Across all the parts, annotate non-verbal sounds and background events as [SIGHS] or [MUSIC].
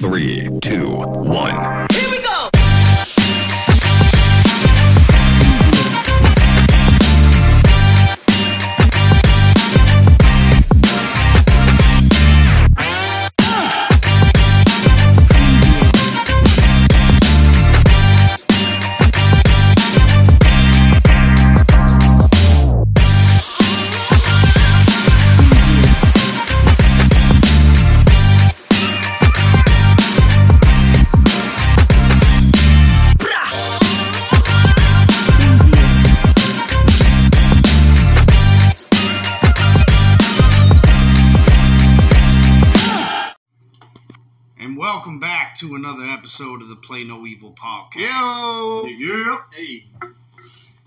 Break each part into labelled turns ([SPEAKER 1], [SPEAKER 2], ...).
[SPEAKER 1] Three, two, one.
[SPEAKER 2] Here we go.
[SPEAKER 3] And welcome back to another episode of the Play No Evil podcast.
[SPEAKER 4] Yo!
[SPEAKER 3] Yeah.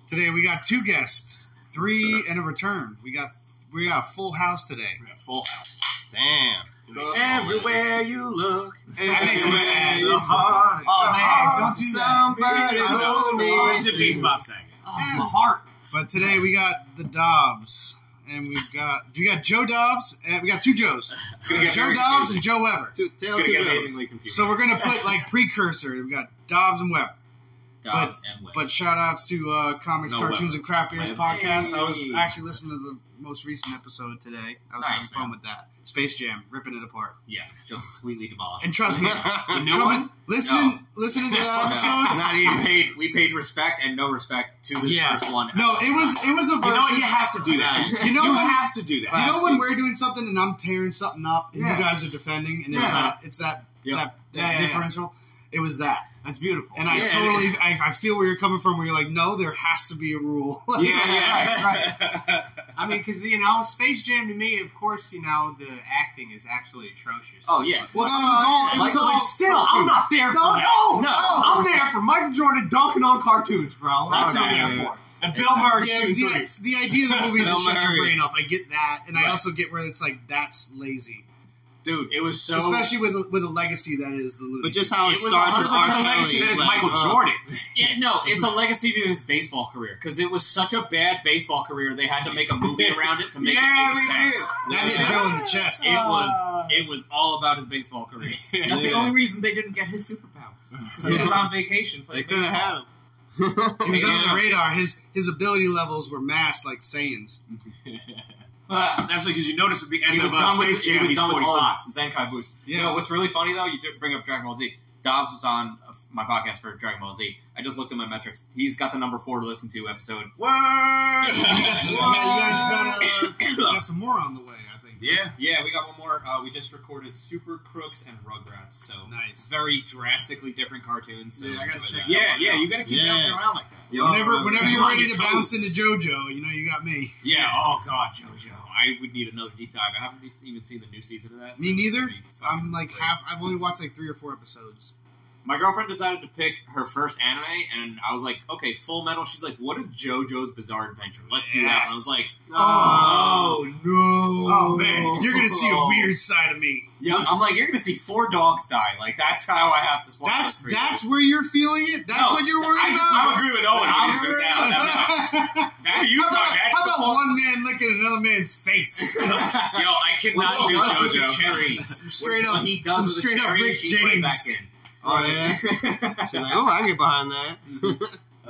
[SPEAKER 3] Today we got two guests, three and a return. We got we got a full house today.
[SPEAKER 4] Full house. Damn.
[SPEAKER 5] Everywhere
[SPEAKER 4] you look,
[SPEAKER 3] That makes me sad.
[SPEAKER 4] it's hard. It's
[SPEAKER 3] Oh, man,
[SPEAKER 4] hard.
[SPEAKER 3] don't do
[SPEAKER 4] Somebody
[SPEAKER 3] that.
[SPEAKER 4] hold
[SPEAKER 5] Rest in
[SPEAKER 4] me.
[SPEAKER 5] peace, Bob Saget.
[SPEAKER 3] But today we got the Dobbs, and we've got we got Joe Dobbs, and we got two Joes. We
[SPEAKER 4] gonna get
[SPEAKER 3] got Joe
[SPEAKER 4] very
[SPEAKER 3] Dobbs and Joe Weber.
[SPEAKER 4] Two,
[SPEAKER 5] It's
[SPEAKER 4] tell
[SPEAKER 5] going to
[SPEAKER 4] two
[SPEAKER 5] get
[SPEAKER 4] girls.
[SPEAKER 5] amazingly confusing.
[SPEAKER 3] So we're gonna put like precursor. We've got Dobbs and Weber.
[SPEAKER 5] Dobbs and Webb.
[SPEAKER 3] But shout outs to uh, Comics,
[SPEAKER 5] No
[SPEAKER 3] Cartoons,
[SPEAKER 5] Weber.
[SPEAKER 3] and Crap Beers
[SPEAKER 5] Webb's.
[SPEAKER 3] podcast. I was
[SPEAKER 4] Hey.
[SPEAKER 3] actually listening to the most recent episode today. I was
[SPEAKER 5] Nice,
[SPEAKER 3] having fun
[SPEAKER 5] man.
[SPEAKER 3] with that. Space Jam, ripping it apart.
[SPEAKER 5] yes, completely demolished.
[SPEAKER 3] And trust me,
[SPEAKER 5] [LAUGHS] You know
[SPEAKER 3] coming,
[SPEAKER 5] what?
[SPEAKER 3] listening,
[SPEAKER 5] No.
[SPEAKER 3] listening to
[SPEAKER 5] [LAUGHS] No.
[SPEAKER 3] that episode.
[SPEAKER 5] Not even. We paid, we paid respect and no respect to the
[SPEAKER 3] Yeah.
[SPEAKER 5] first one.
[SPEAKER 3] No, it was it was a
[SPEAKER 5] You know
[SPEAKER 3] versus.
[SPEAKER 5] what? You have to do that.
[SPEAKER 3] You know
[SPEAKER 5] you
[SPEAKER 3] when-
[SPEAKER 5] have to do that.
[SPEAKER 3] You know when we're doing something and I'm tearing something up and you guys are defending and it's
[SPEAKER 5] Yeah.
[SPEAKER 3] that it's that
[SPEAKER 5] Yeah.
[SPEAKER 3] that, that
[SPEAKER 6] Yeah, yeah, yeah.
[SPEAKER 3] differential. It was that,
[SPEAKER 6] That's beautiful.
[SPEAKER 3] and I
[SPEAKER 4] Yeah.
[SPEAKER 3] totally I, I feel where you're coming from. Where you're like, no, there has to be a rule. [LAUGHS] Like,
[SPEAKER 5] Yeah, yeah. [LAUGHS]
[SPEAKER 6] I mean, because you know, Space Jam to me, of course, you know, the acting is absolutely atrocious.
[SPEAKER 5] Oh yeah.
[SPEAKER 3] Well, that was all. It was
[SPEAKER 5] Michael
[SPEAKER 3] all.
[SPEAKER 5] Jordan
[SPEAKER 6] still, I'm not there.
[SPEAKER 3] No,
[SPEAKER 6] for that.
[SPEAKER 3] no, no.
[SPEAKER 6] I'm there for Michael Jordan dunking on cartoons, bro. That's
[SPEAKER 5] Okay.
[SPEAKER 6] what I'm there for. And Bill Murray
[SPEAKER 3] Yeah,
[SPEAKER 6] shooting
[SPEAKER 3] the,
[SPEAKER 6] threes.
[SPEAKER 3] the idea of the movies to
[SPEAKER 5] Bill
[SPEAKER 3] shut your
[SPEAKER 5] Murray.
[SPEAKER 3] brain off. I get that, and I
[SPEAKER 5] Right.
[SPEAKER 3] also get where it's like that's lazy,
[SPEAKER 5] Dude, it was so.
[SPEAKER 3] especially with with a legacy that is the Looney.
[SPEAKER 4] But just how it,
[SPEAKER 5] It was
[SPEAKER 4] starts with
[SPEAKER 5] 100%
[SPEAKER 4] R. Kelly.
[SPEAKER 5] legacy that is
[SPEAKER 4] like,
[SPEAKER 5] Michael
[SPEAKER 4] uh,
[SPEAKER 5] Jordan. Yeah, no, it's a legacy to his baseball career because it was such a bad baseball career. They had to make a movie around it to [LAUGHS] make
[SPEAKER 6] Yeah,
[SPEAKER 5] it make
[SPEAKER 6] we
[SPEAKER 5] sense.
[SPEAKER 6] did.
[SPEAKER 3] that hit Joe in the chest.
[SPEAKER 5] It was it was all about his baseball career. Oh. [LAUGHS] That's the
[SPEAKER 4] Yeah.
[SPEAKER 5] only reason they didn't get his superpowers because he
[SPEAKER 3] Yeah.
[SPEAKER 5] was on vacation.
[SPEAKER 4] They
[SPEAKER 5] playing
[SPEAKER 4] could have had him.
[SPEAKER 3] He was under
[SPEAKER 5] Yeah.
[SPEAKER 3] the radar. His his ability levels were masked like Saiyans.
[SPEAKER 5] baseball.
[SPEAKER 6] That's because you notice at the
[SPEAKER 5] he was done with he was done with all his Zenkai boost.
[SPEAKER 3] Yeah. [LAUGHS]
[SPEAKER 5] You know, what's really funny though, you did bring up Dragon Ball Z. Dobbs was on uh, my podcast for Dragon Ball Z. I just looked at my metrics. He's got the number four to listen to episode.
[SPEAKER 3] you
[SPEAKER 7] [LAUGHS]
[SPEAKER 3] guys got, uh, got some more on the way, I think.
[SPEAKER 5] Yeah, yeah, we got one more. Uh, we just recorded Super Crooks and Rugrats, so
[SPEAKER 3] Nice.
[SPEAKER 5] very drastically different cartoons. So
[SPEAKER 6] Yeah, I gotta
[SPEAKER 5] enjoy
[SPEAKER 6] check.
[SPEAKER 5] that
[SPEAKER 6] Yeah,
[SPEAKER 5] one.
[SPEAKER 6] yeah, you gotta keep
[SPEAKER 4] Yeah.
[SPEAKER 6] bouncing around like that.
[SPEAKER 5] Yeah.
[SPEAKER 3] whenever whenever
[SPEAKER 6] okay.
[SPEAKER 3] you're
[SPEAKER 6] Like
[SPEAKER 3] ready
[SPEAKER 6] your
[SPEAKER 3] to bounce into
[SPEAKER 6] toes.
[SPEAKER 3] JoJo, you know you got me.
[SPEAKER 5] Yeah. Oh God, JoJo. I would need another deep dive. I haven't e-, even seen the new season of that.
[SPEAKER 3] Me
[SPEAKER 5] so it's
[SPEAKER 3] neither.
[SPEAKER 5] pretty fucking
[SPEAKER 3] I'm like
[SPEAKER 5] great.
[SPEAKER 3] half. I've only watched like three or four episodes.
[SPEAKER 5] My girlfriend decided to pick her first anime, and I was like, "Okay, Full Metal." She's like, "What is JoJo's Bizarre Adventure? Let's do that." And I was like,
[SPEAKER 3] Oh.
[SPEAKER 5] "Oh, no, Oh.
[SPEAKER 6] Oh, man.
[SPEAKER 3] You're gonna see a weird side of me.
[SPEAKER 5] Yeah, I'm like, "You're gonna see four dogs die. Like that's how I have to swallow."
[SPEAKER 3] That's
[SPEAKER 5] this for you.
[SPEAKER 3] that's where you're feeling it. That's
[SPEAKER 5] No,
[SPEAKER 3] what you're
[SPEAKER 5] I
[SPEAKER 3] worried
[SPEAKER 5] just-
[SPEAKER 3] about.
[SPEAKER 5] I'm agree with Owen.
[SPEAKER 4] I'm
[SPEAKER 5] He's
[SPEAKER 4] agree-
[SPEAKER 5] good now.
[SPEAKER 3] [LAUGHS]
[SPEAKER 5] That's not-
[SPEAKER 3] how
[SPEAKER 5] That's
[SPEAKER 3] about,
[SPEAKER 5] Utah. That's
[SPEAKER 3] how
[SPEAKER 5] the
[SPEAKER 3] about
[SPEAKER 5] whole-
[SPEAKER 3] one man licking another man's
[SPEAKER 5] [LAUGHS]
[SPEAKER 3] face?
[SPEAKER 7] [LAUGHS]
[SPEAKER 5] Yo, I
[SPEAKER 4] Well,
[SPEAKER 5] cannot do
[SPEAKER 4] us with the
[SPEAKER 5] JoJo. Cherries.
[SPEAKER 3] Some straight up,
[SPEAKER 5] he does
[SPEAKER 3] some
[SPEAKER 5] with the
[SPEAKER 3] straight up
[SPEAKER 5] cherry,
[SPEAKER 3] Rick
[SPEAKER 5] she put it back
[SPEAKER 3] James.
[SPEAKER 5] in.
[SPEAKER 4] Oh, yeah.
[SPEAKER 3] [LAUGHS]
[SPEAKER 5] [LAUGHS]
[SPEAKER 4] She's like, oh, I can get behind that.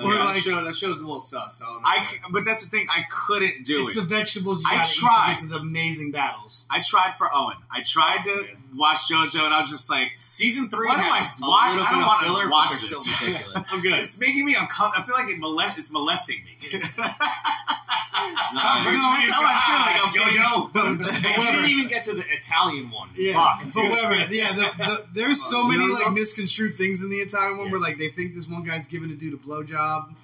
[SPEAKER 3] Or
[SPEAKER 6] yeah,
[SPEAKER 3] like,
[SPEAKER 6] that, show, that show's a little sus. I, don't know.
[SPEAKER 7] I c- but that's the thing. I couldn't do
[SPEAKER 3] it's
[SPEAKER 7] it.
[SPEAKER 3] the vegetables you
[SPEAKER 7] I
[SPEAKER 3] gotta eat to
[SPEAKER 7] tried.
[SPEAKER 3] get to the amazing
[SPEAKER 5] [LAUGHS]
[SPEAKER 3] battles.
[SPEAKER 7] I tried for Owen. I tried to watch JoJo, and I was just like,
[SPEAKER 5] Season three
[SPEAKER 7] Why do
[SPEAKER 5] has
[SPEAKER 7] I- why-
[SPEAKER 5] a little
[SPEAKER 7] I don't
[SPEAKER 5] bit of
[SPEAKER 7] wanna
[SPEAKER 5] filler, but
[SPEAKER 7] watch
[SPEAKER 5] they're
[SPEAKER 7] this.
[SPEAKER 5] Still [LAUGHS] ridiculous.
[SPEAKER 6] I'm
[SPEAKER 7] [LAUGHS]
[SPEAKER 6] good.
[SPEAKER 7] it's making me uncomfortable. I feel like it molest- it's molesting
[SPEAKER 5] [LAUGHS]
[SPEAKER 7] me.
[SPEAKER 5] Nah,
[SPEAKER 3] No,
[SPEAKER 5] dude,
[SPEAKER 3] it's
[SPEAKER 7] how I feel like
[SPEAKER 5] JoJo.
[SPEAKER 3] But, but
[SPEAKER 5] We
[SPEAKER 3] Weber,
[SPEAKER 5] didn't even get to the Italian one.
[SPEAKER 3] yeah, but
[SPEAKER 5] Fuck, dude.
[SPEAKER 3] Weber, yeah. The, the, there's so many
[SPEAKER 7] Zero.
[SPEAKER 3] like misconstrued things in the Italian one where like they think this one guy's giving a dude a blowjob.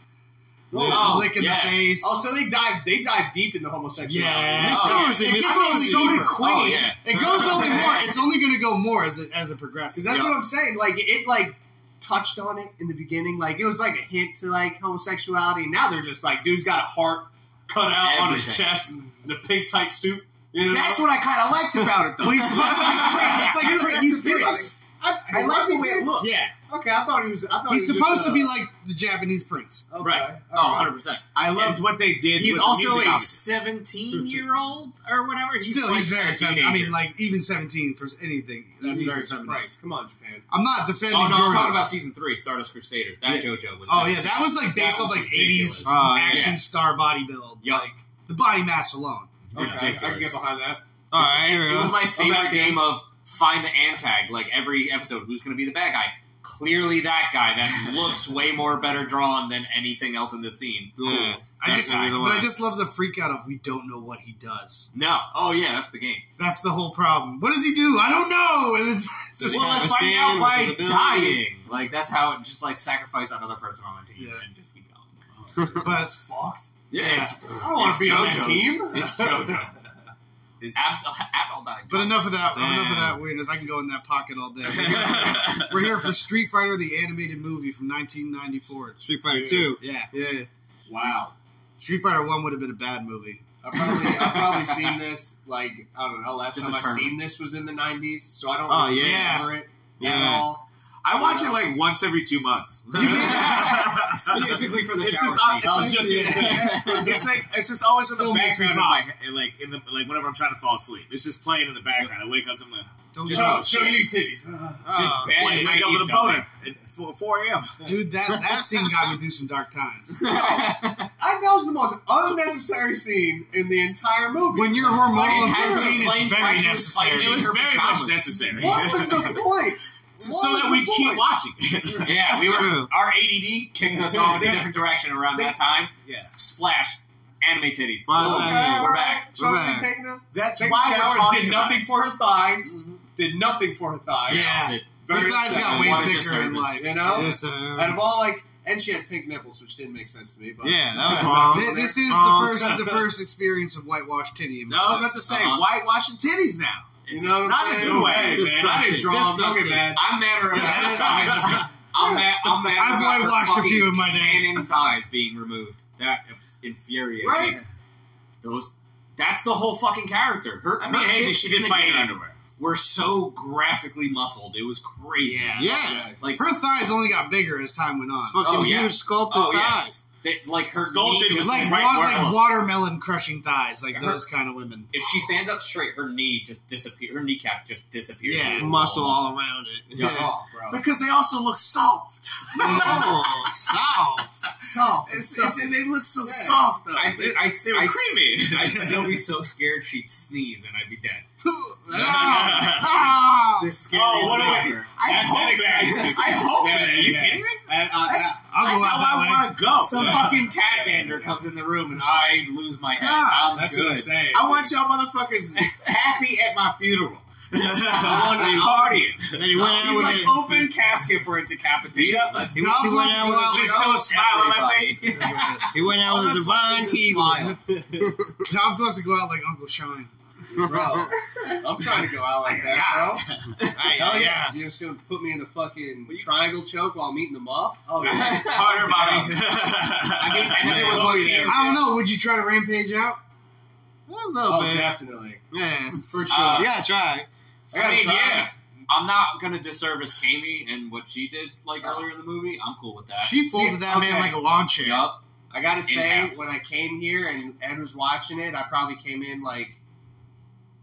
[SPEAKER 3] There's
[SPEAKER 5] Oh,
[SPEAKER 3] the lick in
[SPEAKER 5] yeah.
[SPEAKER 3] the face.
[SPEAKER 6] Oh, so they dive they dive deep into homosexuality.
[SPEAKER 3] Yeah.
[SPEAKER 4] This
[SPEAKER 3] Oh,
[SPEAKER 4] goes
[SPEAKER 3] yeah.
[SPEAKER 4] in
[SPEAKER 3] It
[SPEAKER 4] this
[SPEAKER 3] gets
[SPEAKER 4] goes
[SPEAKER 3] so
[SPEAKER 4] deeper.
[SPEAKER 3] quick.
[SPEAKER 5] Oh, yeah.
[SPEAKER 3] It goes only more. It's only going to go more as it as it progresses.
[SPEAKER 6] 'Cause that's what I'm saying. Like it, like touched on it in the beginning. Like it was like a hint to like homosexuality. Now they're just like, dude's got a heart cut out on his
[SPEAKER 5] Everything.
[SPEAKER 6] chest and a pink tight suit. You know?
[SPEAKER 7] That's what I kind of liked about it, though.
[SPEAKER 3] Well, he's supposed to be- it's like
[SPEAKER 6] Dude,
[SPEAKER 3] pre- [LAUGHS]
[SPEAKER 6] that's
[SPEAKER 3] he's
[SPEAKER 6] the thing,
[SPEAKER 3] Prince.
[SPEAKER 6] like, I, I like the way it looked.
[SPEAKER 3] Yeah,
[SPEAKER 6] Okay, I thought he was. I thought
[SPEAKER 3] he's
[SPEAKER 6] he was
[SPEAKER 3] supposed
[SPEAKER 6] just,
[SPEAKER 3] to
[SPEAKER 6] uh,
[SPEAKER 3] be like the Japanese prince.
[SPEAKER 6] Okay.
[SPEAKER 5] Right. Oh,
[SPEAKER 6] all right.
[SPEAKER 5] 100 percent.
[SPEAKER 7] I loved what they did.
[SPEAKER 5] He's
[SPEAKER 7] with
[SPEAKER 5] also
[SPEAKER 7] the music
[SPEAKER 5] a
[SPEAKER 7] obviously.
[SPEAKER 5] 17 year old or whatever.
[SPEAKER 3] Still, he's
[SPEAKER 5] like
[SPEAKER 3] very
[SPEAKER 5] a
[SPEAKER 3] feminine. I
[SPEAKER 5] teenager.
[SPEAKER 3] mean, like even seventeen for anything. That's
[SPEAKER 6] Jesus
[SPEAKER 3] very feminine.
[SPEAKER 6] Christ, come on, Japan.
[SPEAKER 3] I'm not defending
[SPEAKER 5] Oh no, I'm
[SPEAKER 3] Jordan.
[SPEAKER 5] talking about season three, Stardust Crusaders. That
[SPEAKER 3] Yeah.
[SPEAKER 5] JoJo was.
[SPEAKER 3] oh yeah, that was like based
[SPEAKER 5] That
[SPEAKER 3] off
[SPEAKER 5] was
[SPEAKER 3] like '80s
[SPEAKER 5] ridiculous.
[SPEAKER 4] Oh, yeah.
[SPEAKER 3] action star body build.
[SPEAKER 5] Yup.
[SPEAKER 3] Like the body mass alone.
[SPEAKER 6] Okay, I can
[SPEAKER 5] Ridiculous.
[SPEAKER 6] get behind that.
[SPEAKER 4] All right, here we
[SPEAKER 5] It was
[SPEAKER 4] go.
[SPEAKER 5] my favorite
[SPEAKER 6] Back in.
[SPEAKER 5] game of find the antag. Like every episode, who's going to be the bad guy? Clearly, that guy that looks way more better drawn than anything else in this scene.
[SPEAKER 4] Yeah.
[SPEAKER 3] I
[SPEAKER 5] That's
[SPEAKER 3] just,
[SPEAKER 5] not
[SPEAKER 3] but
[SPEAKER 5] the
[SPEAKER 3] I
[SPEAKER 4] one.
[SPEAKER 3] just love the freak out of we don't know what he does.
[SPEAKER 5] No, oh yeah, that's the game.
[SPEAKER 3] That's the whole problem. What does he do? I don't know. And it's, it's
[SPEAKER 4] Does
[SPEAKER 3] just,
[SPEAKER 4] he
[SPEAKER 5] well,
[SPEAKER 4] have
[SPEAKER 5] let's
[SPEAKER 4] a
[SPEAKER 5] find
[SPEAKER 4] stand?
[SPEAKER 5] out
[SPEAKER 4] What's
[SPEAKER 5] by
[SPEAKER 4] his ability?
[SPEAKER 5] dying. Like that's how it just like sacrifice another person on the team
[SPEAKER 3] Yeah.
[SPEAKER 5] and just keep going.
[SPEAKER 3] but
[SPEAKER 6] Fucked.
[SPEAKER 3] Yeah.
[SPEAKER 5] it's,
[SPEAKER 6] I don't want
[SPEAKER 5] it's
[SPEAKER 6] to be on that
[SPEAKER 5] JoJo's.
[SPEAKER 6] team.
[SPEAKER 5] It's JoJo.
[SPEAKER 7] It's-
[SPEAKER 5] Abdul, Abdul died.
[SPEAKER 3] but enough of that. Enough of
[SPEAKER 4] Damn.
[SPEAKER 3] that weirdness. I can go in that pocket all day.
[SPEAKER 5] [LAUGHS]
[SPEAKER 3] We're here for Street Fighter, the animated movie from 1994.
[SPEAKER 4] Street Fighter Two.
[SPEAKER 3] Yeah,
[SPEAKER 4] Yeah.
[SPEAKER 6] Wow.
[SPEAKER 3] Street Fighter One would have been a bad movie.
[SPEAKER 6] I've probably, I've probably seen this, like, I don't know, last
[SPEAKER 5] Just
[SPEAKER 6] time
[SPEAKER 5] a
[SPEAKER 6] I've
[SPEAKER 5] tournament.
[SPEAKER 6] seen this was in the 90s, so I don't
[SPEAKER 4] Oh,
[SPEAKER 6] really
[SPEAKER 4] yeah.
[SPEAKER 6] remember it at
[SPEAKER 4] Yeah.
[SPEAKER 6] all.
[SPEAKER 7] I watch it like once every two
[SPEAKER 5] [LAUGHS]
[SPEAKER 7] months. [LAUGHS]
[SPEAKER 5] specifically for the
[SPEAKER 7] It's
[SPEAKER 5] shower
[SPEAKER 7] just,
[SPEAKER 5] scene.
[SPEAKER 7] I was just gonna say, it's like it's just always in the
[SPEAKER 3] Still makes me
[SPEAKER 7] background of my head, like in the like whenever I'm trying to fall asleep. It's just playing in the background. I wake up to my
[SPEAKER 3] [LAUGHS] Don't
[SPEAKER 7] Just-
[SPEAKER 3] know.
[SPEAKER 7] oh, show
[SPEAKER 6] you titties.
[SPEAKER 7] uh.
[SPEAKER 5] just
[SPEAKER 3] Oh,
[SPEAKER 5] bad
[SPEAKER 7] I wake up with a
[SPEAKER 5] 90s
[SPEAKER 7] boner at four, 4 a.m.
[SPEAKER 3] dude, that that scene got me through some dark
[SPEAKER 5] [LAUGHS]
[SPEAKER 3] times.
[SPEAKER 6] I, that was the most unnecessary scene in the entire movie.
[SPEAKER 3] When you're
[SPEAKER 7] Oh,
[SPEAKER 6] Like,
[SPEAKER 3] hormonal
[SPEAKER 6] it
[SPEAKER 3] and
[SPEAKER 6] has to
[SPEAKER 3] routine,
[SPEAKER 5] explain
[SPEAKER 3] it's very necessary.
[SPEAKER 7] It
[SPEAKER 5] Fighters, like,
[SPEAKER 7] was
[SPEAKER 5] Perfect
[SPEAKER 7] very much
[SPEAKER 5] comedy.
[SPEAKER 7] necessary.
[SPEAKER 6] what was the point?
[SPEAKER 7] so
[SPEAKER 6] What
[SPEAKER 7] that
[SPEAKER 6] was
[SPEAKER 7] we
[SPEAKER 6] the
[SPEAKER 7] keep
[SPEAKER 6] point?
[SPEAKER 7] watching.
[SPEAKER 5] [LAUGHS] Yeah, we were
[SPEAKER 4] True.
[SPEAKER 5] our ADD kicked us off in a different direction around that time.
[SPEAKER 7] Yeah.
[SPEAKER 5] Splash, anime titties.
[SPEAKER 4] Splash
[SPEAKER 5] Boom,
[SPEAKER 4] back in.
[SPEAKER 5] we're back.
[SPEAKER 6] Show
[SPEAKER 4] We're
[SPEAKER 6] you
[SPEAKER 4] back.
[SPEAKER 6] taking a-
[SPEAKER 7] That's
[SPEAKER 6] take a
[SPEAKER 7] why
[SPEAKER 6] shower,
[SPEAKER 7] we're talking
[SPEAKER 6] Did
[SPEAKER 7] about it.
[SPEAKER 6] nothing for her thighs. Did nothing for her thighs.
[SPEAKER 3] Yeah.
[SPEAKER 5] That's it.
[SPEAKER 3] Her
[SPEAKER 6] Very
[SPEAKER 3] thighs got
[SPEAKER 5] What
[SPEAKER 6] upsetting.
[SPEAKER 5] a
[SPEAKER 3] way thicker in
[SPEAKER 5] disservice.
[SPEAKER 3] life.
[SPEAKER 6] You know?
[SPEAKER 4] Yes, sir.
[SPEAKER 6] Out of all, like, and she had pink nipples, which didn't make sense to me. But
[SPEAKER 4] Yeah, that was wrong.
[SPEAKER 3] Th- This is the
[SPEAKER 4] Um,
[SPEAKER 3] first the first experience of whitewashed titty. In my
[SPEAKER 7] No, I'm
[SPEAKER 3] life.
[SPEAKER 7] about to say
[SPEAKER 5] Uh-huh.
[SPEAKER 7] whitewashing titties now.
[SPEAKER 6] You know what
[SPEAKER 7] Not
[SPEAKER 6] I'm
[SPEAKER 7] just
[SPEAKER 6] saying?
[SPEAKER 7] you, man.
[SPEAKER 6] Hey, man, I didn't
[SPEAKER 4] Disgusting.
[SPEAKER 6] draw him. Don't get
[SPEAKER 4] Disgusting.
[SPEAKER 6] mad.
[SPEAKER 5] I'm mad at
[SPEAKER 7] [LAUGHS]
[SPEAKER 5] her about her thighs. I'm mad. I'm mad.
[SPEAKER 3] I've
[SPEAKER 5] about her
[SPEAKER 3] whitewashed a few
[SPEAKER 5] fucking
[SPEAKER 3] in my day.
[SPEAKER 5] Cannon thighs being removed. That infuriating.
[SPEAKER 6] Right?
[SPEAKER 5] Those. That's the whole fucking character. Her,
[SPEAKER 7] I
[SPEAKER 5] her
[SPEAKER 7] mean, hey,
[SPEAKER 5] tits
[SPEAKER 7] she
[SPEAKER 5] in
[SPEAKER 7] did
[SPEAKER 5] the
[SPEAKER 7] fight in
[SPEAKER 5] game
[SPEAKER 7] underwear.
[SPEAKER 5] Were so graphically muscled. It was crazy.
[SPEAKER 3] Yeah.
[SPEAKER 4] Yeah.
[SPEAKER 5] Like
[SPEAKER 3] Her thighs only got bigger as time went on.
[SPEAKER 4] Fucking
[SPEAKER 5] Oh, yeah.
[SPEAKER 4] huge sculpted
[SPEAKER 5] Oh, yeah.
[SPEAKER 4] thighs.
[SPEAKER 5] they, like her
[SPEAKER 7] Sculpted
[SPEAKER 5] knee
[SPEAKER 7] was
[SPEAKER 5] just
[SPEAKER 3] Like,
[SPEAKER 7] Right,
[SPEAKER 3] wa-
[SPEAKER 7] right.
[SPEAKER 3] like watermelon crushing thighs, like
[SPEAKER 5] Her-
[SPEAKER 3] those kind of women.
[SPEAKER 5] if she stands up straight, her knee just disappears. Her kneecap just disappears.
[SPEAKER 3] Yeah,
[SPEAKER 4] Muscle all around it.
[SPEAKER 5] [LAUGHS] Yeah. [LAUGHS]
[SPEAKER 4] Yeah.
[SPEAKER 5] bro.
[SPEAKER 7] Because they also look
[SPEAKER 5] [LAUGHS]
[SPEAKER 7] soft.
[SPEAKER 3] [LAUGHS]
[SPEAKER 4] Oh, soft.
[SPEAKER 6] So,
[SPEAKER 7] It's,
[SPEAKER 6] so-
[SPEAKER 7] it's, and they look so
[SPEAKER 6] Yeah.
[SPEAKER 7] soft, though.
[SPEAKER 5] I'd,
[SPEAKER 7] they,
[SPEAKER 5] I'd,
[SPEAKER 7] they were
[SPEAKER 5] I'd-
[SPEAKER 7] creamy.
[SPEAKER 5] [LAUGHS] I'd still be so scared she'd sneeze and I'd be dead.
[SPEAKER 3] Ah!
[SPEAKER 5] This
[SPEAKER 7] Oh, what do I- I
[SPEAKER 6] That's
[SPEAKER 7] hope
[SPEAKER 6] unexpected.
[SPEAKER 7] that. I hope
[SPEAKER 6] Yeah,
[SPEAKER 7] that.
[SPEAKER 6] yeah,
[SPEAKER 7] you
[SPEAKER 6] yeah.
[SPEAKER 7] kidding me?
[SPEAKER 6] and, uh,
[SPEAKER 7] That's-
[SPEAKER 3] I'll
[SPEAKER 7] That's
[SPEAKER 3] go
[SPEAKER 7] how I
[SPEAKER 3] out that way.
[SPEAKER 7] want to go.
[SPEAKER 5] Some fucking cat dander comes in the room and I lose my head.
[SPEAKER 7] God,
[SPEAKER 5] I'm
[SPEAKER 6] that's
[SPEAKER 5] good.
[SPEAKER 6] what I'm saying.
[SPEAKER 7] I want y'all motherfuckers happy at my
[SPEAKER 5] [LAUGHS]
[SPEAKER 7] funeral.
[SPEAKER 6] want
[SPEAKER 7] I
[SPEAKER 6] you-
[SPEAKER 7] want to be partying.
[SPEAKER 4] Then he went out
[SPEAKER 5] He's
[SPEAKER 4] with
[SPEAKER 5] like oh,
[SPEAKER 4] it.
[SPEAKER 5] open casket for a decapitation.
[SPEAKER 7] Yeah.
[SPEAKER 5] Let's
[SPEAKER 4] He,
[SPEAKER 5] do
[SPEAKER 4] he went out
[SPEAKER 7] Well,
[SPEAKER 4] with
[SPEAKER 7] there's still a smile on my face.
[SPEAKER 4] He went out with a divine eagle.
[SPEAKER 5] smile.
[SPEAKER 3] Tom's supposed to go out like Uncle Shine.
[SPEAKER 6] bro. I'm trying to go out like that, bro.
[SPEAKER 4] Hey,
[SPEAKER 6] Hell
[SPEAKER 4] yeah.
[SPEAKER 6] yeah. You're just going to put me in a fucking triangle choke while I'm eating the muff? Oh, [LAUGHS] yeah.
[SPEAKER 7] [LAUGHS] Harder, Bobby.
[SPEAKER 5] I mean, and
[SPEAKER 4] Man.
[SPEAKER 5] everyone's
[SPEAKER 6] Oh,
[SPEAKER 5] on
[SPEAKER 6] yeah.
[SPEAKER 5] camera.
[SPEAKER 3] I don't know. Would you try to rampage out?
[SPEAKER 4] A little
[SPEAKER 6] Oh,
[SPEAKER 4] bit.
[SPEAKER 6] definitely.
[SPEAKER 4] Yeah.
[SPEAKER 6] For sure.
[SPEAKER 5] Uh,
[SPEAKER 4] You gotta try.
[SPEAKER 6] I gotta
[SPEAKER 5] I mean,
[SPEAKER 6] try.
[SPEAKER 5] yeah. I'm not gonna disservice Kami and what she did like earlier in the movie. I'm cool with that.
[SPEAKER 3] She folded that man
[SPEAKER 6] okay.
[SPEAKER 3] like a lawn chair.
[SPEAKER 5] Yup.
[SPEAKER 6] I gotta say,
[SPEAKER 5] half.
[SPEAKER 6] when I came here and Ed was watching it, I probably came in like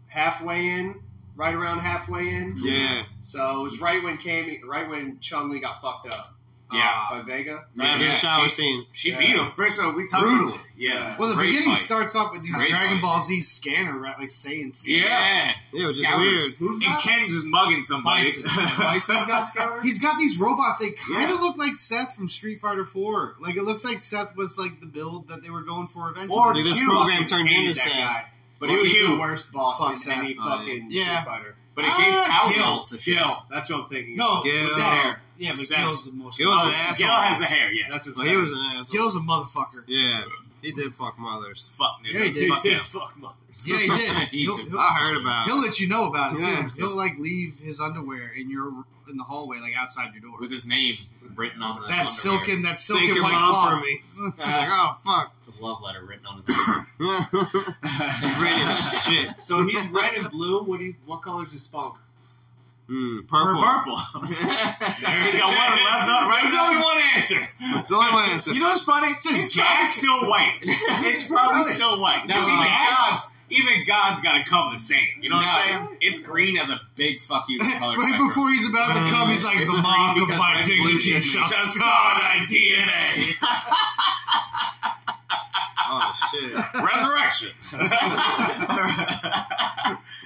[SPEAKER 6] halfway in, right around halfway in.
[SPEAKER 4] Yeah.
[SPEAKER 6] So it was right when came, right when Chung Li got fucked up
[SPEAKER 5] Yeah.
[SPEAKER 6] by Vega.
[SPEAKER 4] Right after
[SPEAKER 5] Yeah.
[SPEAKER 4] the shower
[SPEAKER 5] She-
[SPEAKER 4] scene.
[SPEAKER 5] She
[SPEAKER 6] Yeah.
[SPEAKER 5] beat him.
[SPEAKER 7] First of all, we talked
[SPEAKER 5] Brutally.
[SPEAKER 7] Yeah.
[SPEAKER 3] Well, the
[SPEAKER 5] Great
[SPEAKER 3] beginning
[SPEAKER 5] fight.
[SPEAKER 3] starts off with these
[SPEAKER 5] Great
[SPEAKER 3] Dragon
[SPEAKER 5] fight.
[SPEAKER 3] Ball Z scanner, right? Like Saiyan scanner.
[SPEAKER 5] Yeah.
[SPEAKER 4] Yeah, it was just
[SPEAKER 5] Scours.
[SPEAKER 4] weird.
[SPEAKER 6] Who's
[SPEAKER 7] And
[SPEAKER 6] got?
[SPEAKER 7] Ken just mugging somebody.
[SPEAKER 3] Bison.
[SPEAKER 7] [LAUGHS]
[SPEAKER 6] Bison's got scars?
[SPEAKER 3] He's got these robots. They kind of
[SPEAKER 7] Yeah.
[SPEAKER 3] look like Seth from Street Fighter Four. Like it looks like Seth was like the build that they were going for eventually.
[SPEAKER 6] Or
[SPEAKER 4] Dude, this
[SPEAKER 6] Q.
[SPEAKER 4] program turned
[SPEAKER 6] Hated
[SPEAKER 4] into
[SPEAKER 6] that
[SPEAKER 4] Seth.
[SPEAKER 6] guy. But
[SPEAKER 7] Or
[SPEAKER 6] he was
[SPEAKER 7] Q.
[SPEAKER 6] the worst boss
[SPEAKER 3] Fuck
[SPEAKER 6] in
[SPEAKER 3] Seth.
[SPEAKER 6] any
[SPEAKER 4] Oh, yeah.
[SPEAKER 6] fucking
[SPEAKER 3] Yeah.
[SPEAKER 6] Street Fighter.
[SPEAKER 5] But it
[SPEAKER 3] Ah,
[SPEAKER 5] gave Power
[SPEAKER 3] Gil.
[SPEAKER 5] Girls the shit.
[SPEAKER 6] Gil, that's what I'm thinking.
[SPEAKER 3] no,
[SPEAKER 4] Gil.
[SPEAKER 3] Seth. Yeah, but
[SPEAKER 7] Seth.
[SPEAKER 3] Gil's the most.
[SPEAKER 4] Gil's
[SPEAKER 7] Oh,
[SPEAKER 4] an asshole.
[SPEAKER 7] Gil has the hair, yeah.
[SPEAKER 6] that's what I'm
[SPEAKER 4] Well, he
[SPEAKER 6] saying.
[SPEAKER 4] was an asshole.
[SPEAKER 3] Gil's a motherfucker.
[SPEAKER 4] Yeah. He did fuck mothers.
[SPEAKER 7] Fuck, nigga.
[SPEAKER 3] Yeah, he did.
[SPEAKER 7] Fuck
[SPEAKER 6] He
[SPEAKER 7] him.
[SPEAKER 6] did fuck mothers.
[SPEAKER 4] [LAUGHS]
[SPEAKER 3] Yeah, he did.
[SPEAKER 5] [LAUGHS] He
[SPEAKER 3] he'll,
[SPEAKER 5] did.
[SPEAKER 3] he'll-
[SPEAKER 4] I heard about it.
[SPEAKER 3] he'll let you know about it
[SPEAKER 4] Yeah.
[SPEAKER 3] too. He'll like leave his underwear in your in the hallway, like outside your door.
[SPEAKER 5] With his name written on the
[SPEAKER 3] That
[SPEAKER 5] underwear.
[SPEAKER 3] silken, that
[SPEAKER 4] Thank
[SPEAKER 3] silken
[SPEAKER 4] your
[SPEAKER 3] white
[SPEAKER 4] mom
[SPEAKER 3] claw.
[SPEAKER 4] for
[SPEAKER 3] [LAUGHS]
[SPEAKER 4] me. It's like, oh, fuck.
[SPEAKER 5] It's a love letter written on his underwear.
[SPEAKER 4] Radiant shit.
[SPEAKER 6] So he's red and blue. What do you, what color's his spunk?
[SPEAKER 4] Mm,
[SPEAKER 7] Purple.
[SPEAKER 4] purple.
[SPEAKER 5] [LAUGHS] There's got one left, not right.
[SPEAKER 7] There's only one answer.
[SPEAKER 4] It's the only one answer.
[SPEAKER 7] You know what's funny? It's, probably still white. It's probably
[SPEAKER 4] Jack.
[SPEAKER 7] still white.
[SPEAKER 5] That's
[SPEAKER 7] even
[SPEAKER 5] Jack.
[SPEAKER 7] God's, even God's got to come the same. You know what I'm saying?
[SPEAKER 5] It's green as a big fuck you to color
[SPEAKER 3] Right
[SPEAKER 5] spectrum.
[SPEAKER 3] before he's about to come, he's like,
[SPEAKER 5] It's
[SPEAKER 3] "The mark
[SPEAKER 5] green
[SPEAKER 3] of
[SPEAKER 5] because
[SPEAKER 3] my
[SPEAKER 5] red
[SPEAKER 3] dignity
[SPEAKER 5] pollution
[SPEAKER 3] shall
[SPEAKER 5] shall
[SPEAKER 3] scar thy
[SPEAKER 7] DNA.
[SPEAKER 4] [LAUGHS] Oh shit.
[SPEAKER 7] Resurrection.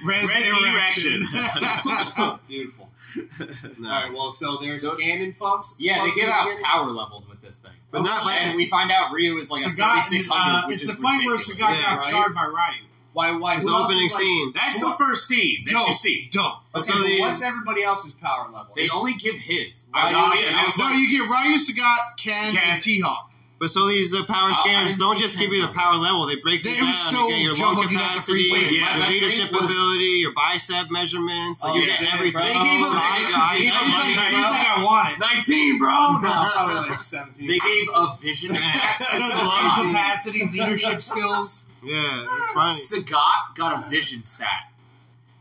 [SPEAKER 3] res erection."
[SPEAKER 6] [LAUGHS]
[SPEAKER 7] Resurrection.
[SPEAKER 5] [LAUGHS] Beautiful.
[SPEAKER 6] All right,
[SPEAKER 4] Nice.
[SPEAKER 6] well, so they're
[SPEAKER 5] Don't-
[SPEAKER 6] scanning folks.
[SPEAKER 5] Yeah, they
[SPEAKER 6] folks
[SPEAKER 5] give
[SPEAKER 6] in the
[SPEAKER 5] out
[SPEAKER 6] beginning?
[SPEAKER 5] power levels with this thing.
[SPEAKER 4] But not
[SPEAKER 5] and
[SPEAKER 4] like
[SPEAKER 5] we find out Ryu is like
[SPEAKER 3] Sagat,
[SPEAKER 5] a 3600,
[SPEAKER 3] uh,
[SPEAKER 5] which
[SPEAKER 3] it's
[SPEAKER 5] is
[SPEAKER 3] the fight where
[SPEAKER 5] ridiculous.
[SPEAKER 3] Sagat
[SPEAKER 4] Yeah,
[SPEAKER 3] got
[SPEAKER 4] right?
[SPEAKER 3] scarred by Ryu.
[SPEAKER 6] Why? Why?
[SPEAKER 4] it's
[SPEAKER 6] who
[SPEAKER 4] the
[SPEAKER 6] else is,
[SPEAKER 4] opening
[SPEAKER 6] like-
[SPEAKER 4] scene.
[SPEAKER 7] That's the first scene that you
[SPEAKER 3] Dope,
[SPEAKER 7] see.
[SPEAKER 3] dope.
[SPEAKER 4] But
[SPEAKER 6] Okay,
[SPEAKER 4] so
[SPEAKER 6] but
[SPEAKER 4] the-
[SPEAKER 6] what's everybody else's power level?
[SPEAKER 5] They only give his.
[SPEAKER 6] Why
[SPEAKER 5] I
[SPEAKER 7] do you-
[SPEAKER 5] yeah, I was
[SPEAKER 3] No,
[SPEAKER 5] like,
[SPEAKER 3] you get Ryu, Sagat, Ken,
[SPEAKER 7] Ken.
[SPEAKER 3] and T-Hawk.
[SPEAKER 4] But so these uh,
[SPEAKER 5] Oh,
[SPEAKER 4] power
[SPEAKER 5] I
[SPEAKER 4] scanners
[SPEAKER 5] didn't
[SPEAKER 4] don't
[SPEAKER 5] see
[SPEAKER 4] just
[SPEAKER 5] Ken's
[SPEAKER 4] give you the
[SPEAKER 5] number.
[SPEAKER 4] power level; they break
[SPEAKER 3] They-
[SPEAKER 4] you
[SPEAKER 3] it
[SPEAKER 4] down.
[SPEAKER 3] was so
[SPEAKER 4] you get your
[SPEAKER 3] jumbled,
[SPEAKER 4] lung
[SPEAKER 3] you have to
[SPEAKER 4] capacity,
[SPEAKER 3] freeze
[SPEAKER 5] it. Yeah,
[SPEAKER 4] your
[SPEAKER 5] that's
[SPEAKER 4] leadership
[SPEAKER 5] the thing was-
[SPEAKER 4] ability, your bicep measurements. Like
[SPEAKER 6] Oh,
[SPEAKER 4] you
[SPEAKER 6] yeah.
[SPEAKER 4] get everything.
[SPEAKER 5] They gave
[SPEAKER 3] [LAUGHS]
[SPEAKER 5] us-
[SPEAKER 4] Eyes, your
[SPEAKER 5] He's
[SPEAKER 3] He's,
[SPEAKER 5] like,
[SPEAKER 4] eyes,
[SPEAKER 3] like,
[SPEAKER 5] "Money,
[SPEAKER 3] he's like,
[SPEAKER 5] bro."
[SPEAKER 3] I want it.
[SPEAKER 6] 19, bro. No, probably like 17.
[SPEAKER 5] they gave a
[SPEAKER 3] [LAUGHS]
[SPEAKER 5] vision stack to
[SPEAKER 3] Does
[SPEAKER 5] Sagat.
[SPEAKER 3] lung capacity, leadership skills. [LAUGHS]
[SPEAKER 4] Yeah,
[SPEAKER 5] Ah,
[SPEAKER 4] it's funny.
[SPEAKER 5] Sagat got a vision stat.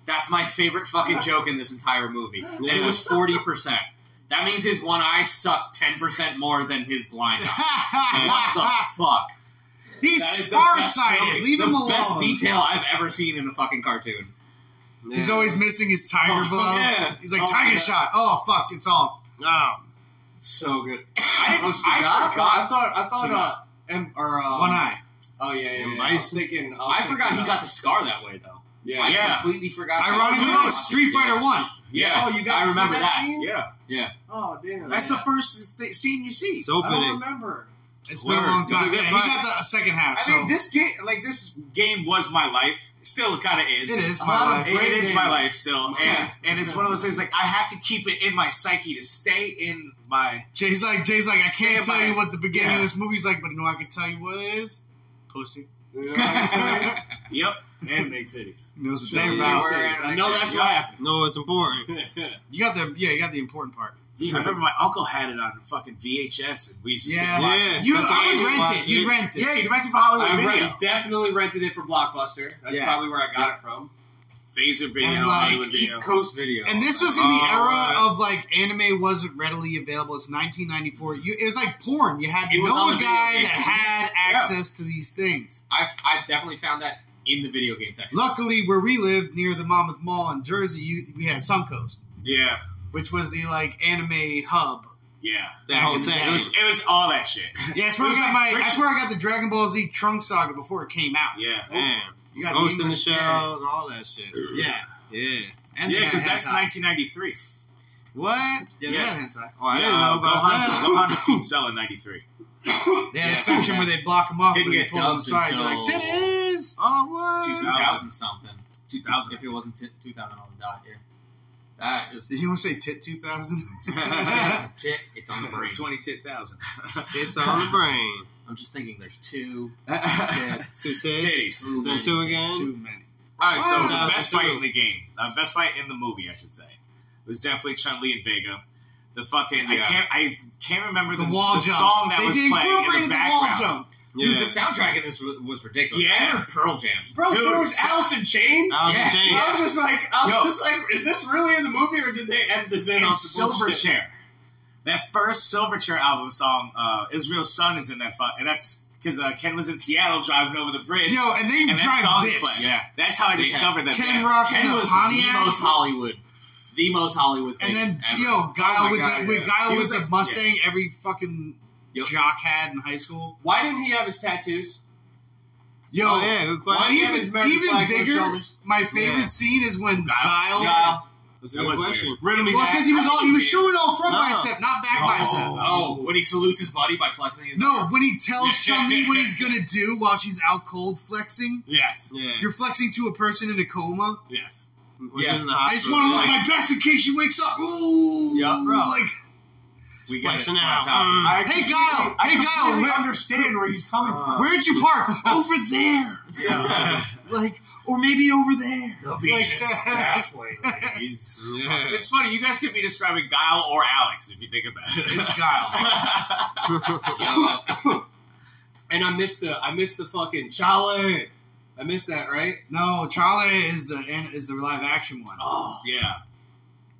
[SPEAKER 5] That's my favorite fucking joke in this entire movie. And it was 40%. That means his one eye sucked 10% more than his blind eye.
[SPEAKER 3] [LAUGHS]
[SPEAKER 5] What the fuck? That
[SPEAKER 3] he's
[SPEAKER 5] is the best
[SPEAKER 3] farsighted.
[SPEAKER 5] joke.
[SPEAKER 3] Leave
[SPEAKER 5] the
[SPEAKER 3] him alone.
[SPEAKER 5] Best detail I've ever seen in a fucking cartoon.
[SPEAKER 3] He's
[SPEAKER 4] Yeah.
[SPEAKER 3] always missing his tiger
[SPEAKER 5] Oh,
[SPEAKER 3] blow.
[SPEAKER 5] yeah.
[SPEAKER 3] He's like
[SPEAKER 5] Oh,
[SPEAKER 3] tiger
[SPEAKER 5] yeah.
[SPEAKER 3] shot. Oh fuck, it's off.
[SPEAKER 4] Oh,
[SPEAKER 5] So good. I, didn't,
[SPEAKER 6] Oh, Sagat?
[SPEAKER 5] I
[SPEAKER 6] I
[SPEAKER 5] forgot.
[SPEAKER 6] thought. I thought. Uh, M, or um,
[SPEAKER 3] One eye.
[SPEAKER 6] Oh yeah, yeah. yeah.
[SPEAKER 4] And
[SPEAKER 6] I was
[SPEAKER 4] Bison.
[SPEAKER 6] thinking. I, was
[SPEAKER 5] I forgot he
[SPEAKER 6] thinking,
[SPEAKER 5] got the scar that way though.
[SPEAKER 6] Yeah.
[SPEAKER 5] I
[SPEAKER 7] Yeah.
[SPEAKER 5] completely forgot. that.
[SPEAKER 3] Ironically,
[SPEAKER 7] Oh,
[SPEAKER 3] Street Fighter One.
[SPEAKER 7] Yeah.
[SPEAKER 6] Oh, you got
[SPEAKER 5] I
[SPEAKER 6] to
[SPEAKER 5] remember
[SPEAKER 6] see that,
[SPEAKER 5] that.
[SPEAKER 6] scene?
[SPEAKER 7] Yeah.
[SPEAKER 6] Oh damn.
[SPEAKER 7] That's the first th- scene you see.
[SPEAKER 4] it's
[SPEAKER 6] I don't
[SPEAKER 4] opening.
[SPEAKER 6] remember.
[SPEAKER 3] It's been a
[SPEAKER 4] Word.
[SPEAKER 3] long
[SPEAKER 4] It's a
[SPEAKER 3] time.
[SPEAKER 4] good
[SPEAKER 3] Yeah, he
[SPEAKER 4] fight.
[SPEAKER 3] got the second half.
[SPEAKER 7] I
[SPEAKER 3] So
[SPEAKER 7] mean, this game, like this game, was my life. Still, kind of is.
[SPEAKER 3] it is
[SPEAKER 6] A lot
[SPEAKER 3] my
[SPEAKER 6] of
[SPEAKER 3] life.
[SPEAKER 7] It- it is my life still, and
[SPEAKER 6] Yeah.
[SPEAKER 7] and it's one of those things like I have to keep it in my psyche to stay in my.
[SPEAKER 3] Jay's like Jay's like I can't
[SPEAKER 7] Stand by
[SPEAKER 3] tell you
[SPEAKER 7] it.
[SPEAKER 3] what the beginning
[SPEAKER 7] Yeah.
[SPEAKER 3] of this movie's like, but you know I can tell you what it is. Pussy
[SPEAKER 6] and
[SPEAKER 7] Yep.
[SPEAKER 6] make titties.
[SPEAKER 3] knows what
[SPEAKER 4] Sure,
[SPEAKER 3] they're
[SPEAKER 4] you
[SPEAKER 3] about.
[SPEAKER 4] were.
[SPEAKER 6] I know that's what happened.
[SPEAKER 4] No, it's important.
[SPEAKER 5] [LAUGHS]
[SPEAKER 3] You got the yeah, you got the important part.
[SPEAKER 7] I remember my uncle had it on fucking VHS, and we used to
[SPEAKER 3] Yeah.
[SPEAKER 7] sit and watch
[SPEAKER 4] Yeah.
[SPEAKER 7] it.
[SPEAKER 3] You,
[SPEAKER 4] That's
[SPEAKER 3] I
[SPEAKER 4] what
[SPEAKER 3] would
[SPEAKER 4] you
[SPEAKER 3] rent
[SPEAKER 4] watch,
[SPEAKER 3] it. You
[SPEAKER 4] dude.
[SPEAKER 3] rent it.
[SPEAKER 7] Yeah, you rented for Hollywood
[SPEAKER 6] I
[SPEAKER 7] Video.
[SPEAKER 6] re- definitely rented it for Blockbuster. That's
[SPEAKER 3] Yeah.
[SPEAKER 6] probably where I got it from.
[SPEAKER 7] Phaser Video,
[SPEAKER 3] And, like,
[SPEAKER 7] Hollywood Video.
[SPEAKER 6] East Coast Video.
[SPEAKER 3] And this was in the
[SPEAKER 7] Oh, right.
[SPEAKER 3] era of like anime wasn't readily available. It's 1994. You, it was like porn. You had to
[SPEAKER 5] It was
[SPEAKER 3] know
[SPEAKER 5] on
[SPEAKER 3] a
[SPEAKER 5] the video
[SPEAKER 3] guy
[SPEAKER 5] game.
[SPEAKER 3] that had
[SPEAKER 7] Yeah.
[SPEAKER 3] access to these things.
[SPEAKER 5] I've I've definitely found that in the video game section.
[SPEAKER 3] Luckily, where we lived near the Monmouth Mall in Jersey, you, we had Suncoast,
[SPEAKER 7] Yeah,
[SPEAKER 3] which was the like anime hub.
[SPEAKER 7] [LAUGHS] yeah.
[SPEAKER 4] That whole thing.
[SPEAKER 7] It was, it was all that shit.
[SPEAKER 3] Yeah, that's where I
[SPEAKER 7] It was
[SPEAKER 3] got
[SPEAKER 7] like
[SPEAKER 3] my.
[SPEAKER 7] Rich-
[SPEAKER 3] That's where I got the Dragon Ball Z Trunk Saga before it came out.
[SPEAKER 7] Yeah,
[SPEAKER 4] Man,
[SPEAKER 3] You got
[SPEAKER 4] Ghost in the
[SPEAKER 3] English-
[SPEAKER 4] Shell and all that
[SPEAKER 5] [LAUGHS]
[SPEAKER 4] shit.
[SPEAKER 3] Yeah,
[SPEAKER 4] Yeah.
[SPEAKER 3] and
[SPEAKER 7] yeah,
[SPEAKER 3] they had
[SPEAKER 7] because that's
[SPEAKER 3] hentai.
[SPEAKER 7] 1993.
[SPEAKER 4] What?
[SPEAKER 3] Yeah,
[SPEAKER 7] yeah.
[SPEAKER 3] they had hentai.
[SPEAKER 4] Oh, I didn't
[SPEAKER 7] Uh,
[SPEAKER 4] know about
[SPEAKER 7] Gohan,
[SPEAKER 4] that.
[SPEAKER 7] Gohan defeated Cell in '93.
[SPEAKER 3] They had a
[SPEAKER 5] Yeah.
[SPEAKER 3] section where they block them off
[SPEAKER 5] Didn't
[SPEAKER 3] and you
[SPEAKER 5] get
[SPEAKER 3] pull them
[SPEAKER 5] dubbed
[SPEAKER 3] aside. You're like,
[SPEAKER 5] until-
[SPEAKER 3] titties.
[SPEAKER 4] Oh,
[SPEAKER 7] 2000.
[SPEAKER 4] what?
[SPEAKER 5] 2000 something.
[SPEAKER 7] 2000.
[SPEAKER 5] If it wasn't t- 2000 on the dot, yeah.
[SPEAKER 3] [LAUGHS]
[SPEAKER 5] That is
[SPEAKER 3] Did you want to say tit 2000?
[SPEAKER 5] tit.
[SPEAKER 7] [LAUGHS]
[SPEAKER 5] It's on the brain.
[SPEAKER 7] Twenty ten thousand.
[SPEAKER 4] It's on the brain.
[SPEAKER 5] I'm just thinking. There's two. tits.
[SPEAKER 4] Two tits.
[SPEAKER 5] Titties.
[SPEAKER 4] Then two again.
[SPEAKER 3] Too many.
[SPEAKER 7] All right, so
[SPEAKER 4] Wow.
[SPEAKER 7] the best
[SPEAKER 4] 2002.
[SPEAKER 7] fight in the game, uh, best fight in the movie, I should say, was definitely Chun Li and Vega. The fucking I
[SPEAKER 5] Yeah.
[SPEAKER 7] can't I can't remember
[SPEAKER 3] The
[SPEAKER 7] the,
[SPEAKER 3] wall
[SPEAKER 7] the
[SPEAKER 3] jumps.
[SPEAKER 7] song that
[SPEAKER 3] they
[SPEAKER 7] was
[SPEAKER 3] they
[SPEAKER 7] playing in the
[SPEAKER 3] incorporated the, wall
[SPEAKER 7] background.
[SPEAKER 3] jump.
[SPEAKER 5] Dude,
[SPEAKER 4] Yeah.
[SPEAKER 5] the soundtrack in this was, was ridiculous.
[SPEAKER 7] Yeah.
[SPEAKER 5] I heard Pearl Jam.
[SPEAKER 6] Bro,
[SPEAKER 7] Dude,
[SPEAKER 6] there was
[SPEAKER 7] so-
[SPEAKER 6] Alice in Chains.
[SPEAKER 4] I was
[SPEAKER 5] Yeah.
[SPEAKER 4] changed.
[SPEAKER 6] I was just like, I was
[SPEAKER 7] Yo.
[SPEAKER 6] just like, is this really in the movie or did they edit this in
[SPEAKER 7] And
[SPEAKER 6] on some bullshit?
[SPEAKER 7] Silverchair, that first Silverchair album song, uh, Israel Sun is in that fuck, and that's because uh, Ken was in Seattle driving over the bridge.
[SPEAKER 3] Yo, and they
[SPEAKER 7] and that
[SPEAKER 3] drive
[SPEAKER 7] song's
[SPEAKER 3] bitch.
[SPEAKER 7] playing. Yeah, that's how I discovered that.
[SPEAKER 3] Ken
[SPEAKER 7] band.
[SPEAKER 3] Rock
[SPEAKER 5] Ken
[SPEAKER 3] and a
[SPEAKER 5] was the
[SPEAKER 3] Pontiac.
[SPEAKER 5] most Hollywood, the most Hollywood. Thing
[SPEAKER 3] And then
[SPEAKER 5] ever.
[SPEAKER 3] yo,
[SPEAKER 6] Oh
[SPEAKER 3] Guile
[SPEAKER 6] my
[SPEAKER 3] with
[SPEAKER 6] God,
[SPEAKER 3] the with
[SPEAKER 6] yeah.
[SPEAKER 3] Guile
[SPEAKER 7] He
[SPEAKER 3] with
[SPEAKER 7] was
[SPEAKER 3] the
[SPEAKER 7] like-
[SPEAKER 3] Mustang every fucking
[SPEAKER 5] Yo.
[SPEAKER 3] jock had in high school.
[SPEAKER 6] Why didn't he have his tattoos?
[SPEAKER 3] Yo,
[SPEAKER 4] Oh, yeah, good
[SPEAKER 6] Why
[SPEAKER 4] question.
[SPEAKER 6] do you have
[SPEAKER 3] even
[SPEAKER 6] his American
[SPEAKER 3] even
[SPEAKER 6] flags on his
[SPEAKER 3] bigger.
[SPEAKER 6] shoulders?
[SPEAKER 3] My favorite
[SPEAKER 4] Yeah.
[SPEAKER 3] scene is when
[SPEAKER 7] Guile-
[SPEAKER 3] Guile,
[SPEAKER 6] Guile.
[SPEAKER 4] That's a
[SPEAKER 7] That
[SPEAKER 4] good
[SPEAKER 7] was
[SPEAKER 4] question.
[SPEAKER 7] weird.
[SPEAKER 3] well, because he was all he was showing all front
[SPEAKER 4] No.
[SPEAKER 3] bicep, not back bicep.
[SPEAKER 5] Oh, when he salutes his buddy by flexing his.
[SPEAKER 3] No, when he tells Chun Li what he's gonna do while she's out cold flexing,
[SPEAKER 7] Yes,
[SPEAKER 4] Yeah.
[SPEAKER 3] you're flexing to a person in a coma.
[SPEAKER 7] yes.
[SPEAKER 4] When
[SPEAKER 5] Yeah.
[SPEAKER 4] he was in the
[SPEAKER 3] I just want to
[SPEAKER 4] hospital.
[SPEAKER 3] look my best in case she wakes up. Ooh,
[SPEAKER 5] Yeah, bro.
[SPEAKER 3] like
[SPEAKER 5] we got
[SPEAKER 4] flexing
[SPEAKER 5] it
[SPEAKER 4] out. Mm.
[SPEAKER 5] on top.
[SPEAKER 6] I
[SPEAKER 3] Hey,
[SPEAKER 6] completely-
[SPEAKER 3] Guile.
[SPEAKER 6] I
[SPEAKER 3] Hey, Guile,
[SPEAKER 6] completely
[SPEAKER 3] where-
[SPEAKER 6] understand where he's coming from.
[SPEAKER 3] where'd you park? over there,
[SPEAKER 7] Yeah.
[SPEAKER 3] [LAUGHS] like or maybe over there.
[SPEAKER 7] beach
[SPEAKER 3] Like-
[SPEAKER 7] is that way,
[SPEAKER 3] [LAUGHS]
[SPEAKER 7] ladies.
[SPEAKER 4] Yeah.
[SPEAKER 7] It's funny, you guys could be describing Guile or Alex [LAUGHS] if you think about it. [LAUGHS]
[SPEAKER 3] It's [LAUGHS] Guile.
[SPEAKER 6] [LAUGHS] And I missed the, I missed the fucking Charlie. I missed that, right?
[SPEAKER 3] No, Charlie is the is the live action one.
[SPEAKER 6] Oh,
[SPEAKER 7] yeah.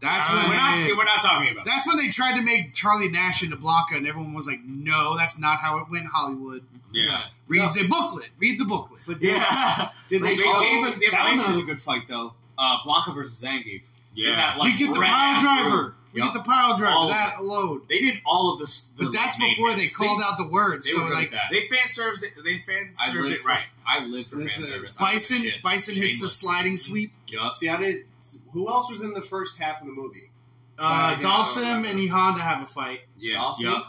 [SPEAKER 3] That's
[SPEAKER 7] Uh,
[SPEAKER 3] when
[SPEAKER 7] we're,
[SPEAKER 3] they-
[SPEAKER 7] not, we're not talking about.
[SPEAKER 3] that's when they tried to make Charlie Nash into Blanca, and everyone was like, "No, that's not how it went." Hollywood,
[SPEAKER 7] Yeah.
[SPEAKER 3] read
[SPEAKER 6] No.
[SPEAKER 3] the booklet. Read the booklet.
[SPEAKER 6] But did,
[SPEAKER 7] Yeah.
[SPEAKER 6] did
[SPEAKER 5] They
[SPEAKER 6] they show?
[SPEAKER 5] gave us the
[SPEAKER 6] that
[SPEAKER 5] information.
[SPEAKER 6] was another
[SPEAKER 5] Another good fight though. Uh, Blanca versus Zangief.
[SPEAKER 7] Yeah.
[SPEAKER 5] In that, like,
[SPEAKER 3] we get the
[SPEAKER 5] red
[SPEAKER 3] pile
[SPEAKER 5] ass
[SPEAKER 3] driver.
[SPEAKER 5] room.
[SPEAKER 3] We
[SPEAKER 5] Yup.
[SPEAKER 3] get the pile driver.
[SPEAKER 5] All of
[SPEAKER 3] that alone.
[SPEAKER 5] They did all of this.
[SPEAKER 3] But that's before they called out the words.
[SPEAKER 5] They
[SPEAKER 3] So
[SPEAKER 5] were good
[SPEAKER 3] like,
[SPEAKER 5] at that.
[SPEAKER 7] They fan serves. It, they fan
[SPEAKER 5] I
[SPEAKER 7] served
[SPEAKER 5] live
[SPEAKER 7] it
[SPEAKER 5] for,
[SPEAKER 7] right.
[SPEAKER 5] I live for
[SPEAKER 6] Listen,
[SPEAKER 5] fan service. I don't give a
[SPEAKER 3] Bison,
[SPEAKER 5] shit.
[SPEAKER 3] Bison hits the
[SPEAKER 5] Shameless.
[SPEAKER 3] sliding sweep.
[SPEAKER 5] Yup.
[SPEAKER 6] See, I did. Who else was in the first half of the movie?
[SPEAKER 3] Uh,
[SPEAKER 6] Sorry, I
[SPEAKER 3] Dalsim
[SPEAKER 6] don't know.
[SPEAKER 3] and E Honda have a fight.
[SPEAKER 7] Yeah.
[SPEAKER 5] Awesome.
[SPEAKER 7] Yep.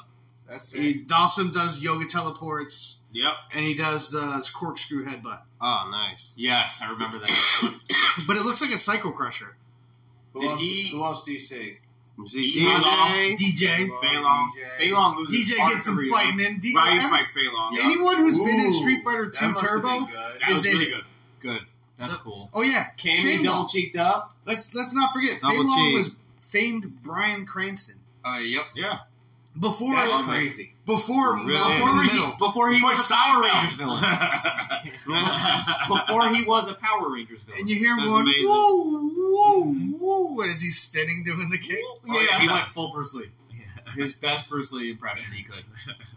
[SPEAKER 6] That's it.
[SPEAKER 3] He, Dalsim does yoga teleports,
[SPEAKER 7] Yep.
[SPEAKER 3] and he does the corkscrew headbutt.
[SPEAKER 4] Oh, nice.
[SPEAKER 5] Yes, I remember that.
[SPEAKER 3] But it looks like a cycle crusher.
[SPEAKER 6] Who,
[SPEAKER 5] Did
[SPEAKER 6] else,
[SPEAKER 5] he-
[SPEAKER 6] who else do you see?
[SPEAKER 4] You see,
[SPEAKER 5] He was
[SPEAKER 4] DJ.
[SPEAKER 3] DJ,
[SPEAKER 6] Long,
[SPEAKER 7] Fei Long.
[SPEAKER 6] DJ.
[SPEAKER 5] Fei Long loses.
[SPEAKER 3] DJ
[SPEAKER 5] his
[SPEAKER 3] gets some
[SPEAKER 5] arm to Ryu.
[SPEAKER 3] fighting in. D-
[SPEAKER 7] Ryu
[SPEAKER 3] every-
[SPEAKER 7] fights Fei Long. Yep.
[SPEAKER 3] anyone who's been in
[SPEAKER 6] Ooh,
[SPEAKER 3] Street Fighter
[SPEAKER 6] That
[SPEAKER 3] 2
[SPEAKER 6] must have
[SPEAKER 3] Turbo,
[SPEAKER 6] been good.
[SPEAKER 7] That was
[SPEAKER 3] is in
[SPEAKER 7] really
[SPEAKER 3] it. [LAUGHS]
[SPEAKER 7] good.
[SPEAKER 5] Good. That's
[SPEAKER 3] The-
[SPEAKER 5] cool.
[SPEAKER 3] oh yeah,
[SPEAKER 6] Came
[SPEAKER 3] Fei
[SPEAKER 6] in double
[SPEAKER 3] Long.
[SPEAKER 6] cheeked up.
[SPEAKER 3] Let's let's not forget, Fei
[SPEAKER 4] Double
[SPEAKER 3] Long
[SPEAKER 4] cheek.
[SPEAKER 3] was famed Brian Cranston
[SPEAKER 5] Uh, yep.
[SPEAKER 7] Yeah.
[SPEAKER 3] before
[SPEAKER 6] That's
[SPEAKER 5] Long.
[SPEAKER 6] crazy.
[SPEAKER 3] before
[SPEAKER 4] Really?
[SPEAKER 3] Malcolm in the Middle.
[SPEAKER 5] before
[SPEAKER 7] Before
[SPEAKER 5] Power
[SPEAKER 7] Seinfeld.
[SPEAKER 5] Rangers villain.
[SPEAKER 7] [LAUGHS]
[SPEAKER 5] [LAUGHS] Before he was a Power Rangers villain.
[SPEAKER 3] And you hear him
[SPEAKER 4] That's
[SPEAKER 3] going,
[SPEAKER 4] amazing.
[SPEAKER 3] whoa, whoa, whoa. What is he spinning doing the kick?
[SPEAKER 5] Oh, yeah,
[SPEAKER 7] Yeah.
[SPEAKER 5] he went full Bruce Lee. His best Bruce Lee impression he could.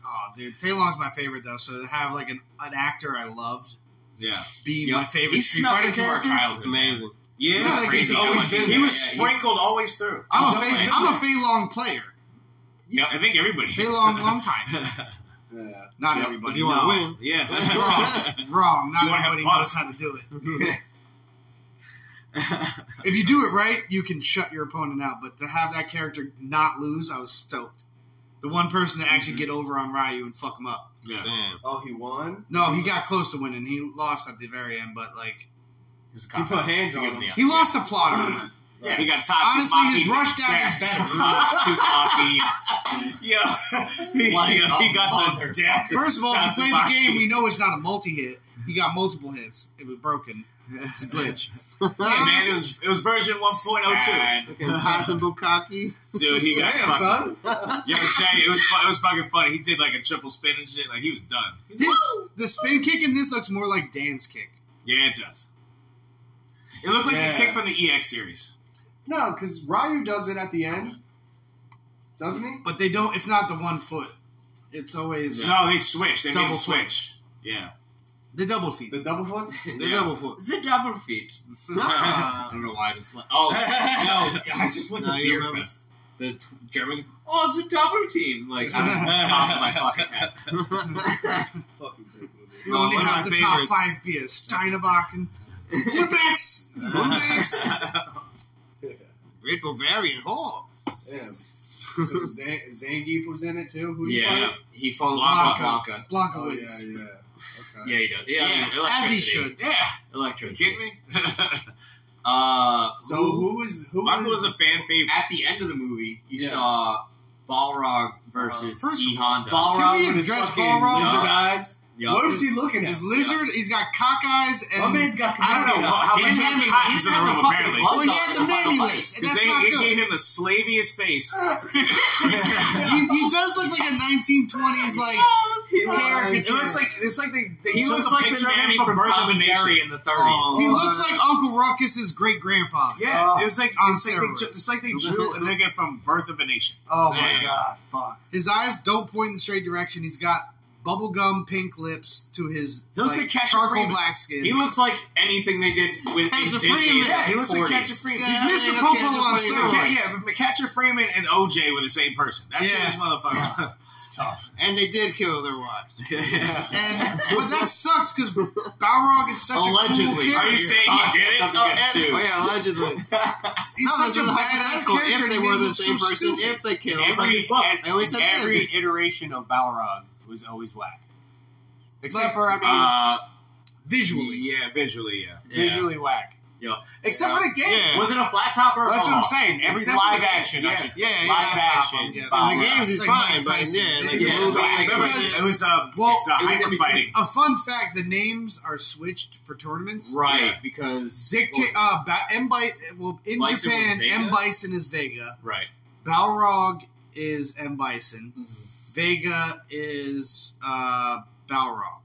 [SPEAKER 3] Oh, dude, Fei Long's my favorite though. So to have like an, an actor I loved
[SPEAKER 7] yeah.
[SPEAKER 3] be
[SPEAKER 5] Yep.
[SPEAKER 3] my favorite
[SPEAKER 5] He
[SPEAKER 3] Street
[SPEAKER 5] snuck
[SPEAKER 3] Fighter
[SPEAKER 5] into our
[SPEAKER 3] character.
[SPEAKER 5] childhood.
[SPEAKER 4] It's amazing.
[SPEAKER 7] Yeah.
[SPEAKER 3] He's like,
[SPEAKER 7] Crazy
[SPEAKER 3] he's
[SPEAKER 7] how
[SPEAKER 5] always
[SPEAKER 7] much-
[SPEAKER 5] been
[SPEAKER 7] he
[SPEAKER 5] there.
[SPEAKER 7] was
[SPEAKER 5] Yeah, he's-
[SPEAKER 7] sprinkled always through.
[SPEAKER 3] I'm a
[SPEAKER 5] He's
[SPEAKER 3] Fei,
[SPEAKER 5] always-
[SPEAKER 3] I'm a Fei Long player.
[SPEAKER 7] Yeah. I think everybody.
[SPEAKER 3] Fei Long, long time.
[SPEAKER 6] Yeah.
[SPEAKER 3] Not
[SPEAKER 7] Yep,
[SPEAKER 3] everybody.
[SPEAKER 4] If you want to
[SPEAKER 3] no.
[SPEAKER 4] win,
[SPEAKER 3] [LAUGHS]
[SPEAKER 7] yeah.
[SPEAKER 3] Wrong. Wrong. Not
[SPEAKER 7] You wanna have
[SPEAKER 3] everybody
[SPEAKER 7] fun.
[SPEAKER 3] knows how to do it. if you do it right, you can shut your opponent out. But to have that character not lose, I was stoked. The one person to actually get over on Ryu and fuck him up.
[SPEAKER 7] [LAUGHS] yeah.
[SPEAKER 4] damn.
[SPEAKER 6] Oh, he won.
[SPEAKER 3] No, he got close to winning. He lost at the very end, but like
[SPEAKER 5] He
[SPEAKER 6] He put hands on him.
[SPEAKER 3] he lost a plot on him.
[SPEAKER 7] Yeah. He got top.
[SPEAKER 3] Honestly, his rush down is better. [LAUGHS]
[SPEAKER 7] Yeah. he,
[SPEAKER 5] Like
[SPEAKER 7] he
[SPEAKER 5] a
[SPEAKER 7] got
[SPEAKER 5] mother.
[SPEAKER 7] the death.
[SPEAKER 3] First of all, if you play the
[SPEAKER 7] Tatsubashi.
[SPEAKER 3] game, we know it's not a multi hit. He got multiple hits. It was broken. It's a glitch.
[SPEAKER 7] [LAUGHS] Yeah, man, it
[SPEAKER 6] [LAUGHS]
[SPEAKER 7] was, it was version 1.02.
[SPEAKER 5] Sad.
[SPEAKER 4] Fucking Tatum Bukaki.
[SPEAKER 7] Dude, he got
[SPEAKER 6] Damn,
[SPEAKER 7] fucking-
[SPEAKER 6] son.
[SPEAKER 7] Yeah, but Jay, it was fu- it was fucking funny. He did like a triple spin and shit. Like he was done.
[SPEAKER 3] His, the spin kick in this looks more like Dan's kick.
[SPEAKER 7] Yeah, it does. It looked like
[SPEAKER 6] Yeah.
[SPEAKER 7] the kick from the EX series.
[SPEAKER 6] No, because Ryu does it at the end, doesn't he?
[SPEAKER 3] But they don't. It's not the one foot. It's always
[SPEAKER 7] No, Oh, they switched. They made
[SPEAKER 3] Double
[SPEAKER 7] a switch. Yeah.
[SPEAKER 3] the double feet.
[SPEAKER 6] The double foot.
[SPEAKER 7] [LAUGHS]
[SPEAKER 4] The
[SPEAKER 7] Yeah.
[SPEAKER 4] double foot.
[SPEAKER 5] It's a double feat. I
[SPEAKER 4] Ah.
[SPEAKER 5] don't know why I just. Let, oh [LAUGHS] no! [LAUGHS] I just went
[SPEAKER 4] Now
[SPEAKER 5] to
[SPEAKER 4] you
[SPEAKER 5] beer
[SPEAKER 4] remember.
[SPEAKER 5] fest. The t- German. Oh, it's a double team. Like I was just popping my fucking head.
[SPEAKER 6] Fucking big movie.
[SPEAKER 3] You
[SPEAKER 4] Oh,
[SPEAKER 3] only
[SPEAKER 4] one of
[SPEAKER 3] have
[SPEAKER 4] my
[SPEAKER 3] the top
[SPEAKER 4] favorites.
[SPEAKER 3] five beers: Steinebach and Lubecks.
[SPEAKER 4] [LAUGHS]
[SPEAKER 7] [LAUGHS]
[SPEAKER 4] Great Bavarian Hall.
[SPEAKER 6] Yeah. So Z- Zangief was in it too. Who do you
[SPEAKER 5] Yeah,
[SPEAKER 6] fight?
[SPEAKER 5] he followed
[SPEAKER 7] Blanca.
[SPEAKER 5] Blanca.
[SPEAKER 3] Blanca
[SPEAKER 6] Oh yeah,
[SPEAKER 3] wins,
[SPEAKER 6] yeah. Okay.
[SPEAKER 5] Yeah, he does. Yeah, I mean,
[SPEAKER 3] as he
[SPEAKER 5] electricity.
[SPEAKER 3] should.
[SPEAKER 7] yeah. You
[SPEAKER 5] Electricity.
[SPEAKER 7] kidding me?
[SPEAKER 5] Uh,
[SPEAKER 6] So who is who
[SPEAKER 7] Michael was
[SPEAKER 6] is
[SPEAKER 7] a fan favorite.
[SPEAKER 5] at the end of the movie, you
[SPEAKER 6] Yeah.
[SPEAKER 5] saw Balrog versus
[SPEAKER 3] Uh, first of
[SPEAKER 5] E Honda.
[SPEAKER 3] Can we
[SPEAKER 6] with his
[SPEAKER 3] address
[SPEAKER 6] fucking
[SPEAKER 3] Balrog?
[SPEAKER 5] No.
[SPEAKER 6] Lizard eyes.
[SPEAKER 5] Yup.
[SPEAKER 6] What is he looking at?
[SPEAKER 3] His lizard. He's got cock eyes and.
[SPEAKER 6] My man's got.
[SPEAKER 7] I don't know
[SPEAKER 6] Kamado.
[SPEAKER 7] how
[SPEAKER 5] He
[SPEAKER 7] many
[SPEAKER 5] had
[SPEAKER 7] times
[SPEAKER 5] the-
[SPEAKER 7] he hopped
[SPEAKER 5] he
[SPEAKER 7] into the
[SPEAKER 5] had the
[SPEAKER 7] room,
[SPEAKER 5] fucking
[SPEAKER 7] apparently.
[SPEAKER 5] gloves
[SPEAKER 3] well, he had the
[SPEAKER 5] That's not
[SPEAKER 3] mammy
[SPEAKER 5] the fight.
[SPEAKER 3] lips, and
[SPEAKER 7] Because
[SPEAKER 3] that's
[SPEAKER 7] they,
[SPEAKER 3] not
[SPEAKER 7] it
[SPEAKER 3] good.
[SPEAKER 7] gave him the slaviest
[SPEAKER 5] [LAUGHS]
[SPEAKER 7] face.
[SPEAKER 3] He, he does look like a 1920s like
[SPEAKER 6] He looks-
[SPEAKER 7] it
[SPEAKER 3] caricature.
[SPEAKER 7] looks like it's like they, they
[SPEAKER 5] He
[SPEAKER 7] took
[SPEAKER 5] looks
[SPEAKER 7] a
[SPEAKER 5] like the
[SPEAKER 7] picture of
[SPEAKER 5] man
[SPEAKER 7] him
[SPEAKER 5] from
[SPEAKER 7] Birth
[SPEAKER 5] Tom
[SPEAKER 7] of a
[SPEAKER 5] and
[SPEAKER 7] Nation.
[SPEAKER 5] Jerry in the 30s.
[SPEAKER 3] he
[SPEAKER 6] Oh.
[SPEAKER 3] looks like Uncle Ruckus's great grandfather.
[SPEAKER 7] Yeah,
[SPEAKER 6] Oh.
[SPEAKER 7] it was like
[SPEAKER 3] On
[SPEAKER 7] it's like, they
[SPEAKER 3] steroids.
[SPEAKER 7] took, it's like they drew a nigga from Birth of a Nation.
[SPEAKER 6] Oh my
[SPEAKER 4] Damn.
[SPEAKER 6] god! Fuck.
[SPEAKER 3] His eyes don't point in the straight direction. He's got bubblegum pink lips to his
[SPEAKER 7] He looks
[SPEAKER 3] like,
[SPEAKER 7] like Catch a
[SPEAKER 3] charcoal
[SPEAKER 7] Freeman.
[SPEAKER 3] black skin.
[SPEAKER 5] He looks like anything they did with in
[SPEAKER 3] Catch a
[SPEAKER 5] Disney.
[SPEAKER 3] Freeman.
[SPEAKER 5] Yeah,
[SPEAKER 7] he looks like
[SPEAKER 5] 40s.
[SPEAKER 7] Catch a Freeman.
[SPEAKER 3] Yeah,
[SPEAKER 7] He's
[SPEAKER 3] yeah,
[SPEAKER 7] Mr.
[SPEAKER 3] yeah,
[SPEAKER 7] Popo
[SPEAKER 3] Catch a
[SPEAKER 7] on
[SPEAKER 3] Freeman.
[SPEAKER 7] steroids.
[SPEAKER 3] Yeah,
[SPEAKER 7] Yeah, but Catcher Freeman and OJ were the same person. That's
[SPEAKER 3] Yeah.
[SPEAKER 7] this motherfucker.
[SPEAKER 6] It's tough.
[SPEAKER 4] And they did kill their [LAUGHS] wives.
[SPEAKER 3] and but that sucks because Balrog is such a cool
[SPEAKER 5] Allegedly.
[SPEAKER 7] Are you
[SPEAKER 3] character.
[SPEAKER 7] saying he did it?
[SPEAKER 5] Doesn't
[SPEAKER 7] Oh,
[SPEAKER 5] get
[SPEAKER 7] and-
[SPEAKER 5] sued.
[SPEAKER 4] Oh yeah, [LAUGHS] allegedly. no,
[SPEAKER 3] He's such a
[SPEAKER 4] that's
[SPEAKER 3] badass
[SPEAKER 4] hypothetical.
[SPEAKER 3] character.
[SPEAKER 4] If they
[SPEAKER 3] and
[SPEAKER 4] were
[SPEAKER 3] he
[SPEAKER 4] the
[SPEAKER 3] looks
[SPEAKER 4] same
[SPEAKER 3] so
[SPEAKER 4] person,
[SPEAKER 3] stupid.
[SPEAKER 4] if they killed,
[SPEAKER 5] Every-
[SPEAKER 6] his book.
[SPEAKER 4] I always said that.
[SPEAKER 6] every iteration of Balrog was always whack. Except
[SPEAKER 3] Like,
[SPEAKER 6] for I mean,
[SPEAKER 7] Uh,
[SPEAKER 3] visually,
[SPEAKER 7] yeah, visually, yeah.
[SPEAKER 5] Yeah.
[SPEAKER 6] visually whack.
[SPEAKER 7] Except for the game.
[SPEAKER 4] Yeah.
[SPEAKER 5] Was it a flat top or a
[SPEAKER 6] That's what I'm
[SPEAKER 5] ball?
[SPEAKER 6] saying. Every
[SPEAKER 7] Except
[SPEAKER 6] live
[SPEAKER 7] for the-
[SPEAKER 6] action, I
[SPEAKER 7] yeah,
[SPEAKER 6] should say.
[SPEAKER 4] yeah, yeah,
[SPEAKER 6] live
[SPEAKER 4] that's
[SPEAKER 3] how I'm
[SPEAKER 6] action.
[SPEAKER 3] guessing.
[SPEAKER 4] In the
[SPEAKER 6] Balrog.
[SPEAKER 4] games, he's
[SPEAKER 3] It's like
[SPEAKER 4] fine,
[SPEAKER 3] Mike
[SPEAKER 4] but
[SPEAKER 3] Tyson.
[SPEAKER 4] yeah, like
[SPEAKER 7] It was,
[SPEAKER 4] the
[SPEAKER 5] Yeah.
[SPEAKER 4] movie,
[SPEAKER 7] I remember
[SPEAKER 3] Because-
[SPEAKER 7] it was uh,
[SPEAKER 3] Well,
[SPEAKER 7] it's, uh,
[SPEAKER 5] it was
[SPEAKER 7] hyper
[SPEAKER 5] in
[SPEAKER 7] fighting.
[SPEAKER 3] A fun fact: the names are switched for tournaments.
[SPEAKER 5] Right,
[SPEAKER 7] Yeah.
[SPEAKER 5] because
[SPEAKER 3] Dictate uh, ba- M. Bi- well, in
[SPEAKER 5] Bison was
[SPEAKER 3] Japan,
[SPEAKER 5] Vega?
[SPEAKER 3] M. Bison is Vega.
[SPEAKER 5] right.
[SPEAKER 3] Balrog is M. Bison.
[SPEAKER 5] Mm-hmm.
[SPEAKER 3] Vega is uh, Balrog.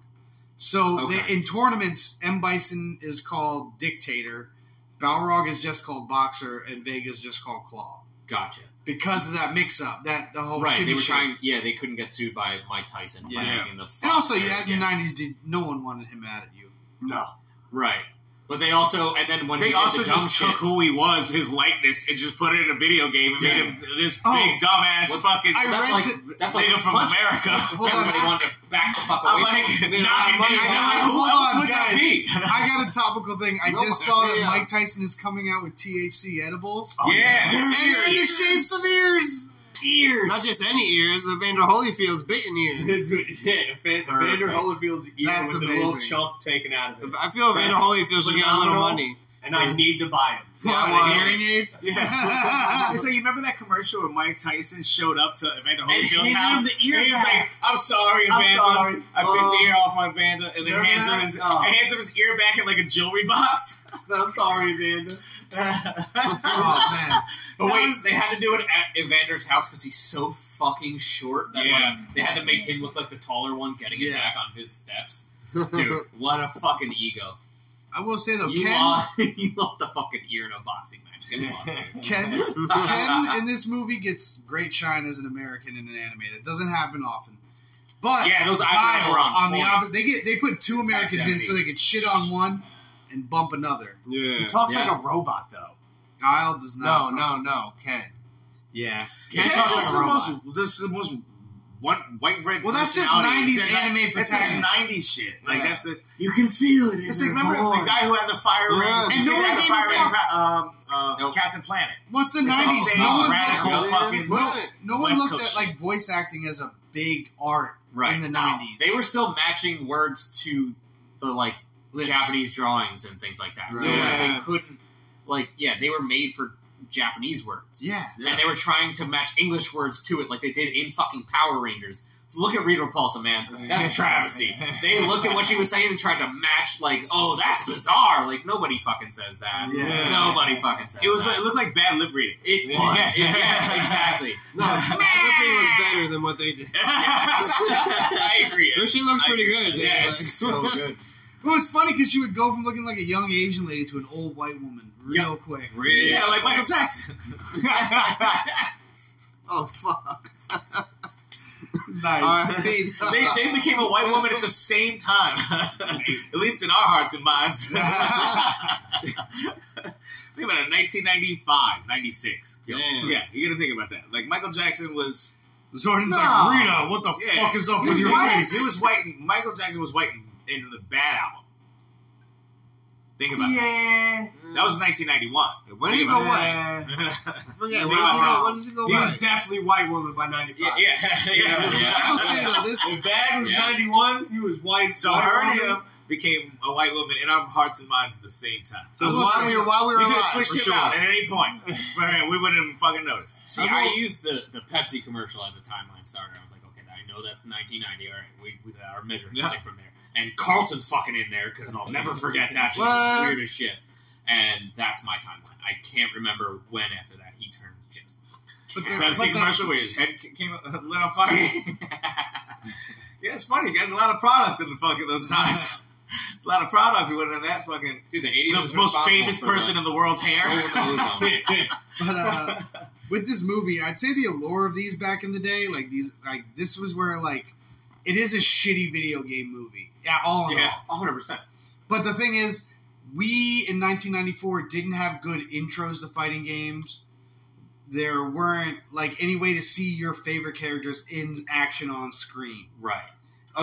[SPEAKER 3] So
[SPEAKER 5] Okay.
[SPEAKER 3] they, in tournaments, M. Bison is called Dictator. Balrog is just called Boxer and Vega's just called Claw
[SPEAKER 5] Oh, Gotcha.
[SPEAKER 3] because of that mix-up. That the whole
[SPEAKER 5] right.
[SPEAKER 3] shitty
[SPEAKER 5] They were
[SPEAKER 3] shit.
[SPEAKER 5] trying. Yeah, they couldn't get sued by Mike Tyson. by
[SPEAKER 7] Yeah.
[SPEAKER 5] making the
[SPEAKER 3] And also, you
[SPEAKER 5] yeah,
[SPEAKER 3] had in the '90s, did no one wanted him mad at you?
[SPEAKER 6] No.
[SPEAKER 5] Right. But they also, and then when
[SPEAKER 7] They
[SPEAKER 5] he
[SPEAKER 7] also
[SPEAKER 5] did the dumb
[SPEAKER 7] just
[SPEAKER 5] shit,
[SPEAKER 7] took who he was, his likeness, and just put it in a video game and
[SPEAKER 5] Yeah.
[SPEAKER 7] made him this
[SPEAKER 3] Oh.
[SPEAKER 7] big dumbass
[SPEAKER 5] What-
[SPEAKER 7] fucking
[SPEAKER 3] I
[SPEAKER 5] that's
[SPEAKER 3] read
[SPEAKER 5] like
[SPEAKER 3] to-
[SPEAKER 5] that's like
[SPEAKER 7] native from
[SPEAKER 5] punch.
[SPEAKER 3] [LAUGHS]
[SPEAKER 7] America.
[SPEAKER 3] Hold on,
[SPEAKER 5] Everybody
[SPEAKER 3] I-
[SPEAKER 5] wanted to back the fuck away.
[SPEAKER 7] I'm like,
[SPEAKER 5] from him.
[SPEAKER 7] not
[SPEAKER 4] I'm
[SPEAKER 7] even-
[SPEAKER 4] like,
[SPEAKER 7] I'm like,
[SPEAKER 3] hold
[SPEAKER 7] who else
[SPEAKER 3] on,
[SPEAKER 7] would that
[SPEAKER 3] guys.
[SPEAKER 7] be?
[SPEAKER 3] I got a topical thing. I
[SPEAKER 5] [LAUGHS]
[SPEAKER 4] No,
[SPEAKER 3] just saw that
[SPEAKER 4] yeah.
[SPEAKER 3] Mike Tyson is coming out with THC edibles,
[SPEAKER 7] [LAUGHS] Oh, yeah.
[SPEAKER 3] and they're in the shape of ears.
[SPEAKER 5] Ears.
[SPEAKER 4] Not just any ears, Evander Holyfield's bitten ear.
[SPEAKER 6] [LAUGHS] yeah, Van- Vander Holyfield's ear
[SPEAKER 3] That's
[SPEAKER 6] with the little
[SPEAKER 3] amazing.
[SPEAKER 6] chunk taken out of it.
[SPEAKER 4] I feel Evander
[SPEAKER 6] That's
[SPEAKER 4] Holyfield should get a little
[SPEAKER 6] phenomenal.
[SPEAKER 4] money.
[SPEAKER 6] And I need to buy it.
[SPEAKER 3] What,
[SPEAKER 4] I
[SPEAKER 3] a
[SPEAKER 4] want-
[SPEAKER 3] hearing aid?
[SPEAKER 7] [LAUGHS]
[SPEAKER 3] [LAUGHS]
[SPEAKER 5] [LAUGHS]
[SPEAKER 7] Yeah. so you remember that commercial where Mike Tyson showed up to Evander Holyfield's
[SPEAKER 5] he
[SPEAKER 7] house?
[SPEAKER 5] was the ear
[SPEAKER 7] and he was
[SPEAKER 5] guy.
[SPEAKER 7] like, "I'm sorry,
[SPEAKER 6] I'm
[SPEAKER 7] Evander.
[SPEAKER 6] sorry.
[SPEAKER 7] I bit
[SPEAKER 6] Oh.
[SPEAKER 7] the ear off my Vanda, and then
[SPEAKER 6] Remember
[SPEAKER 7] hands him
[SPEAKER 6] that?
[SPEAKER 7] his
[SPEAKER 6] Oh.
[SPEAKER 7] hands him his ear back in like a jewelry [LAUGHS] box.
[SPEAKER 6] I'm sorry, Vander.
[SPEAKER 7] [LAUGHS] but
[SPEAKER 3] Oh man,
[SPEAKER 5] But wait, they had to do it at Evander's house because he's so fucking short that
[SPEAKER 7] Yeah.
[SPEAKER 5] like, they had to make him look like the taller one getting it
[SPEAKER 3] Yeah.
[SPEAKER 5] back on his steps.
[SPEAKER 7] [LAUGHS]
[SPEAKER 5] Dude, what a fucking ego.
[SPEAKER 3] I will say though,
[SPEAKER 5] You,
[SPEAKER 3] Ken,
[SPEAKER 5] lost, [LAUGHS] you lost a fucking ear in a boxing match. Good
[SPEAKER 4] [LAUGHS]
[SPEAKER 5] luck, [LAUGHS] dude.
[SPEAKER 3] Ken,
[SPEAKER 7] [LAUGHS]
[SPEAKER 3] Ken in this movie gets great shine as an American in an anime. That doesn't happen often. But
[SPEAKER 5] Yeah, those eyebrows
[SPEAKER 3] Kyle,
[SPEAKER 5] were on
[SPEAKER 3] the
[SPEAKER 5] point.
[SPEAKER 3] opposite. They get they put two
[SPEAKER 5] It's
[SPEAKER 3] Americans in so they
[SPEAKER 5] Japanese.
[SPEAKER 3] could shit on one and bump another.
[SPEAKER 4] Yeah.
[SPEAKER 6] He talks
[SPEAKER 5] Yeah.
[SPEAKER 6] like a robot, though.
[SPEAKER 3] Kyle does
[SPEAKER 6] No,
[SPEAKER 3] not. talk.
[SPEAKER 6] no, no, Ken.
[SPEAKER 3] Yeah.
[SPEAKER 6] Ken
[SPEAKER 7] That's
[SPEAKER 6] talks
[SPEAKER 7] just
[SPEAKER 6] like a
[SPEAKER 7] the
[SPEAKER 6] robot.
[SPEAKER 7] most. This is the most white white bread.
[SPEAKER 3] Well, that's just
[SPEAKER 7] personality.
[SPEAKER 3] 90s
[SPEAKER 7] It's like-
[SPEAKER 3] anime
[SPEAKER 7] That's just
[SPEAKER 3] protagonist.
[SPEAKER 7] nineties shit. Like
[SPEAKER 6] Yeah.
[SPEAKER 7] that's a.
[SPEAKER 5] You can feel it.
[SPEAKER 7] It's like remember the guy who had the fire ring
[SPEAKER 4] Yeah.
[SPEAKER 3] And no
[SPEAKER 7] He
[SPEAKER 3] one
[SPEAKER 7] had a
[SPEAKER 3] gave a
[SPEAKER 7] fire ring.
[SPEAKER 3] fuck.
[SPEAKER 7] Um, uh,
[SPEAKER 5] Nope.
[SPEAKER 7] Captain Planet.
[SPEAKER 3] What's the
[SPEAKER 7] It's all
[SPEAKER 3] nineties?
[SPEAKER 7] same
[SPEAKER 3] No one
[SPEAKER 7] radical
[SPEAKER 3] looked,
[SPEAKER 7] fucking.
[SPEAKER 3] no, no one
[SPEAKER 7] West
[SPEAKER 3] looked
[SPEAKER 7] Coast
[SPEAKER 3] at like voice acting as a big art
[SPEAKER 5] right.
[SPEAKER 3] in the
[SPEAKER 5] No,
[SPEAKER 3] nineties.
[SPEAKER 5] They were still matching words to the like
[SPEAKER 3] Lips.
[SPEAKER 5] Japanese drawings and things like that. So
[SPEAKER 3] Right.
[SPEAKER 5] like, they couldn't like yeah, they were made for Japanese words.
[SPEAKER 3] Yeah.
[SPEAKER 5] And they were trying to match English words to it like they did in fucking Power Rangers. Look at Rita Repulsa, man. That's a [LAUGHS] travesty. they looked at what she was saying and tried to match like, oh, that's bizarre. Like nobody fucking says that.
[SPEAKER 3] Yeah. [LAUGHS]
[SPEAKER 5] Nobody fucking says
[SPEAKER 7] It was.
[SPEAKER 5] that.
[SPEAKER 7] Like, it looked like bad lip reading.
[SPEAKER 5] it
[SPEAKER 7] [LAUGHS]
[SPEAKER 5] was.
[SPEAKER 7] Yeah.
[SPEAKER 5] yeah,
[SPEAKER 7] [LAUGHS]
[SPEAKER 5] exactly.
[SPEAKER 4] No, Everything looks better than what they did.
[SPEAKER 5] I agree.
[SPEAKER 4] Her shit looks
[SPEAKER 7] I-
[SPEAKER 4] pretty good. dude.
[SPEAKER 5] Yeah, it's so
[SPEAKER 4] [LAUGHS]
[SPEAKER 5] good.
[SPEAKER 3] It was funny because she would go from looking like a young Asian lady to an old white woman real quick.
[SPEAKER 5] Really?
[SPEAKER 7] Yeah, like Michael Jackson.
[SPEAKER 4] oh fuck.
[SPEAKER 3] Nice.
[SPEAKER 4] R.I.P.
[SPEAKER 7] [LAUGHS] they, they became a white woman at the same time, [LAUGHS] at least in our hearts and minds. [LAUGHS] Think about it, 1995, 96.
[SPEAKER 4] Damn.
[SPEAKER 7] Yeah, you got to think about that. Like Michael Jackson was,
[SPEAKER 3] Zordon's
[SPEAKER 6] No.
[SPEAKER 3] like Rita. What the
[SPEAKER 7] Yeah.
[SPEAKER 3] fuck is up
[SPEAKER 7] he
[SPEAKER 3] with
[SPEAKER 7] was
[SPEAKER 3] your
[SPEAKER 7] white.
[SPEAKER 3] face?
[SPEAKER 7] He was white. and- Michael Jackson was white in, in the Bad album. Think about that.
[SPEAKER 6] Yeah.
[SPEAKER 7] That was 1991.
[SPEAKER 4] When did he go what? I
[SPEAKER 6] Yeah.
[SPEAKER 4] forget.
[SPEAKER 7] Yeah,
[SPEAKER 4] When does he
[SPEAKER 7] wow.
[SPEAKER 4] go? When does he go
[SPEAKER 6] He was
[SPEAKER 4] what?
[SPEAKER 6] definitely white woman by
[SPEAKER 7] [LAUGHS]
[SPEAKER 6] 95.
[SPEAKER 7] yeah, yeah, yeah.
[SPEAKER 3] I
[SPEAKER 7] [LAUGHS]
[SPEAKER 3] will say though, this
[SPEAKER 6] When Bad was
[SPEAKER 7] Yeah.
[SPEAKER 6] 91, he was white.
[SPEAKER 7] So
[SPEAKER 6] white
[SPEAKER 7] her and
[SPEAKER 6] woman.
[SPEAKER 5] um,
[SPEAKER 7] him became a white woman in our hearts and minds at the same time.
[SPEAKER 4] So
[SPEAKER 3] I will
[SPEAKER 4] while
[SPEAKER 3] say-
[SPEAKER 4] we were while we were
[SPEAKER 7] We could
[SPEAKER 4] alive,
[SPEAKER 7] have switched
[SPEAKER 4] for sure.
[SPEAKER 7] him out at any point. But uh, we wouldn't have fucking noticed.
[SPEAKER 5] See,
[SPEAKER 3] I
[SPEAKER 5] I,
[SPEAKER 3] will-
[SPEAKER 5] used the, the Pepsi commercial as a timeline starter. I was like, okay, I know that's 1990. All right, we, we got our measuring
[SPEAKER 7] Yeah.
[SPEAKER 5] stick from there. And Carlton's fucking in there because I'll never forget that shit. It was
[SPEAKER 4] What?
[SPEAKER 5] Weird as shit. And that's my timeline. I can't remember when after that he turned just.
[SPEAKER 3] but the,
[SPEAKER 7] Pepsi
[SPEAKER 3] but the-
[SPEAKER 7] commercial where his head ca- came lit on fire. [LAUGHS] yeah, it's funny. Getting a lot of product in the fucking those times.
[SPEAKER 3] [LAUGHS]
[SPEAKER 7] it's a lot of product went in that fucking.
[SPEAKER 5] Dude, the 80s was
[SPEAKER 7] The most famous person in the world's
[SPEAKER 3] [LAUGHS]
[SPEAKER 7] hair.
[SPEAKER 5] ever. [LAUGHS]
[SPEAKER 3] But uh, with this movie, I'd say the allure of these back in the day, like these, like this was where like it is a shitty video game movie. Yeah, all in
[SPEAKER 7] Yeah.
[SPEAKER 3] all.
[SPEAKER 5] 100%.
[SPEAKER 3] But the thing is, we in 1994 didn't have good intros to fighting games. There weren't like any way to see your favorite characters in action on screen.
[SPEAKER 5] Right.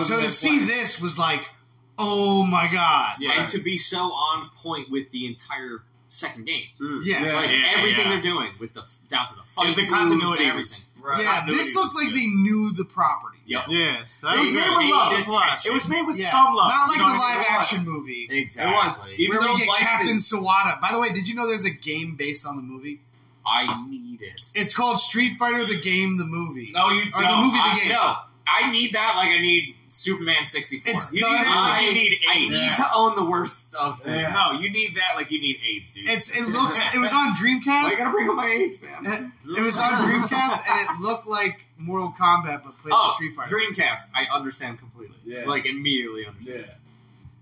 [SPEAKER 3] So to see this was like, oh my god,
[SPEAKER 5] Yeah. And to be so on point with the entire second game.
[SPEAKER 3] yeah.
[SPEAKER 5] Like
[SPEAKER 7] Yeah,
[SPEAKER 5] everything
[SPEAKER 7] yeah.
[SPEAKER 5] they're doing with the f- down to the fight,
[SPEAKER 7] the
[SPEAKER 5] moves
[SPEAKER 7] continuity
[SPEAKER 5] and everything.
[SPEAKER 7] was-
[SPEAKER 3] Yeah,
[SPEAKER 7] continuity
[SPEAKER 3] this looks
[SPEAKER 7] was
[SPEAKER 3] like
[SPEAKER 7] good.
[SPEAKER 3] they knew the property.
[SPEAKER 5] Yep.
[SPEAKER 4] Yes.
[SPEAKER 7] It
[SPEAKER 4] That
[SPEAKER 7] was
[SPEAKER 4] was
[SPEAKER 7] made
[SPEAKER 4] good.
[SPEAKER 7] with love.
[SPEAKER 5] Paid attention.
[SPEAKER 7] [LAUGHS] It was made with
[SPEAKER 3] Yeah.
[SPEAKER 7] some love.
[SPEAKER 3] Not like
[SPEAKER 7] You know
[SPEAKER 3] the
[SPEAKER 7] what I mean?
[SPEAKER 3] live
[SPEAKER 7] It was.
[SPEAKER 3] action movie
[SPEAKER 5] Exactly.
[SPEAKER 6] Even
[SPEAKER 3] where
[SPEAKER 6] though
[SPEAKER 3] we get
[SPEAKER 6] Bison-
[SPEAKER 3] Captain Sawada. By the way, did you know there's a game based on the movie?
[SPEAKER 5] I need it.
[SPEAKER 3] It's called Street Fighter the Game, the movie.
[SPEAKER 7] No, you don't.
[SPEAKER 3] Or the movie,
[SPEAKER 5] I,
[SPEAKER 3] the game.
[SPEAKER 5] No, I need that like I need Superman 64.
[SPEAKER 3] It's
[SPEAKER 7] You
[SPEAKER 3] done.
[SPEAKER 7] need that like
[SPEAKER 5] I-
[SPEAKER 7] you need
[SPEAKER 5] I need
[SPEAKER 7] AIDS.
[SPEAKER 5] to own the worst of things.
[SPEAKER 6] Yeah.
[SPEAKER 7] No, you need that like you need AIDS, dude.
[SPEAKER 3] It's it looks it was on Dreamcast.
[SPEAKER 5] I gotta bring up my AIDS, man.
[SPEAKER 3] Uh, It was on Dreamcast and it looked like Mortal Kombat but played with
[SPEAKER 5] Oh,
[SPEAKER 3] Street Fighter.
[SPEAKER 5] Dreamcast, I understand completely.
[SPEAKER 6] Yeah.
[SPEAKER 5] Like, immediately understand.
[SPEAKER 6] Yeah.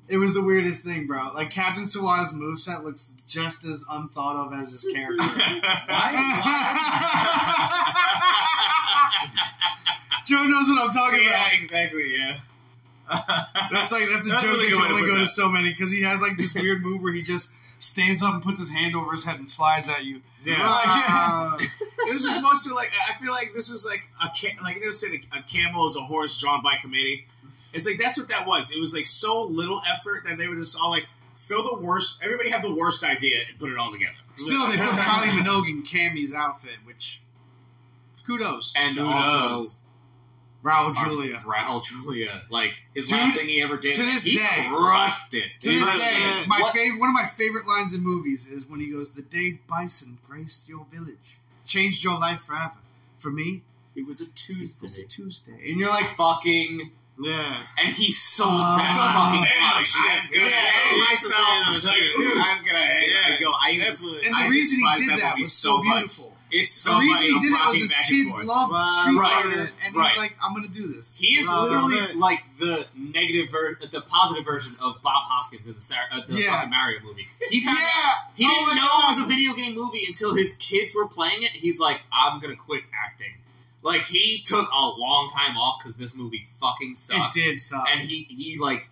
[SPEAKER 3] It was the weirdest thing, bro. Like Captain Sawa's moveset looks just as unthought of as his character.
[SPEAKER 7] [LAUGHS]
[SPEAKER 3] Joe knows what I'm talking
[SPEAKER 7] yeah,
[SPEAKER 3] about.
[SPEAKER 7] exactly. Yeah.
[SPEAKER 3] That's like that's a
[SPEAKER 7] That's
[SPEAKER 3] joke
[SPEAKER 7] really
[SPEAKER 3] that
[SPEAKER 7] good
[SPEAKER 3] can
[SPEAKER 7] way to
[SPEAKER 3] only
[SPEAKER 7] put
[SPEAKER 3] go to
[SPEAKER 7] that.
[SPEAKER 3] so many because he has like this weird move where he just stands up and puts his hand over his head and slides at you.
[SPEAKER 7] [LAUGHS] yeah.
[SPEAKER 3] Like, [LAUGHS]
[SPEAKER 6] [LAUGHS]
[SPEAKER 7] it was just mostly like I feel like this was like a ca- like you know say the- a camel is a horse drawn by committee. It's like that's what that was. It was like so little effort that they were just all like throw the worst. Everybody had the worst idea and put it all together.
[SPEAKER 3] Still, they put Kylie Minogue in Cammy's outfit, which kudos.
[SPEAKER 5] And
[SPEAKER 7] Who
[SPEAKER 5] also,
[SPEAKER 7] knows?
[SPEAKER 3] Raul Julia.
[SPEAKER 5] [LAUGHS] Raul Julia. Like his
[SPEAKER 3] Dude,
[SPEAKER 5] last thing he ever did,
[SPEAKER 3] to this
[SPEAKER 5] he
[SPEAKER 3] day-
[SPEAKER 5] crushed it.
[SPEAKER 3] To
[SPEAKER 5] He
[SPEAKER 3] this
[SPEAKER 5] crushed
[SPEAKER 3] day,
[SPEAKER 5] it.
[SPEAKER 3] my
[SPEAKER 5] What-
[SPEAKER 3] favorite, one of my favorite lines in movies is when he goes, "The day bison graced your village, changed your life forever. For me,
[SPEAKER 5] It was a
[SPEAKER 3] it was a
[SPEAKER 5] Tuesday.
[SPEAKER 3] Tuesday." And you're like,
[SPEAKER 5] Fucking
[SPEAKER 3] "Yeah,
[SPEAKER 5] and he sold
[SPEAKER 3] Oh,
[SPEAKER 5] that fucking
[SPEAKER 7] damn,
[SPEAKER 5] house.
[SPEAKER 7] shit.
[SPEAKER 5] I'm gonna
[SPEAKER 7] Yeah,
[SPEAKER 5] hang
[SPEAKER 7] yeah,
[SPEAKER 5] myself.
[SPEAKER 7] yeah,
[SPEAKER 5] Like,
[SPEAKER 7] [LAUGHS]
[SPEAKER 5] dude,
[SPEAKER 7] I'm gonna hang.
[SPEAKER 5] Yeah.
[SPEAKER 7] I go. I absolutely.
[SPEAKER 3] And the
[SPEAKER 7] I
[SPEAKER 3] reason he
[SPEAKER 7] despise
[SPEAKER 3] did that
[SPEAKER 7] movie
[SPEAKER 3] was so
[SPEAKER 7] much.
[SPEAKER 3] beautiful.
[SPEAKER 5] it's
[SPEAKER 7] The
[SPEAKER 5] so
[SPEAKER 3] the reason he
[SPEAKER 5] funny.
[SPEAKER 3] did that was
[SPEAKER 7] rocking
[SPEAKER 3] his
[SPEAKER 7] back and
[SPEAKER 3] kids
[SPEAKER 7] forth.
[SPEAKER 3] loved
[SPEAKER 4] Right,
[SPEAKER 3] Street
[SPEAKER 5] right,
[SPEAKER 3] Fighter, and
[SPEAKER 5] right.
[SPEAKER 3] he's like, "I'm gonna do this."
[SPEAKER 5] He is
[SPEAKER 4] Love
[SPEAKER 5] literally
[SPEAKER 4] it.
[SPEAKER 5] like the negative, ver- the positive version of Bob Hoskins in the, Sar- uh, the
[SPEAKER 3] Yeah.
[SPEAKER 5] fucking Mario movie. He
[SPEAKER 3] yeah,
[SPEAKER 5] found out- he
[SPEAKER 3] Oh
[SPEAKER 5] didn't
[SPEAKER 3] my
[SPEAKER 5] know
[SPEAKER 3] God.
[SPEAKER 5] it was a video game movie until his kids were playing it. He's like, I'm gonna quit acting. Like he took a long time off because this movie fucking
[SPEAKER 3] it
[SPEAKER 5] sucked,
[SPEAKER 3] did suck.
[SPEAKER 5] and he he like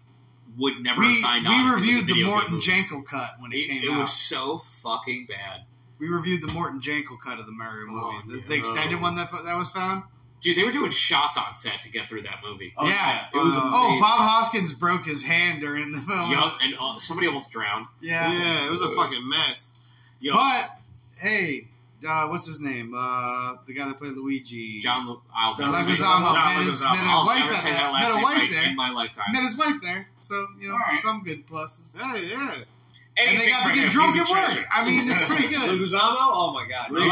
[SPEAKER 5] would never have
[SPEAKER 3] we
[SPEAKER 5] signed
[SPEAKER 3] we
[SPEAKER 5] on. if it was a
[SPEAKER 3] reviewed the
[SPEAKER 5] video game
[SPEAKER 3] Morton
[SPEAKER 5] movie.
[SPEAKER 3] Jankel cut when it,
[SPEAKER 5] It,
[SPEAKER 3] came
[SPEAKER 5] it
[SPEAKER 3] out.
[SPEAKER 5] was so fucking bad.
[SPEAKER 3] We reviewed the Morton Jankel cut of the Mario movie,
[SPEAKER 5] Oh,
[SPEAKER 3] the,
[SPEAKER 5] yeah.
[SPEAKER 3] the extended one that that was found.
[SPEAKER 5] Dude, they were doing shots on set to get through that movie.
[SPEAKER 3] Oh, yeah.
[SPEAKER 5] It was
[SPEAKER 3] Uh, oh,
[SPEAKER 5] amazing.
[SPEAKER 3] Bob Hoskins broke his hand during the film.
[SPEAKER 5] Yup, and uh, somebody almost drowned.
[SPEAKER 3] Yeah.
[SPEAKER 4] Yeah, it was a fucking mess.
[SPEAKER 7] Yo,
[SPEAKER 3] but hey, uh, what's his name? Uh, the guy that played Luigi.
[SPEAKER 5] John, Lo- I'll
[SPEAKER 3] John
[SPEAKER 5] never say-
[SPEAKER 3] Leguizamo
[SPEAKER 5] John
[SPEAKER 3] met his-
[SPEAKER 5] Leguizamo.
[SPEAKER 3] met a
[SPEAKER 5] I'll
[SPEAKER 3] wife
[SPEAKER 5] never
[SPEAKER 3] at
[SPEAKER 5] say
[SPEAKER 3] that-
[SPEAKER 5] that last
[SPEAKER 3] met a
[SPEAKER 5] name
[SPEAKER 3] wife
[SPEAKER 5] right
[SPEAKER 3] there.
[SPEAKER 5] in my lifetime.
[SPEAKER 3] Met his wife there, so you know
[SPEAKER 5] All right.
[SPEAKER 3] some good pluses.
[SPEAKER 4] Yeah, yeah.
[SPEAKER 3] And they
[SPEAKER 7] anything
[SPEAKER 3] got
[SPEAKER 7] for
[SPEAKER 3] to get
[SPEAKER 7] him.
[SPEAKER 3] drunk
[SPEAKER 7] He's
[SPEAKER 3] at
[SPEAKER 7] a
[SPEAKER 3] work.
[SPEAKER 7] treasure.
[SPEAKER 3] I mean, it's pretty
[SPEAKER 6] [LAUGHS]
[SPEAKER 3] good.
[SPEAKER 2] Leguizamo? Oh my god.
[SPEAKER 5] Leg-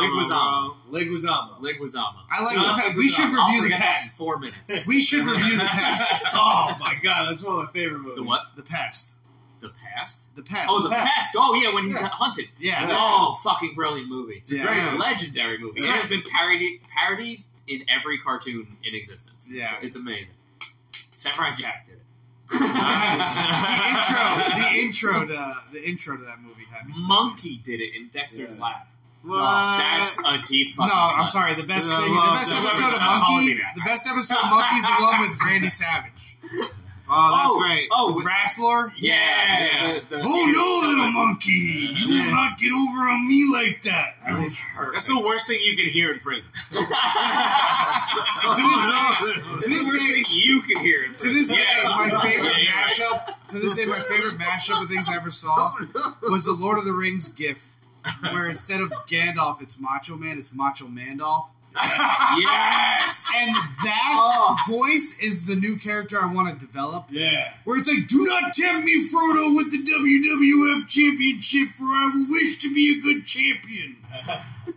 [SPEAKER 5] Leguizamo.
[SPEAKER 2] Leguizamo.
[SPEAKER 5] Leguizamo.
[SPEAKER 3] I like.
[SPEAKER 2] John
[SPEAKER 3] the pa- we should
[SPEAKER 2] Leguizamo.
[SPEAKER 5] I'll
[SPEAKER 3] review the
[SPEAKER 5] forget that in
[SPEAKER 3] past.
[SPEAKER 5] four minutes.
[SPEAKER 3] We should review the past.
[SPEAKER 2] oh my god, that's one of my favorite movies.
[SPEAKER 5] The what?
[SPEAKER 3] The past.
[SPEAKER 5] The past?
[SPEAKER 3] The past.
[SPEAKER 5] Oh, the past. Oh, yeah, when he got hunted.
[SPEAKER 3] yeah.
[SPEAKER 5] Oh, fucking brilliant movie. It's
[SPEAKER 3] a
[SPEAKER 5] a
[SPEAKER 3] Yeah.
[SPEAKER 5] great,
[SPEAKER 3] great-
[SPEAKER 5] legendary movie. It
[SPEAKER 3] Yeah.
[SPEAKER 5] has been parodied, parodied in every cartoon in existence.
[SPEAKER 3] Yeah.
[SPEAKER 5] It's amazing. Samurai Jack
[SPEAKER 3] [LAUGHS]
[SPEAKER 5] did it.
[SPEAKER 3] the intro. The intro to the intro to that movie had me.
[SPEAKER 5] Monkey did it in Dexter's Lab.
[SPEAKER 4] What?
[SPEAKER 5] That's a deep
[SPEAKER 3] No,
[SPEAKER 5] fucking
[SPEAKER 3] I'm
[SPEAKER 5] cut.
[SPEAKER 3] sorry. The best
[SPEAKER 4] Yeah,
[SPEAKER 3] thing, the
[SPEAKER 4] well,
[SPEAKER 3] best
[SPEAKER 4] that
[SPEAKER 3] episode
[SPEAKER 7] was-
[SPEAKER 3] of
[SPEAKER 7] I'm calling
[SPEAKER 3] Monkey,
[SPEAKER 7] you that.
[SPEAKER 3] the best episode of Monkey's the one with Randy Savage,
[SPEAKER 4] oh, that's
[SPEAKER 5] Oh,
[SPEAKER 4] great.
[SPEAKER 5] [LAUGHS] Oh,
[SPEAKER 3] with Rasslor.
[SPEAKER 5] yeah.
[SPEAKER 7] Yeah.
[SPEAKER 5] The- the-
[SPEAKER 3] Oh no,
[SPEAKER 5] [LAUGHS]
[SPEAKER 3] little monkey! You
[SPEAKER 4] Yeah.
[SPEAKER 3] will not get over on me like that.
[SPEAKER 7] That's the worst thing you can hear in [LAUGHS] prison.
[SPEAKER 3] To
[SPEAKER 7] [LAUGHS]
[SPEAKER 3] this day, to
[SPEAKER 7] That's
[SPEAKER 3] this
[SPEAKER 7] the worst
[SPEAKER 3] day,
[SPEAKER 7] thing you can hear in
[SPEAKER 3] to
[SPEAKER 7] prison.
[SPEAKER 3] this day,
[SPEAKER 7] Yes.
[SPEAKER 3] my favorite
[SPEAKER 7] Yeah.
[SPEAKER 3] mashup. To this day, my favorite mashup of things I ever saw
[SPEAKER 7] Oh,
[SPEAKER 3] was the Lord of the Rings gif,
[SPEAKER 7] [LAUGHS]
[SPEAKER 3] where instead of Gandalf, it's Macho Man, it's Macho Mandolf,
[SPEAKER 5] yes.
[SPEAKER 3] and that
[SPEAKER 7] Oh.
[SPEAKER 3] voice is the new character I want to develop.
[SPEAKER 2] Yeah.
[SPEAKER 3] Where it's like, do not tempt me, Frodo, with the WWF Championship, for I will wish to be a good
[SPEAKER 7] [LAUGHS]
[SPEAKER 3] champion.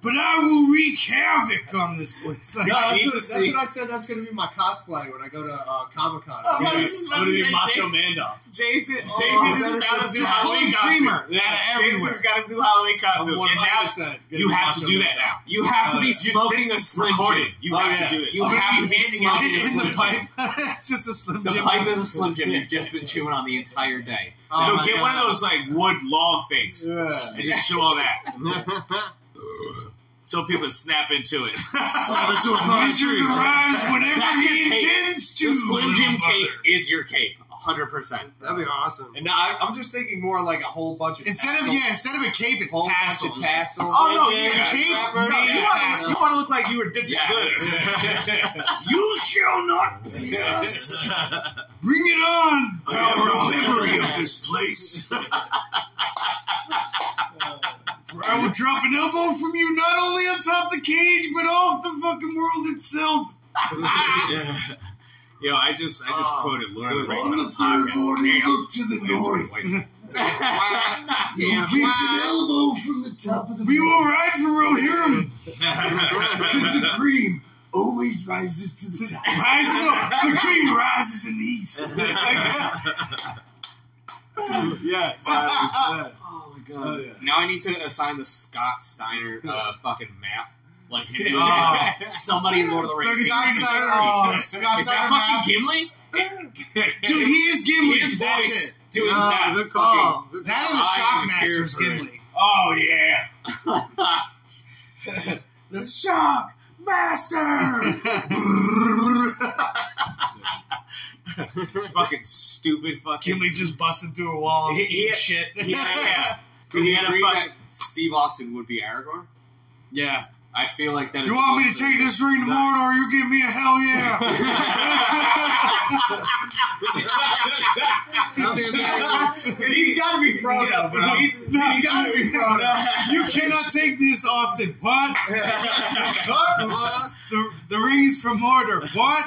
[SPEAKER 3] But I will wreak havoc on this place. Like,
[SPEAKER 2] No, that's,
[SPEAKER 7] need
[SPEAKER 2] what,
[SPEAKER 7] to
[SPEAKER 2] that's
[SPEAKER 7] see-
[SPEAKER 2] what I said. That's going to be my cosplay when I go to uh, Comic Con.
[SPEAKER 7] Oh,
[SPEAKER 2] I'm
[SPEAKER 7] I
[SPEAKER 2] going
[SPEAKER 7] was just about
[SPEAKER 2] to
[SPEAKER 7] to
[SPEAKER 2] be
[SPEAKER 7] say,
[SPEAKER 2] Macho
[SPEAKER 7] Jason-
[SPEAKER 2] Mandolf.
[SPEAKER 7] Jason, Jason
[SPEAKER 2] that is
[SPEAKER 7] just got
[SPEAKER 2] the
[SPEAKER 7] his new
[SPEAKER 2] best.
[SPEAKER 7] Halloween
[SPEAKER 3] Pulling
[SPEAKER 7] costume.
[SPEAKER 3] creamer out of everywhere.
[SPEAKER 7] Jason's got his new Halloween costume,
[SPEAKER 2] I'm
[SPEAKER 7] and now
[SPEAKER 2] 100% gonna
[SPEAKER 7] you
[SPEAKER 2] be
[SPEAKER 7] have to
[SPEAKER 2] Macho
[SPEAKER 7] do that
[SPEAKER 2] Mandolf.
[SPEAKER 7] now.
[SPEAKER 5] You have to be
[SPEAKER 2] Uh,
[SPEAKER 5] smoking
[SPEAKER 7] this
[SPEAKER 5] a
[SPEAKER 7] is
[SPEAKER 5] slim
[SPEAKER 7] recorded.
[SPEAKER 5] jim.
[SPEAKER 7] You
[SPEAKER 2] Oh,
[SPEAKER 7] have
[SPEAKER 2] yeah.
[SPEAKER 7] to do this.
[SPEAKER 5] You have to be smoking a
[SPEAKER 3] It's in
[SPEAKER 5] slim
[SPEAKER 3] the pipe.
[SPEAKER 5] jim.
[SPEAKER 3] [LAUGHS] it's just a slim
[SPEAKER 5] The
[SPEAKER 3] jim.
[SPEAKER 5] pipe is a slim jim. You've just been chewing on the entire day.
[SPEAKER 4] Oh,
[SPEAKER 7] no,
[SPEAKER 4] my
[SPEAKER 7] get
[SPEAKER 4] God.
[SPEAKER 7] one of those like wood log things
[SPEAKER 2] Yeah.
[SPEAKER 7] and just chew on that. So people snap into it. [LAUGHS]
[SPEAKER 3] Wizard arrives whenever
[SPEAKER 5] That's your
[SPEAKER 3] he
[SPEAKER 5] cake.
[SPEAKER 3] intends to.
[SPEAKER 5] The slim jim
[SPEAKER 3] little
[SPEAKER 5] cake
[SPEAKER 3] brother.
[SPEAKER 5] is your cake, hundred percent.
[SPEAKER 4] That'd be awesome.
[SPEAKER 2] And now I, I'm just thinking more like a whole bunch of
[SPEAKER 3] Instead of
[SPEAKER 2] tassels.
[SPEAKER 3] yeah, instead of a cape, it's
[SPEAKER 2] whole bunch of
[SPEAKER 3] tassels.
[SPEAKER 2] tassels.
[SPEAKER 7] Oh no,
[SPEAKER 4] Jim,
[SPEAKER 7] you
[SPEAKER 3] yeah,
[SPEAKER 7] cake
[SPEAKER 3] wrapper,
[SPEAKER 7] made
[SPEAKER 3] yeah.
[SPEAKER 7] you want, you want to look like you were dipped in
[SPEAKER 5] [LAUGHS] Yes.
[SPEAKER 7] glitter. [LAUGHS]
[SPEAKER 5] You shall not.
[SPEAKER 7] Yes.
[SPEAKER 3] Bring it on!
[SPEAKER 7] memory of this place.
[SPEAKER 3] For I will drop an elbow from you not only on top the cage, but off the fucking world itself.
[SPEAKER 7] Yo, I just I just quoted Lord of the Rings
[SPEAKER 3] On
[SPEAKER 7] on
[SPEAKER 3] the
[SPEAKER 7] a
[SPEAKER 3] third morning,
[SPEAKER 7] podcast.
[SPEAKER 3] look to the
[SPEAKER 7] Damn. That's what
[SPEAKER 3] north.
[SPEAKER 7] it was.
[SPEAKER 5] [LAUGHS]
[SPEAKER 3] You
[SPEAKER 4] Yeah,
[SPEAKER 3] reach an elbow from the top of the. We will ride for Rohirrim. Just the cream always rises to the top. Rises up. The cream rises in the east.
[SPEAKER 2] yes.
[SPEAKER 3] [LAUGHS]
[SPEAKER 7] [LAUGHS]
[SPEAKER 2] yes.
[SPEAKER 5] Oh my god.
[SPEAKER 2] Oh, yeah.
[SPEAKER 5] Now I need to assign the Scott Steiner uh, fucking math. [LAUGHS] Like him.
[SPEAKER 2] Yeah.
[SPEAKER 5] somebody in Lord of the Rings.
[SPEAKER 3] Scott Steiner.
[SPEAKER 5] Oh. Is
[SPEAKER 3] Oh,
[SPEAKER 5] that
[SPEAKER 3] Scott
[SPEAKER 5] fucking
[SPEAKER 3] Steiner.
[SPEAKER 5] Gimli?
[SPEAKER 3] [LAUGHS] Dude, he is Gimli.
[SPEAKER 5] his
[SPEAKER 3] That's
[SPEAKER 5] voice
[SPEAKER 3] it.
[SPEAKER 5] doing
[SPEAKER 4] Nah,
[SPEAKER 5] that.
[SPEAKER 4] good
[SPEAKER 5] fucking,
[SPEAKER 4] call. Good
[SPEAKER 3] That
[SPEAKER 4] call. I don't
[SPEAKER 3] is
[SPEAKER 4] care for it.
[SPEAKER 3] the Shockmaster's Gimli.
[SPEAKER 7] Oh yeah,
[SPEAKER 3] [LAUGHS]
[SPEAKER 7] the shock master. fucking stupid
[SPEAKER 3] [LAUGHS]
[SPEAKER 7] fucking.
[SPEAKER 3] Gimli just busting through a wall and
[SPEAKER 7] He- he-
[SPEAKER 3] eating shit. [LAUGHS]
[SPEAKER 7] yeah, [LAUGHS] yeah.
[SPEAKER 5] Did
[SPEAKER 7] He
[SPEAKER 5] you
[SPEAKER 7] had a
[SPEAKER 5] agree
[SPEAKER 7] fucking-
[SPEAKER 5] that Steve Austin would be Aragorn?
[SPEAKER 3] Yeah.
[SPEAKER 5] I feel like that. is
[SPEAKER 3] You want me to
[SPEAKER 5] also-
[SPEAKER 3] take this ring to Mordor? You give me a hell yeah. [LAUGHS]
[SPEAKER 4] I'll be amazed.
[SPEAKER 7] And he's got to be Frodo,
[SPEAKER 3] Yeah, bro.
[SPEAKER 7] He's,
[SPEAKER 3] No,
[SPEAKER 7] he's got to be Frodo.
[SPEAKER 3] [LAUGHS] you cannot take this, Austin. What? what? The, the rings from Mordor. What?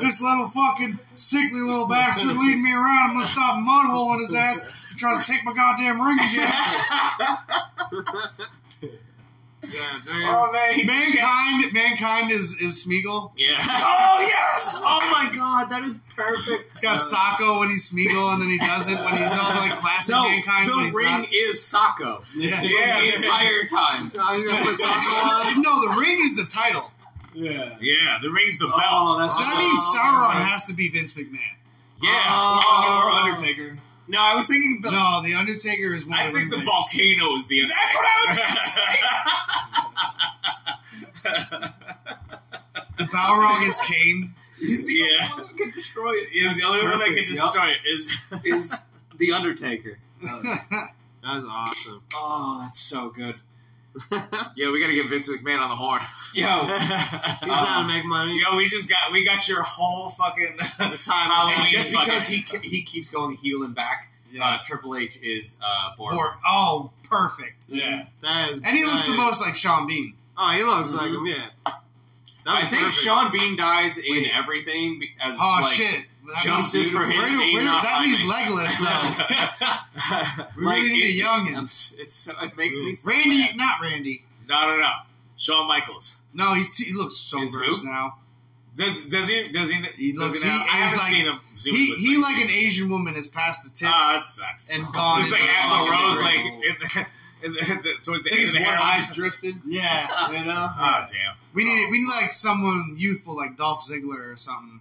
[SPEAKER 3] this little fucking sickly little bastard leading me around. I'm gonna stop mud hole in his ass if he tries to take my goddamn ring again.
[SPEAKER 4] God damn.
[SPEAKER 7] oh [LAUGHS] man, he-
[SPEAKER 3] mankind, mankind is is Smeagol. [LAUGHS]
[SPEAKER 5] [LAUGHS] Yeah.
[SPEAKER 7] oh yes.
[SPEAKER 5] oh my god, that is perfect. [LAUGHS]
[SPEAKER 3] He's got Sako when he's Smeagol, and then he doesn't when he's all like classic
[SPEAKER 5] No,
[SPEAKER 3] mankind when
[SPEAKER 5] the
[SPEAKER 3] he's
[SPEAKER 5] ring
[SPEAKER 3] not.
[SPEAKER 5] is Sako
[SPEAKER 3] Yeah.
[SPEAKER 7] Yeah.
[SPEAKER 5] the entire
[SPEAKER 3] [LAUGHS]
[SPEAKER 5] time.
[SPEAKER 4] So you gonna put Sokka on?
[SPEAKER 3] No, the ring is the title.
[SPEAKER 2] Yeah.
[SPEAKER 7] Yeah, the ring's the belt.
[SPEAKER 5] Oh, that's
[SPEAKER 3] So that
[SPEAKER 5] Oh,
[SPEAKER 3] means
[SPEAKER 5] right.
[SPEAKER 3] Sauron has to be Vince McMahon.
[SPEAKER 7] yeah.
[SPEAKER 2] Or
[SPEAKER 3] Oh.
[SPEAKER 2] Undertaker.
[SPEAKER 5] No, I was thinking the
[SPEAKER 3] No, the Undertaker is one
[SPEAKER 7] I
[SPEAKER 3] of the
[SPEAKER 7] think
[SPEAKER 3] ring
[SPEAKER 7] the
[SPEAKER 3] lights.
[SPEAKER 7] volcano is the.
[SPEAKER 5] That's what I was
[SPEAKER 7] [LAUGHS]
[SPEAKER 5] gonna
[SPEAKER 3] The Balrog is Kane.
[SPEAKER 5] He's the
[SPEAKER 7] Yeah.
[SPEAKER 5] only one that can destroy it.
[SPEAKER 7] Yeah, the only one that can
[SPEAKER 5] Perfect, yep.
[SPEAKER 7] destroy it is.
[SPEAKER 5] Is the Undertaker.
[SPEAKER 4] That's awesome.
[SPEAKER 5] Oh, that's so good.
[SPEAKER 7] Yeah, we gotta get Vince McMahon on the horn.
[SPEAKER 5] Yo,
[SPEAKER 4] He's not to make money.
[SPEAKER 7] [LAUGHS] Yo, we just got we got your whole fucking [LAUGHS]
[SPEAKER 4] The time.
[SPEAKER 7] Halloween
[SPEAKER 5] and just
[SPEAKER 7] fucking-
[SPEAKER 5] because he he keeps going heel and back, uh, Triple H is uh, bored.
[SPEAKER 3] Or oh, perfect.
[SPEAKER 2] Yeah.
[SPEAKER 4] That is.
[SPEAKER 3] And he looks Mm-hmm. the
[SPEAKER 4] that is-
[SPEAKER 3] most like Sean Bean.
[SPEAKER 4] Oh, he looks like him. Yeah. That
[SPEAKER 5] I
[SPEAKER 4] was
[SPEAKER 5] think
[SPEAKER 4] perfect.
[SPEAKER 5] Sean Bean dies in everything be- as
[SPEAKER 3] Oh
[SPEAKER 5] like,
[SPEAKER 3] shit! That
[SPEAKER 5] justice
[SPEAKER 3] means-
[SPEAKER 5] for his
[SPEAKER 3] where do-
[SPEAKER 5] name
[SPEAKER 3] where do-
[SPEAKER 5] not
[SPEAKER 3] that leaves
[SPEAKER 5] finding.
[SPEAKER 3] Legolas though. We
[SPEAKER 5] Like,
[SPEAKER 3] really need a
[SPEAKER 5] I'm
[SPEAKER 3] youngin.
[SPEAKER 5] s- It's so, it makes me so
[SPEAKER 3] Randy,
[SPEAKER 5] mad.
[SPEAKER 3] not Randy.
[SPEAKER 7] No, no, no. Shawn Michaels.
[SPEAKER 3] No, he's too, he looks so
[SPEAKER 5] Is
[SPEAKER 3] gross
[SPEAKER 5] who?
[SPEAKER 3] now.
[SPEAKER 7] Does does he does he?
[SPEAKER 3] He looks-
[SPEAKER 7] does he, now-
[SPEAKER 3] he
[SPEAKER 7] I
[SPEAKER 3] is
[SPEAKER 7] haven't
[SPEAKER 3] like-
[SPEAKER 7] seen him. see what
[SPEAKER 3] He
[SPEAKER 7] looks
[SPEAKER 3] he like an Asian woman has passed the tip
[SPEAKER 7] Ah, that sucks.
[SPEAKER 3] and gone.
[SPEAKER 7] it's
[SPEAKER 3] into
[SPEAKER 7] like
[SPEAKER 3] the
[SPEAKER 7] Axl
[SPEAKER 3] fucking
[SPEAKER 7] Rose, like
[SPEAKER 3] ring.
[SPEAKER 7] in the, in the,
[SPEAKER 2] I
[SPEAKER 7] towards the
[SPEAKER 2] think
[SPEAKER 7] end of
[SPEAKER 2] his
[SPEAKER 7] the
[SPEAKER 2] one
[SPEAKER 7] hair.
[SPEAKER 2] eye's drifted.
[SPEAKER 3] Yeah,
[SPEAKER 2] You know?
[SPEAKER 7] Ah, damn.
[SPEAKER 3] we need we need like someone youthful like Dolph Ziggler or something.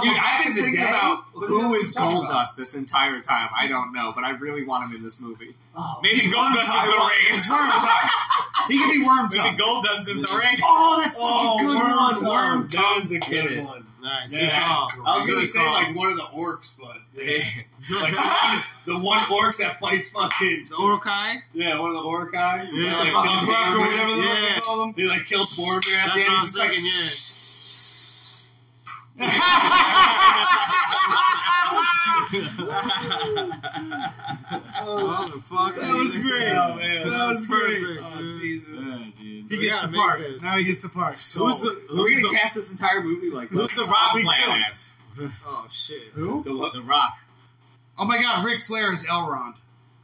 [SPEAKER 5] Dude, I've been thinking about who is
[SPEAKER 2] Gold
[SPEAKER 5] Goldust this entire time. I don't know, but I really want him in this movie.
[SPEAKER 7] Maybe
[SPEAKER 3] Oh, He's
[SPEAKER 7] Goldust
[SPEAKER 3] Wormtongue.
[SPEAKER 7] is the
[SPEAKER 3] Worm
[SPEAKER 7] ring.
[SPEAKER 3] tongue. He could be worm
[SPEAKER 7] Maybe
[SPEAKER 3] tongue.
[SPEAKER 7] Goldust is the
[SPEAKER 3] [LAUGHS]
[SPEAKER 7] ring.
[SPEAKER 5] Oh, that's
[SPEAKER 2] Worm That is a
[SPEAKER 5] Get
[SPEAKER 2] good
[SPEAKER 5] it.
[SPEAKER 2] one.
[SPEAKER 4] Nice.
[SPEAKER 2] Yeah.
[SPEAKER 4] Good call.
[SPEAKER 2] I was gonna
[SPEAKER 4] Good
[SPEAKER 2] say
[SPEAKER 4] call.
[SPEAKER 2] like one of the orcs, but like the one- the one orc that fights fucking
[SPEAKER 4] the Urukai.
[SPEAKER 2] yeah, one of the orc guys.
[SPEAKER 4] Yeah.
[SPEAKER 2] like,
[SPEAKER 3] Fucking Buck or
[SPEAKER 2] Boromir.
[SPEAKER 3] whatever the fuck
[SPEAKER 4] Yeah.
[SPEAKER 3] they call him.
[SPEAKER 2] He like kills Boromir at
[SPEAKER 4] That's
[SPEAKER 2] the
[SPEAKER 4] what
[SPEAKER 2] end.
[SPEAKER 4] I'm
[SPEAKER 2] He's just like,
[SPEAKER 4] thinking. Yeah. Motherfucker.
[SPEAKER 3] Oh, That was great.
[SPEAKER 2] Oh, man.
[SPEAKER 3] That was great.
[SPEAKER 4] Oh,
[SPEAKER 2] Jesus.
[SPEAKER 3] He
[SPEAKER 4] We
[SPEAKER 3] gets
[SPEAKER 4] gotta
[SPEAKER 3] the
[SPEAKER 4] make
[SPEAKER 3] part.
[SPEAKER 4] this.
[SPEAKER 3] Now he gets the part.
[SPEAKER 7] Who's the
[SPEAKER 5] We're
[SPEAKER 7] who's
[SPEAKER 5] gonna
[SPEAKER 7] the
[SPEAKER 5] cast this entire movie like
[SPEAKER 7] who's
[SPEAKER 5] this.
[SPEAKER 7] the Rock
[SPEAKER 3] We
[SPEAKER 7] playing
[SPEAKER 3] do.
[SPEAKER 7] as?
[SPEAKER 4] Oh shit.
[SPEAKER 3] [LAUGHS]
[SPEAKER 4] [LAUGHS]
[SPEAKER 3] Who?
[SPEAKER 5] The what?
[SPEAKER 7] The Rock.
[SPEAKER 3] Oh my god, Ric Flair is Elrond.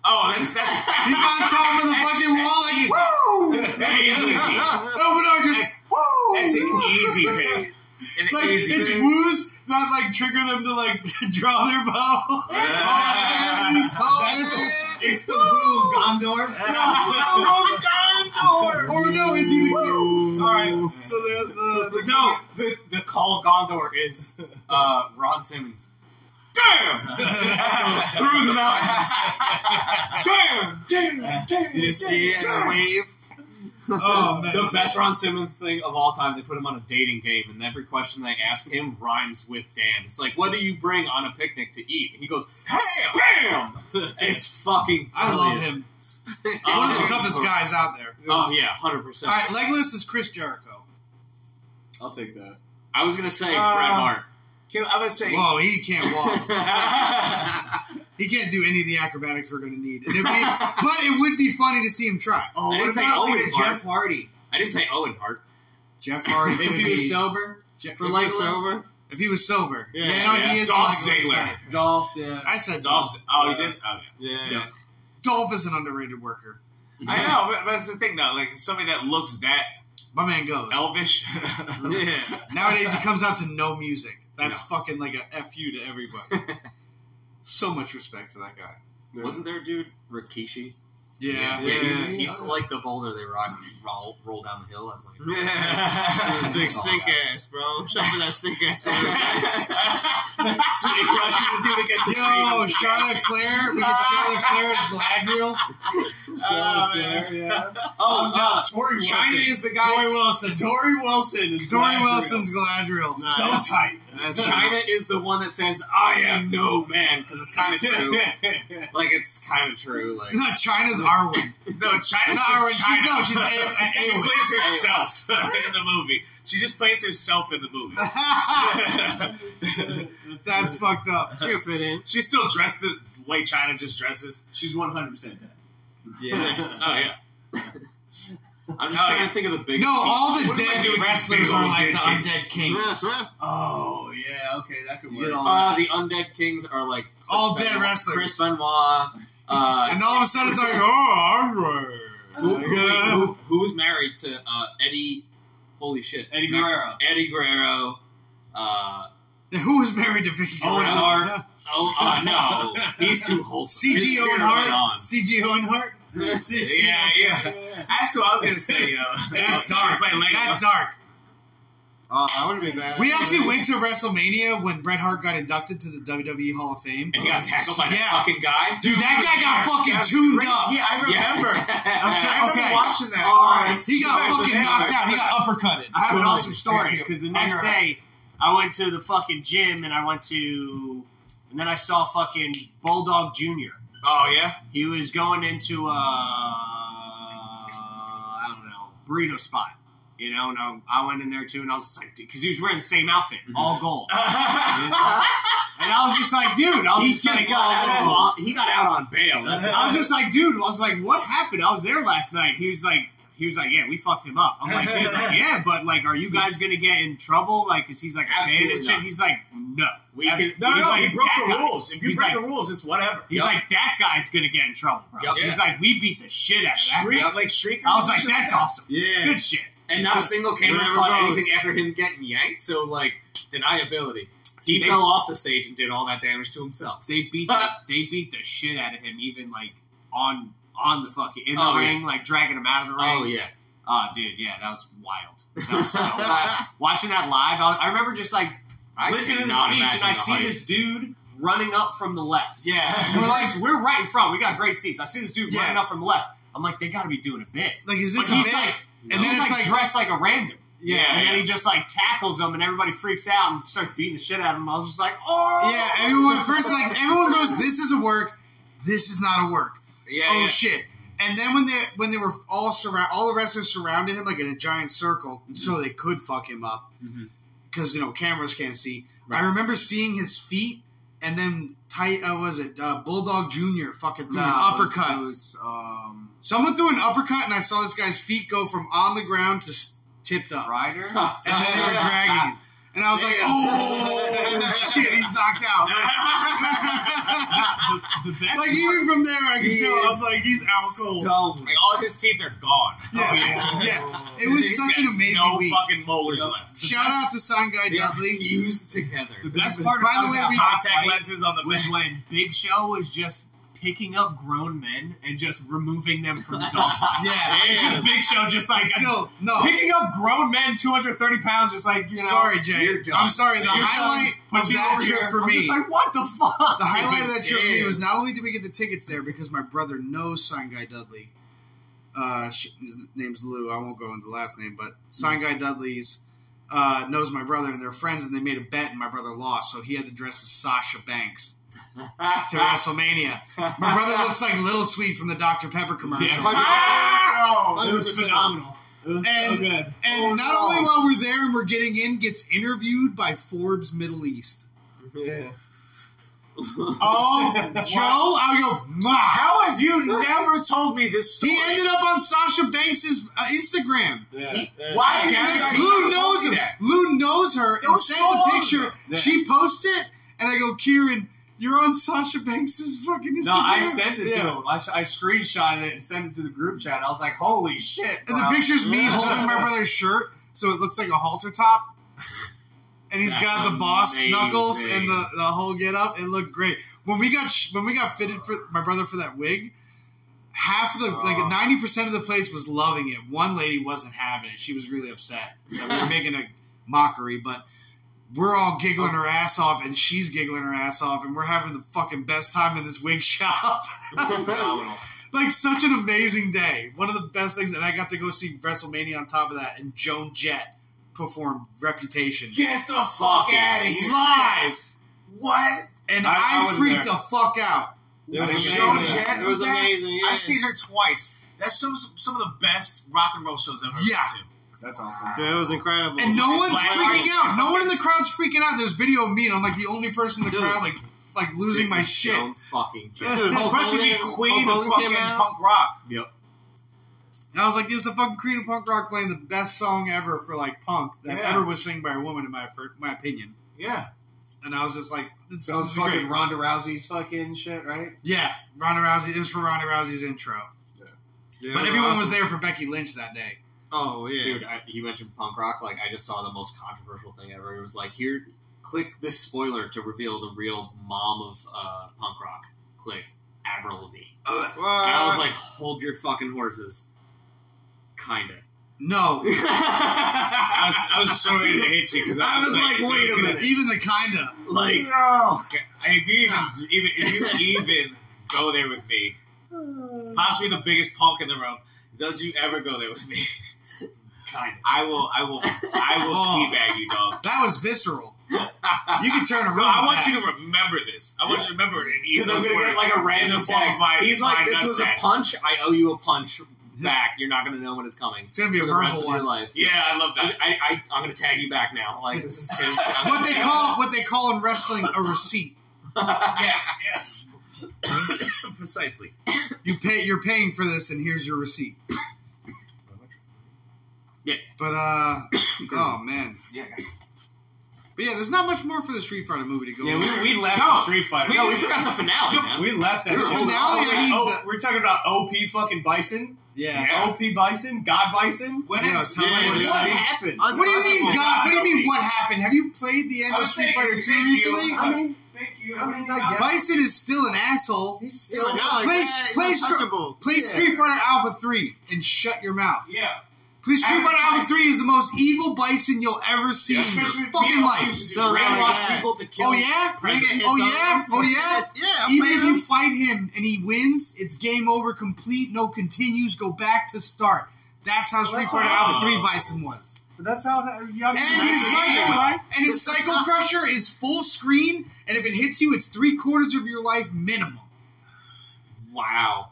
[SPEAKER 7] Oh, that's that's.
[SPEAKER 3] [LAUGHS] He's on top of the
[SPEAKER 7] That's-
[SPEAKER 3] fucking wall like,
[SPEAKER 7] that's
[SPEAKER 3] woo!
[SPEAKER 7] That's easy.
[SPEAKER 3] Open archers, woo!
[SPEAKER 7] That's an easy pick. An
[SPEAKER 3] Like,
[SPEAKER 7] easy
[SPEAKER 3] it's
[SPEAKER 7] pick.
[SPEAKER 3] woos that like trigger them to like [LAUGHS] draw their
[SPEAKER 7] [LAUGHS]
[SPEAKER 3] bow.
[SPEAKER 7] Yeah.
[SPEAKER 3] [LAUGHS] Oh,
[SPEAKER 2] It's the Woo
[SPEAKER 5] [LAUGHS]
[SPEAKER 2] Gondor.
[SPEAKER 3] yeah. Or no, is he the
[SPEAKER 4] [LAUGHS]
[SPEAKER 3] Alright, so the, the, the
[SPEAKER 5] No, the, the call of Gondor is uh, Ron Simmons. Damn! Through the mountains. Damn! Damn! Damn!
[SPEAKER 4] You see it as a wave.
[SPEAKER 3] Oh man.
[SPEAKER 5] Uh, The best Ron Simmons thing of all time. They put him on a dating game, and every question they ask him rhymes with "damn." It's like, what do you bring on a picnic to eat? And he goes, "Spam." It's fucking.
[SPEAKER 3] I love
[SPEAKER 5] brilliant.
[SPEAKER 3] him.
[SPEAKER 5] Um,
[SPEAKER 3] One of the toughest guys out there.
[SPEAKER 5] Oh yeah, hundred percent.
[SPEAKER 3] Alright, Legolas is Chris Jericho.
[SPEAKER 2] I'll take that.
[SPEAKER 5] I was gonna say
[SPEAKER 2] Ah,
[SPEAKER 3] Uh,
[SPEAKER 5] Bret Hart.
[SPEAKER 7] Can, I'm gonna say.
[SPEAKER 3] Whoa, he can't walk.
[SPEAKER 5] [LAUGHS]
[SPEAKER 3] He can't do any of the acrobatics we're going to need. And it'd be- but it would be funny to see him try.
[SPEAKER 2] Oh,
[SPEAKER 5] I
[SPEAKER 2] what
[SPEAKER 5] didn't say
[SPEAKER 2] about like
[SPEAKER 5] Owen
[SPEAKER 2] a
[SPEAKER 5] Hart.
[SPEAKER 2] Jeff Hardy?
[SPEAKER 5] I didn't say Owen Hart.
[SPEAKER 3] Jeff Hardy
[SPEAKER 2] If
[SPEAKER 3] could
[SPEAKER 2] he was
[SPEAKER 3] be
[SPEAKER 2] sober
[SPEAKER 3] Je-
[SPEAKER 2] for like
[SPEAKER 4] sober?
[SPEAKER 3] If he was sober, yeah,
[SPEAKER 4] Yeah,
[SPEAKER 3] no, he
[SPEAKER 7] yeah.
[SPEAKER 3] is
[SPEAKER 7] Dolph
[SPEAKER 3] the Legolas
[SPEAKER 7] Ziggler.
[SPEAKER 3] type.
[SPEAKER 2] Dolph, yeah.
[SPEAKER 3] I said Dolph.
[SPEAKER 7] [LAUGHS] Dolph's. Oh, you did. Okay.
[SPEAKER 4] Yeah.
[SPEAKER 5] Yeah.
[SPEAKER 3] Dolph is an underrated worker.
[SPEAKER 7] I know, but, but that's the thing though. Like somebody that looks that
[SPEAKER 3] My man goes.
[SPEAKER 7] elvish. [LAUGHS]
[SPEAKER 4] Yeah.
[SPEAKER 3] Nowadays, he comes out to no music. That's
[SPEAKER 5] No.
[SPEAKER 3] fucking like a f you to
[SPEAKER 7] [LAUGHS]
[SPEAKER 3] everybody. so much respect for that guy.
[SPEAKER 5] Wasn't there a dude Rikishi?
[SPEAKER 3] Yeah.
[SPEAKER 5] Yeah, he's,
[SPEAKER 4] Yeah.
[SPEAKER 5] he's like the boulder they rock roll, roll down the hill as like.
[SPEAKER 4] [LAUGHS]
[SPEAKER 5] [LAUGHS]
[SPEAKER 4] Yeah. Big stink ass, bro. I'm shoving that stink ass. over
[SPEAKER 5] [LAUGHS]
[SPEAKER 4] there.
[SPEAKER 3] Yo, Charlotte Flair. We get Charlotte Flair as Gladriel.
[SPEAKER 7] Oh, man.
[SPEAKER 3] yeah.
[SPEAKER 5] oh, uh,
[SPEAKER 7] Tori Wilson.
[SPEAKER 5] China is the guy.
[SPEAKER 3] Tori Wilson.
[SPEAKER 7] Tori Wilson is
[SPEAKER 3] Tori
[SPEAKER 7] Gladriel.
[SPEAKER 3] Wilson's Gladriel.
[SPEAKER 7] so tight.
[SPEAKER 4] That's
[SPEAKER 5] China is the one that says, "I am no man," because it's kind of
[SPEAKER 7] [LAUGHS]
[SPEAKER 5] true. like it's kind of true.
[SPEAKER 3] [LAUGHS]
[SPEAKER 5] Like
[SPEAKER 3] No, China's
[SPEAKER 7] [LAUGHS]
[SPEAKER 3] Arwen. [LAUGHS]
[SPEAKER 7] No,
[SPEAKER 3] Not
[SPEAKER 7] China's just
[SPEAKER 3] Arwen. She's,
[SPEAKER 7] China.
[SPEAKER 3] no,
[SPEAKER 7] [LAUGHS]
[SPEAKER 3] she's A-
[SPEAKER 7] she
[SPEAKER 3] A-
[SPEAKER 7] plays herself [LAUGHS] in the movie. She just plays herself in the movie. [LAUGHS]
[SPEAKER 3] Awen. That's fucked up.
[SPEAKER 4] She'll fit in.
[SPEAKER 7] She's still dressed the way China just dresses.
[SPEAKER 6] She's 100% dead.
[SPEAKER 3] Yeah.
[SPEAKER 7] Oh yeah.
[SPEAKER 5] I'm just
[SPEAKER 7] Oh,
[SPEAKER 5] trying
[SPEAKER 7] yeah.
[SPEAKER 5] to think of the big.
[SPEAKER 3] No, all the
[SPEAKER 7] What am I
[SPEAKER 3] dead
[SPEAKER 7] doing with
[SPEAKER 3] wrestlers
[SPEAKER 7] these
[SPEAKER 3] are
[SPEAKER 7] big
[SPEAKER 3] like the
[SPEAKER 7] old dead
[SPEAKER 3] undead kings.
[SPEAKER 6] Oh, yeah, okay, that could
[SPEAKER 3] You
[SPEAKER 6] work.
[SPEAKER 3] get all-
[SPEAKER 5] Uh, the undead kings are like Chris
[SPEAKER 3] All dead
[SPEAKER 5] Benoit-
[SPEAKER 3] wrestlers.
[SPEAKER 5] Chris Benoit. Uh,
[SPEAKER 3] [LAUGHS] And all of a sudden it's like, oh, I'm
[SPEAKER 5] who,
[SPEAKER 3] right.
[SPEAKER 5] who- who- who's married to uh, Eddie? Holy shit,
[SPEAKER 6] Eddie
[SPEAKER 5] Not-
[SPEAKER 6] Guerrero.
[SPEAKER 5] [LAUGHS] Eddie Guerrero. Uh,
[SPEAKER 3] And Who was married to Vicky
[SPEAKER 5] Owen
[SPEAKER 3] Guerrero?
[SPEAKER 5] Hart. oh uh, no, he's too wholesome. His
[SPEAKER 3] CG
[SPEAKER 5] spirit
[SPEAKER 3] Owen
[SPEAKER 5] went
[SPEAKER 3] Hart.
[SPEAKER 5] on.
[SPEAKER 3] CG Owen Hart.
[SPEAKER 7] Yeah, yeah. That's what I was gonna say, yo.
[SPEAKER 3] That's
[SPEAKER 7] She
[SPEAKER 3] dark.
[SPEAKER 7] played Lego.
[SPEAKER 3] That's dark.
[SPEAKER 4] Oh, I would have been bad.
[SPEAKER 3] We actually went to WrestleMania when Bret Hart got inducted to the WWE Hall of Fame.
[SPEAKER 5] and he got tackled by that
[SPEAKER 3] Yeah.
[SPEAKER 5] fucking guy.
[SPEAKER 3] Dude, that guy got fucking tuned up.
[SPEAKER 7] Yeah, I remember. I'm sorry, I remember
[SPEAKER 5] Okay.
[SPEAKER 7] watching that.
[SPEAKER 3] He got
[SPEAKER 7] Sorry,
[SPEAKER 3] fucking
[SPEAKER 7] but
[SPEAKER 3] knocked out. He got uppercutted.
[SPEAKER 6] I have an
[SPEAKER 3] Good.
[SPEAKER 6] awesome story
[SPEAKER 3] Yeah.
[SPEAKER 6] because the next
[SPEAKER 3] Hang on.
[SPEAKER 6] day I went to the fucking gym and I went to and then I saw fucking Bulldog Junior.
[SPEAKER 7] Oh yeah.
[SPEAKER 6] He was going into uh I don't know burrito spot, you know, and I, I went
[SPEAKER 7] [LAUGHS]
[SPEAKER 6] in there too and I was just like, because he was wearing the same outfit,
[SPEAKER 7] Mm-hmm.
[SPEAKER 6] all gold, and I was just like, dude, I was
[SPEAKER 3] He
[SPEAKER 6] just,
[SPEAKER 3] just
[SPEAKER 6] like,
[SPEAKER 3] got
[SPEAKER 6] I
[SPEAKER 3] out
[SPEAKER 6] don't
[SPEAKER 3] on-
[SPEAKER 6] know, he got out on
[SPEAKER 7] [LAUGHS]
[SPEAKER 6] bail. I was just like, dude, I was like, what happened? I was there last night. He was like. He was like, "Yeah, we fucked him up." I'm like,
[SPEAKER 7] [LAUGHS]
[SPEAKER 6] dude, like, "Yeah, but like, are you guys gonna get in trouble?" Like, cause he's like,
[SPEAKER 5] Absolutely
[SPEAKER 6] "Absolutely."
[SPEAKER 5] not.
[SPEAKER 6] He's like, "No,
[SPEAKER 5] We
[SPEAKER 6] Abs-
[SPEAKER 5] can-
[SPEAKER 7] No,
[SPEAKER 6] he's
[SPEAKER 7] no,
[SPEAKER 6] like,
[SPEAKER 7] he broke
[SPEAKER 6] "That
[SPEAKER 7] the
[SPEAKER 6] guy-
[SPEAKER 7] rules. If you
[SPEAKER 6] he's
[SPEAKER 7] break
[SPEAKER 6] like-
[SPEAKER 7] the rules, it's whatever.
[SPEAKER 6] He's
[SPEAKER 5] Yup.
[SPEAKER 6] like, that guy's gonna get in trouble, bro.
[SPEAKER 5] Yup.
[SPEAKER 6] He's
[SPEAKER 7] Yeah.
[SPEAKER 6] like, we beat the shit out of that.
[SPEAKER 7] Streak,
[SPEAKER 6] guy.
[SPEAKER 7] like streak.
[SPEAKER 6] I was
[SPEAKER 7] rules
[SPEAKER 6] like,
[SPEAKER 7] and
[SPEAKER 6] that's
[SPEAKER 7] shit.
[SPEAKER 6] awesome.
[SPEAKER 4] Yeah.
[SPEAKER 6] Good shit.
[SPEAKER 5] And not a single camera
[SPEAKER 4] Whatever
[SPEAKER 5] caught
[SPEAKER 4] goes.
[SPEAKER 5] anything after him getting yanked. So like deniability. He
[SPEAKER 6] They-
[SPEAKER 5] fell [LAUGHS] off the stage and did all that damage to himself.
[SPEAKER 6] They
[SPEAKER 3] [LAUGHS]
[SPEAKER 6] beat the, they beat the shit out of him, even like on on the fucking in the
[SPEAKER 5] Oh, yeah.
[SPEAKER 6] ring, like dragging him out of the ring.
[SPEAKER 5] Oh yeah,
[SPEAKER 6] Ah, dude, yeah, that was wild. That was [LAUGHS] so wild. Watching that live, I, was- I remember just like
[SPEAKER 5] [LAUGHS] I
[SPEAKER 6] listening to the
[SPEAKER 5] cannot
[SPEAKER 6] speech, and
[SPEAKER 5] imagine
[SPEAKER 6] I
[SPEAKER 5] the
[SPEAKER 6] see
[SPEAKER 5] hype.
[SPEAKER 6] this dude running up from the left.
[SPEAKER 3] Yeah.
[SPEAKER 6] We're
[SPEAKER 3] We're like,
[SPEAKER 6] like, we're right in front. We got great seats. I see
[SPEAKER 3] [LAUGHS]
[SPEAKER 6] this dude [LAUGHS]
[SPEAKER 3] Yeah.
[SPEAKER 6] running up from the left. I'm like, they got to be doing a bit.
[SPEAKER 3] like, is this
[SPEAKER 6] But
[SPEAKER 3] a
[SPEAKER 6] he's
[SPEAKER 3] bit?
[SPEAKER 6] like-
[SPEAKER 3] and then
[SPEAKER 6] he's
[SPEAKER 3] it's
[SPEAKER 6] like
[SPEAKER 3] like,
[SPEAKER 6] dressed like a random.
[SPEAKER 3] yeah.
[SPEAKER 6] And then he just like tackles him, and everybody freaks out and starts beating the shit out of him. I was just like, oh
[SPEAKER 3] Yeah, everyone first like everyone goes, this is a work, this is not a work.
[SPEAKER 7] Yeah,
[SPEAKER 3] Oh
[SPEAKER 7] yeah.
[SPEAKER 3] shit! And then when they when they were all surround, all the wrestlers surrounded him like in a giant circle,
[SPEAKER 6] Mm-hmm.
[SPEAKER 3] so they could fuck him up because you know cameras can't see. I remember seeing his feet, and then tight. Uh, was it uh, Bulldog Junior? Fucking threw an uppercut.
[SPEAKER 6] It was, um,
[SPEAKER 3] Someone threw an uppercut, and I saw this guy's feet go from on the ground to s- tipped up,
[SPEAKER 6] Ryder.
[SPEAKER 3] and
[SPEAKER 5] [LAUGHS]
[SPEAKER 3] then they
[SPEAKER 6] [LAUGHS]
[SPEAKER 3] were dragging. him. And I was like, "Oh shit, he's knocked out!" [LAUGHS]
[SPEAKER 6] [LAUGHS] the, the best.
[SPEAKER 3] like even from there, I could tell. I was like, "He's out cold."
[SPEAKER 6] Dumb.
[SPEAKER 7] Like all his teeth are gone.
[SPEAKER 3] [LAUGHS]
[SPEAKER 6] Oh,
[SPEAKER 3] Yeah, yeah. It was
[SPEAKER 7] He's
[SPEAKER 3] such
[SPEAKER 7] got
[SPEAKER 3] an amazing
[SPEAKER 7] no
[SPEAKER 3] week.
[SPEAKER 7] fucking molars left.
[SPEAKER 3] Shout out to Sign Guy
[SPEAKER 5] They are
[SPEAKER 3] Dudley.
[SPEAKER 5] fused together.
[SPEAKER 6] The best part
[SPEAKER 3] By
[SPEAKER 6] about
[SPEAKER 3] the way,
[SPEAKER 6] that
[SPEAKER 3] we-
[SPEAKER 7] Contact
[SPEAKER 3] [LAUGHS]
[SPEAKER 6] fight
[SPEAKER 7] lenses on the
[SPEAKER 6] was
[SPEAKER 7] back.
[SPEAKER 6] when Big Show was just picking up grown men and just removing them from the dog.
[SPEAKER 3] Yeah,
[SPEAKER 6] It's just Big Show, just like
[SPEAKER 3] still no.
[SPEAKER 6] picking up grown men, 230 pounds, just like you know.
[SPEAKER 3] Sorry, Jay.
[SPEAKER 6] you're done.
[SPEAKER 3] I'm sorry. The
[SPEAKER 6] You're done.
[SPEAKER 3] highlight
[SPEAKER 6] Put
[SPEAKER 3] of
[SPEAKER 6] you
[SPEAKER 3] that
[SPEAKER 6] over
[SPEAKER 3] trip
[SPEAKER 6] here.
[SPEAKER 3] for
[SPEAKER 6] I'm
[SPEAKER 3] me.
[SPEAKER 6] just like, what the fuck?
[SPEAKER 3] the highlight [LAUGHS] of that trip for me
[SPEAKER 7] Damn.
[SPEAKER 3] was not only did we get the tickets there because my brother knows Sign Guy Dudley. Uh, sh- his name's Lou. I won't go into the last name, but Sign Guy Dudley's uh, knows my brother and they're friends, and they made a bet, and my brother lost, so he had to dress as Sasha Banks. to WrestleMania. My brother looks like Little Sweet from the Dr. Pepper commercial.
[SPEAKER 6] [LAUGHS] It was phenomenal. It was so
[SPEAKER 3] And-
[SPEAKER 6] good.
[SPEAKER 3] And not only while we're there and we're getting in, gets interviewed by Forbes Middle East.
[SPEAKER 4] Yeah.
[SPEAKER 3] Oh, Joe, I'll go. "Mwah."
[SPEAKER 7] How have you never told me this story?
[SPEAKER 3] He ended up on Sasha Banks' uh, Instagram.
[SPEAKER 7] Why have you
[SPEAKER 3] Yes,
[SPEAKER 7] guys
[SPEAKER 3] Lou
[SPEAKER 7] never told
[SPEAKER 3] knows
[SPEAKER 7] me
[SPEAKER 3] him.
[SPEAKER 7] that?
[SPEAKER 3] Lou knows her and
[SPEAKER 7] was
[SPEAKER 3] sent
[SPEAKER 7] so
[SPEAKER 3] the
[SPEAKER 7] long
[SPEAKER 3] picture. She posts it, and I go, Kieran, you're on Sasha Banks' fucking Instagram.
[SPEAKER 6] No, I sent it
[SPEAKER 3] Yeah.
[SPEAKER 6] to him. I, I screenshotted it and sent it to the group chat. I was like, holy shit.
[SPEAKER 3] And the
[SPEAKER 6] bro.
[SPEAKER 4] [LAUGHS]
[SPEAKER 3] picture's me holding my brother's shirt, so it looks like a halter top. And he's
[SPEAKER 5] That's
[SPEAKER 3] got the boss
[SPEAKER 5] amazing.
[SPEAKER 3] knuckles and the, the whole get up. It looked great. When we got sh- when we got fitted for my brother for that wig, half of the like
[SPEAKER 5] Oh.
[SPEAKER 3] ninety percent of the place was loving it. One lady wasn't having it. She was really upset that we were making a mockery, but we're all giggling her ass off and she's giggling her ass off and we're having the fucking best time in this wig [LAUGHS] shop.
[SPEAKER 5] Phenomenal.
[SPEAKER 3] like such an amazing day. One of the best things and I got to go see WrestleMania on top of that and Joan Jett performed Reputation
[SPEAKER 7] Get the
[SPEAKER 5] fuck outta here.
[SPEAKER 3] live.
[SPEAKER 7] What?
[SPEAKER 3] And
[SPEAKER 5] I- I
[SPEAKER 3] I,
[SPEAKER 5] was
[SPEAKER 3] freaked
[SPEAKER 5] there.
[SPEAKER 3] the fuck out.
[SPEAKER 4] It was
[SPEAKER 7] Joan
[SPEAKER 4] amazing.
[SPEAKER 7] Jett
[SPEAKER 4] It
[SPEAKER 7] was
[SPEAKER 4] was
[SPEAKER 7] that?
[SPEAKER 4] amazing. Yeah.
[SPEAKER 7] I've seen her twice. That's some some of the best rock and roll shows I've ever
[SPEAKER 3] Yeah.
[SPEAKER 7] been
[SPEAKER 2] That's awesome.
[SPEAKER 4] Yeah, it was incredible.
[SPEAKER 3] And no one's
[SPEAKER 7] Black
[SPEAKER 3] freaking
[SPEAKER 7] Lives
[SPEAKER 3] out. No one in the crowd's freaking out. There's video of me, and I'm like the only person in the
[SPEAKER 5] Dude.
[SPEAKER 3] crowd, like, like losing
[SPEAKER 5] This
[SPEAKER 3] my
[SPEAKER 5] is
[SPEAKER 3] shit.
[SPEAKER 5] Joan
[SPEAKER 3] [LAUGHS]
[SPEAKER 5] fucking Jett.
[SPEAKER 7] to.
[SPEAKER 4] Dude, Hulk
[SPEAKER 7] Especially being
[SPEAKER 4] Hogan- Hulk
[SPEAKER 7] queen of
[SPEAKER 4] Hogan
[SPEAKER 7] fucking
[SPEAKER 4] came out.
[SPEAKER 7] punk rock.
[SPEAKER 5] Yep.
[SPEAKER 3] And I was like, "There's the fucking Creed and punk rock playing the best song ever for like punk that
[SPEAKER 7] Yeah.
[SPEAKER 3] ever was sung by a woman, in my per- my opinion."
[SPEAKER 7] Yeah.
[SPEAKER 3] And I was just like, "This,
[SPEAKER 4] That
[SPEAKER 3] this
[SPEAKER 4] was
[SPEAKER 3] is great."
[SPEAKER 4] fucking Ronda Rousey's fucking shit, right?
[SPEAKER 3] yeah, Ronda Rousey. It was for Ronda Rousey's intro,
[SPEAKER 4] Yeah,
[SPEAKER 3] but everyone was there for Becky Lynch that day.
[SPEAKER 4] Oh yeah,
[SPEAKER 5] Dude, I, you mentioned punk rock. Like, I just saw the most controversial thing ever. It was like, here, click this spoiler to reveal the real mom of uh, punk rock. Click Avril Lavigne. And I
[SPEAKER 7] Uh,
[SPEAKER 5] was like, hold your fucking horses. Kinda. [LAUGHS]
[SPEAKER 3] No,
[SPEAKER 7] I was, I was [LAUGHS] so ready to hate you because I,
[SPEAKER 3] I was like,
[SPEAKER 7] it's
[SPEAKER 3] "Wait a
[SPEAKER 7] gonna-
[SPEAKER 3] minute." Even the kinda like,
[SPEAKER 7] I mean, if you even, even if [LAUGHS] you even go there with me, possibly the biggest punk in the room, don't you ever go there with me? [LAUGHS]
[SPEAKER 5] Kinda.
[SPEAKER 7] I will, I will, I will
[SPEAKER 3] Oh.
[SPEAKER 7] teabag you, dog.
[SPEAKER 3] that was visceral. You could turn around.
[SPEAKER 7] [LAUGHS] No, I want you to remember this. I want you to remember [LAUGHS] it.
[SPEAKER 5] Because I'm gonna get like a random tag. He's like, this was a punch. I owe you a punch back. You're not gonna know when it's coming.
[SPEAKER 3] It's gonna be a
[SPEAKER 5] for the rest
[SPEAKER 3] verbal
[SPEAKER 5] of
[SPEAKER 3] one.
[SPEAKER 5] your life.
[SPEAKER 7] Yeah, I love
[SPEAKER 5] I,
[SPEAKER 7] that.
[SPEAKER 5] I, I, I'm gonna tag you back now. Like this is his
[SPEAKER 3] [LAUGHS] What they call what they call in wrestling a receipt.
[SPEAKER 7] [LAUGHS] yes, yes. Precisely.
[SPEAKER 3] you pay you're paying for this and here's your receipt
[SPEAKER 5] Yeah.
[SPEAKER 3] but uh [COUGHS] oh man
[SPEAKER 2] Yeah, guys.
[SPEAKER 3] but yeah there's not much more for the street fighter movie to go
[SPEAKER 4] yeah.
[SPEAKER 3] over.
[SPEAKER 4] We, we left
[SPEAKER 5] No.
[SPEAKER 4] the Street Fighter.
[SPEAKER 5] No, we forgot the finale, man.
[SPEAKER 4] We left that
[SPEAKER 5] We
[SPEAKER 4] shit.
[SPEAKER 5] were-
[SPEAKER 3] finale, I mean,
[SPEAKER 4] oh,
[SPEAKER 3] the-
[SPEAKER 4] we're talking about OP fucking Bison,
[SPEAKER 3] yeah.
[SPEAKER 4] OP Bison, God Bison. When
[SPEAKER 3] Yeah,
[SPEAKER 4] is-
[SPEAKER 3] tell me
[SPEAKER 4] what
[SPEAKER 3] what's up.
[SPEAKER 4] happened?
[SPEAKER 3] what do you mean god what do you
[SPEAKER 4] OP?
[SPEAKER 3] mean what happened have you played the end
[SPEAKER 7] I
[SPEAKER 3] of
[SPEAKER 7] was
[SPEAKER 3] street
[SPEAKER 7] saying,
[SPEAKER 3] fighter 2
[SPEAKER 7] thank you.
[SPEAKER 3] recently
[SPEAKER 4] I mean, thank you. I mean, I guess.
[SPEAKER 3] bison is still an asshole
[SPEAKER 4] He's
[SPEAKER 8] Yeah,
[SPEAKER 4] still
[SPEAKER 8] but not like
[SPEAKER 3] Play-
[SPEAKER 8] that.
[SPEAKER 3] play
[SPEAKER 8] It's
[SPEAKER 3] str-
[SPEAKER 8] untouchable.
[SPEAKER 3] play street fighter alpha 3 and shut your mouth
[SPEAKER 7] Yeah.
[SPEAKER 3] Please, Street Fighter Alpha 3 is the most evil bison you'll ever see in your
[SPEAKER 7] Especially with
[SPEAKER 3] fucking
[SPEAKER 7] me,
[SPEAKER 3] life.
[SPEAKER 7] It's
[SPEAKER 8] Still not
[SPEAKER 5] Grandma
[SPEAKER 8] like that.
[SPEAKER 5] people to kill.
[SPEAKER 3] Oh, yeah?
[SPEAKER 8] Nigga hits
[SPEAKER 3] Oh,
[SPEAKER 8] all
[SPEAKER 3] yeah?
[SPEAKER 8] of them.
[SPEAKER 3] Oh, yeah?
[SPEAKER 8] [LAUGHS] That's- yeah. I'm
[SPEAKER 3] Even
[SPEAKER 8] playing
[SPEAKER 3] if you
[SPEAKER 8] him.
[SPEAKER 3] fight him and he wins, it's game over, complete, no continues, go back to start. That's how Street Fighter Alpha 3 Bison was.
[SPEAKER 4] But that's how that- you have
[SPEAKER 3] And
[SPEAKER 4] to-
[SPEAKER 3] his cycle, and his cycle crusher is full screen, and if it hits you, it's three quarters of your life minimum.
[SPEAKER 5] Wow.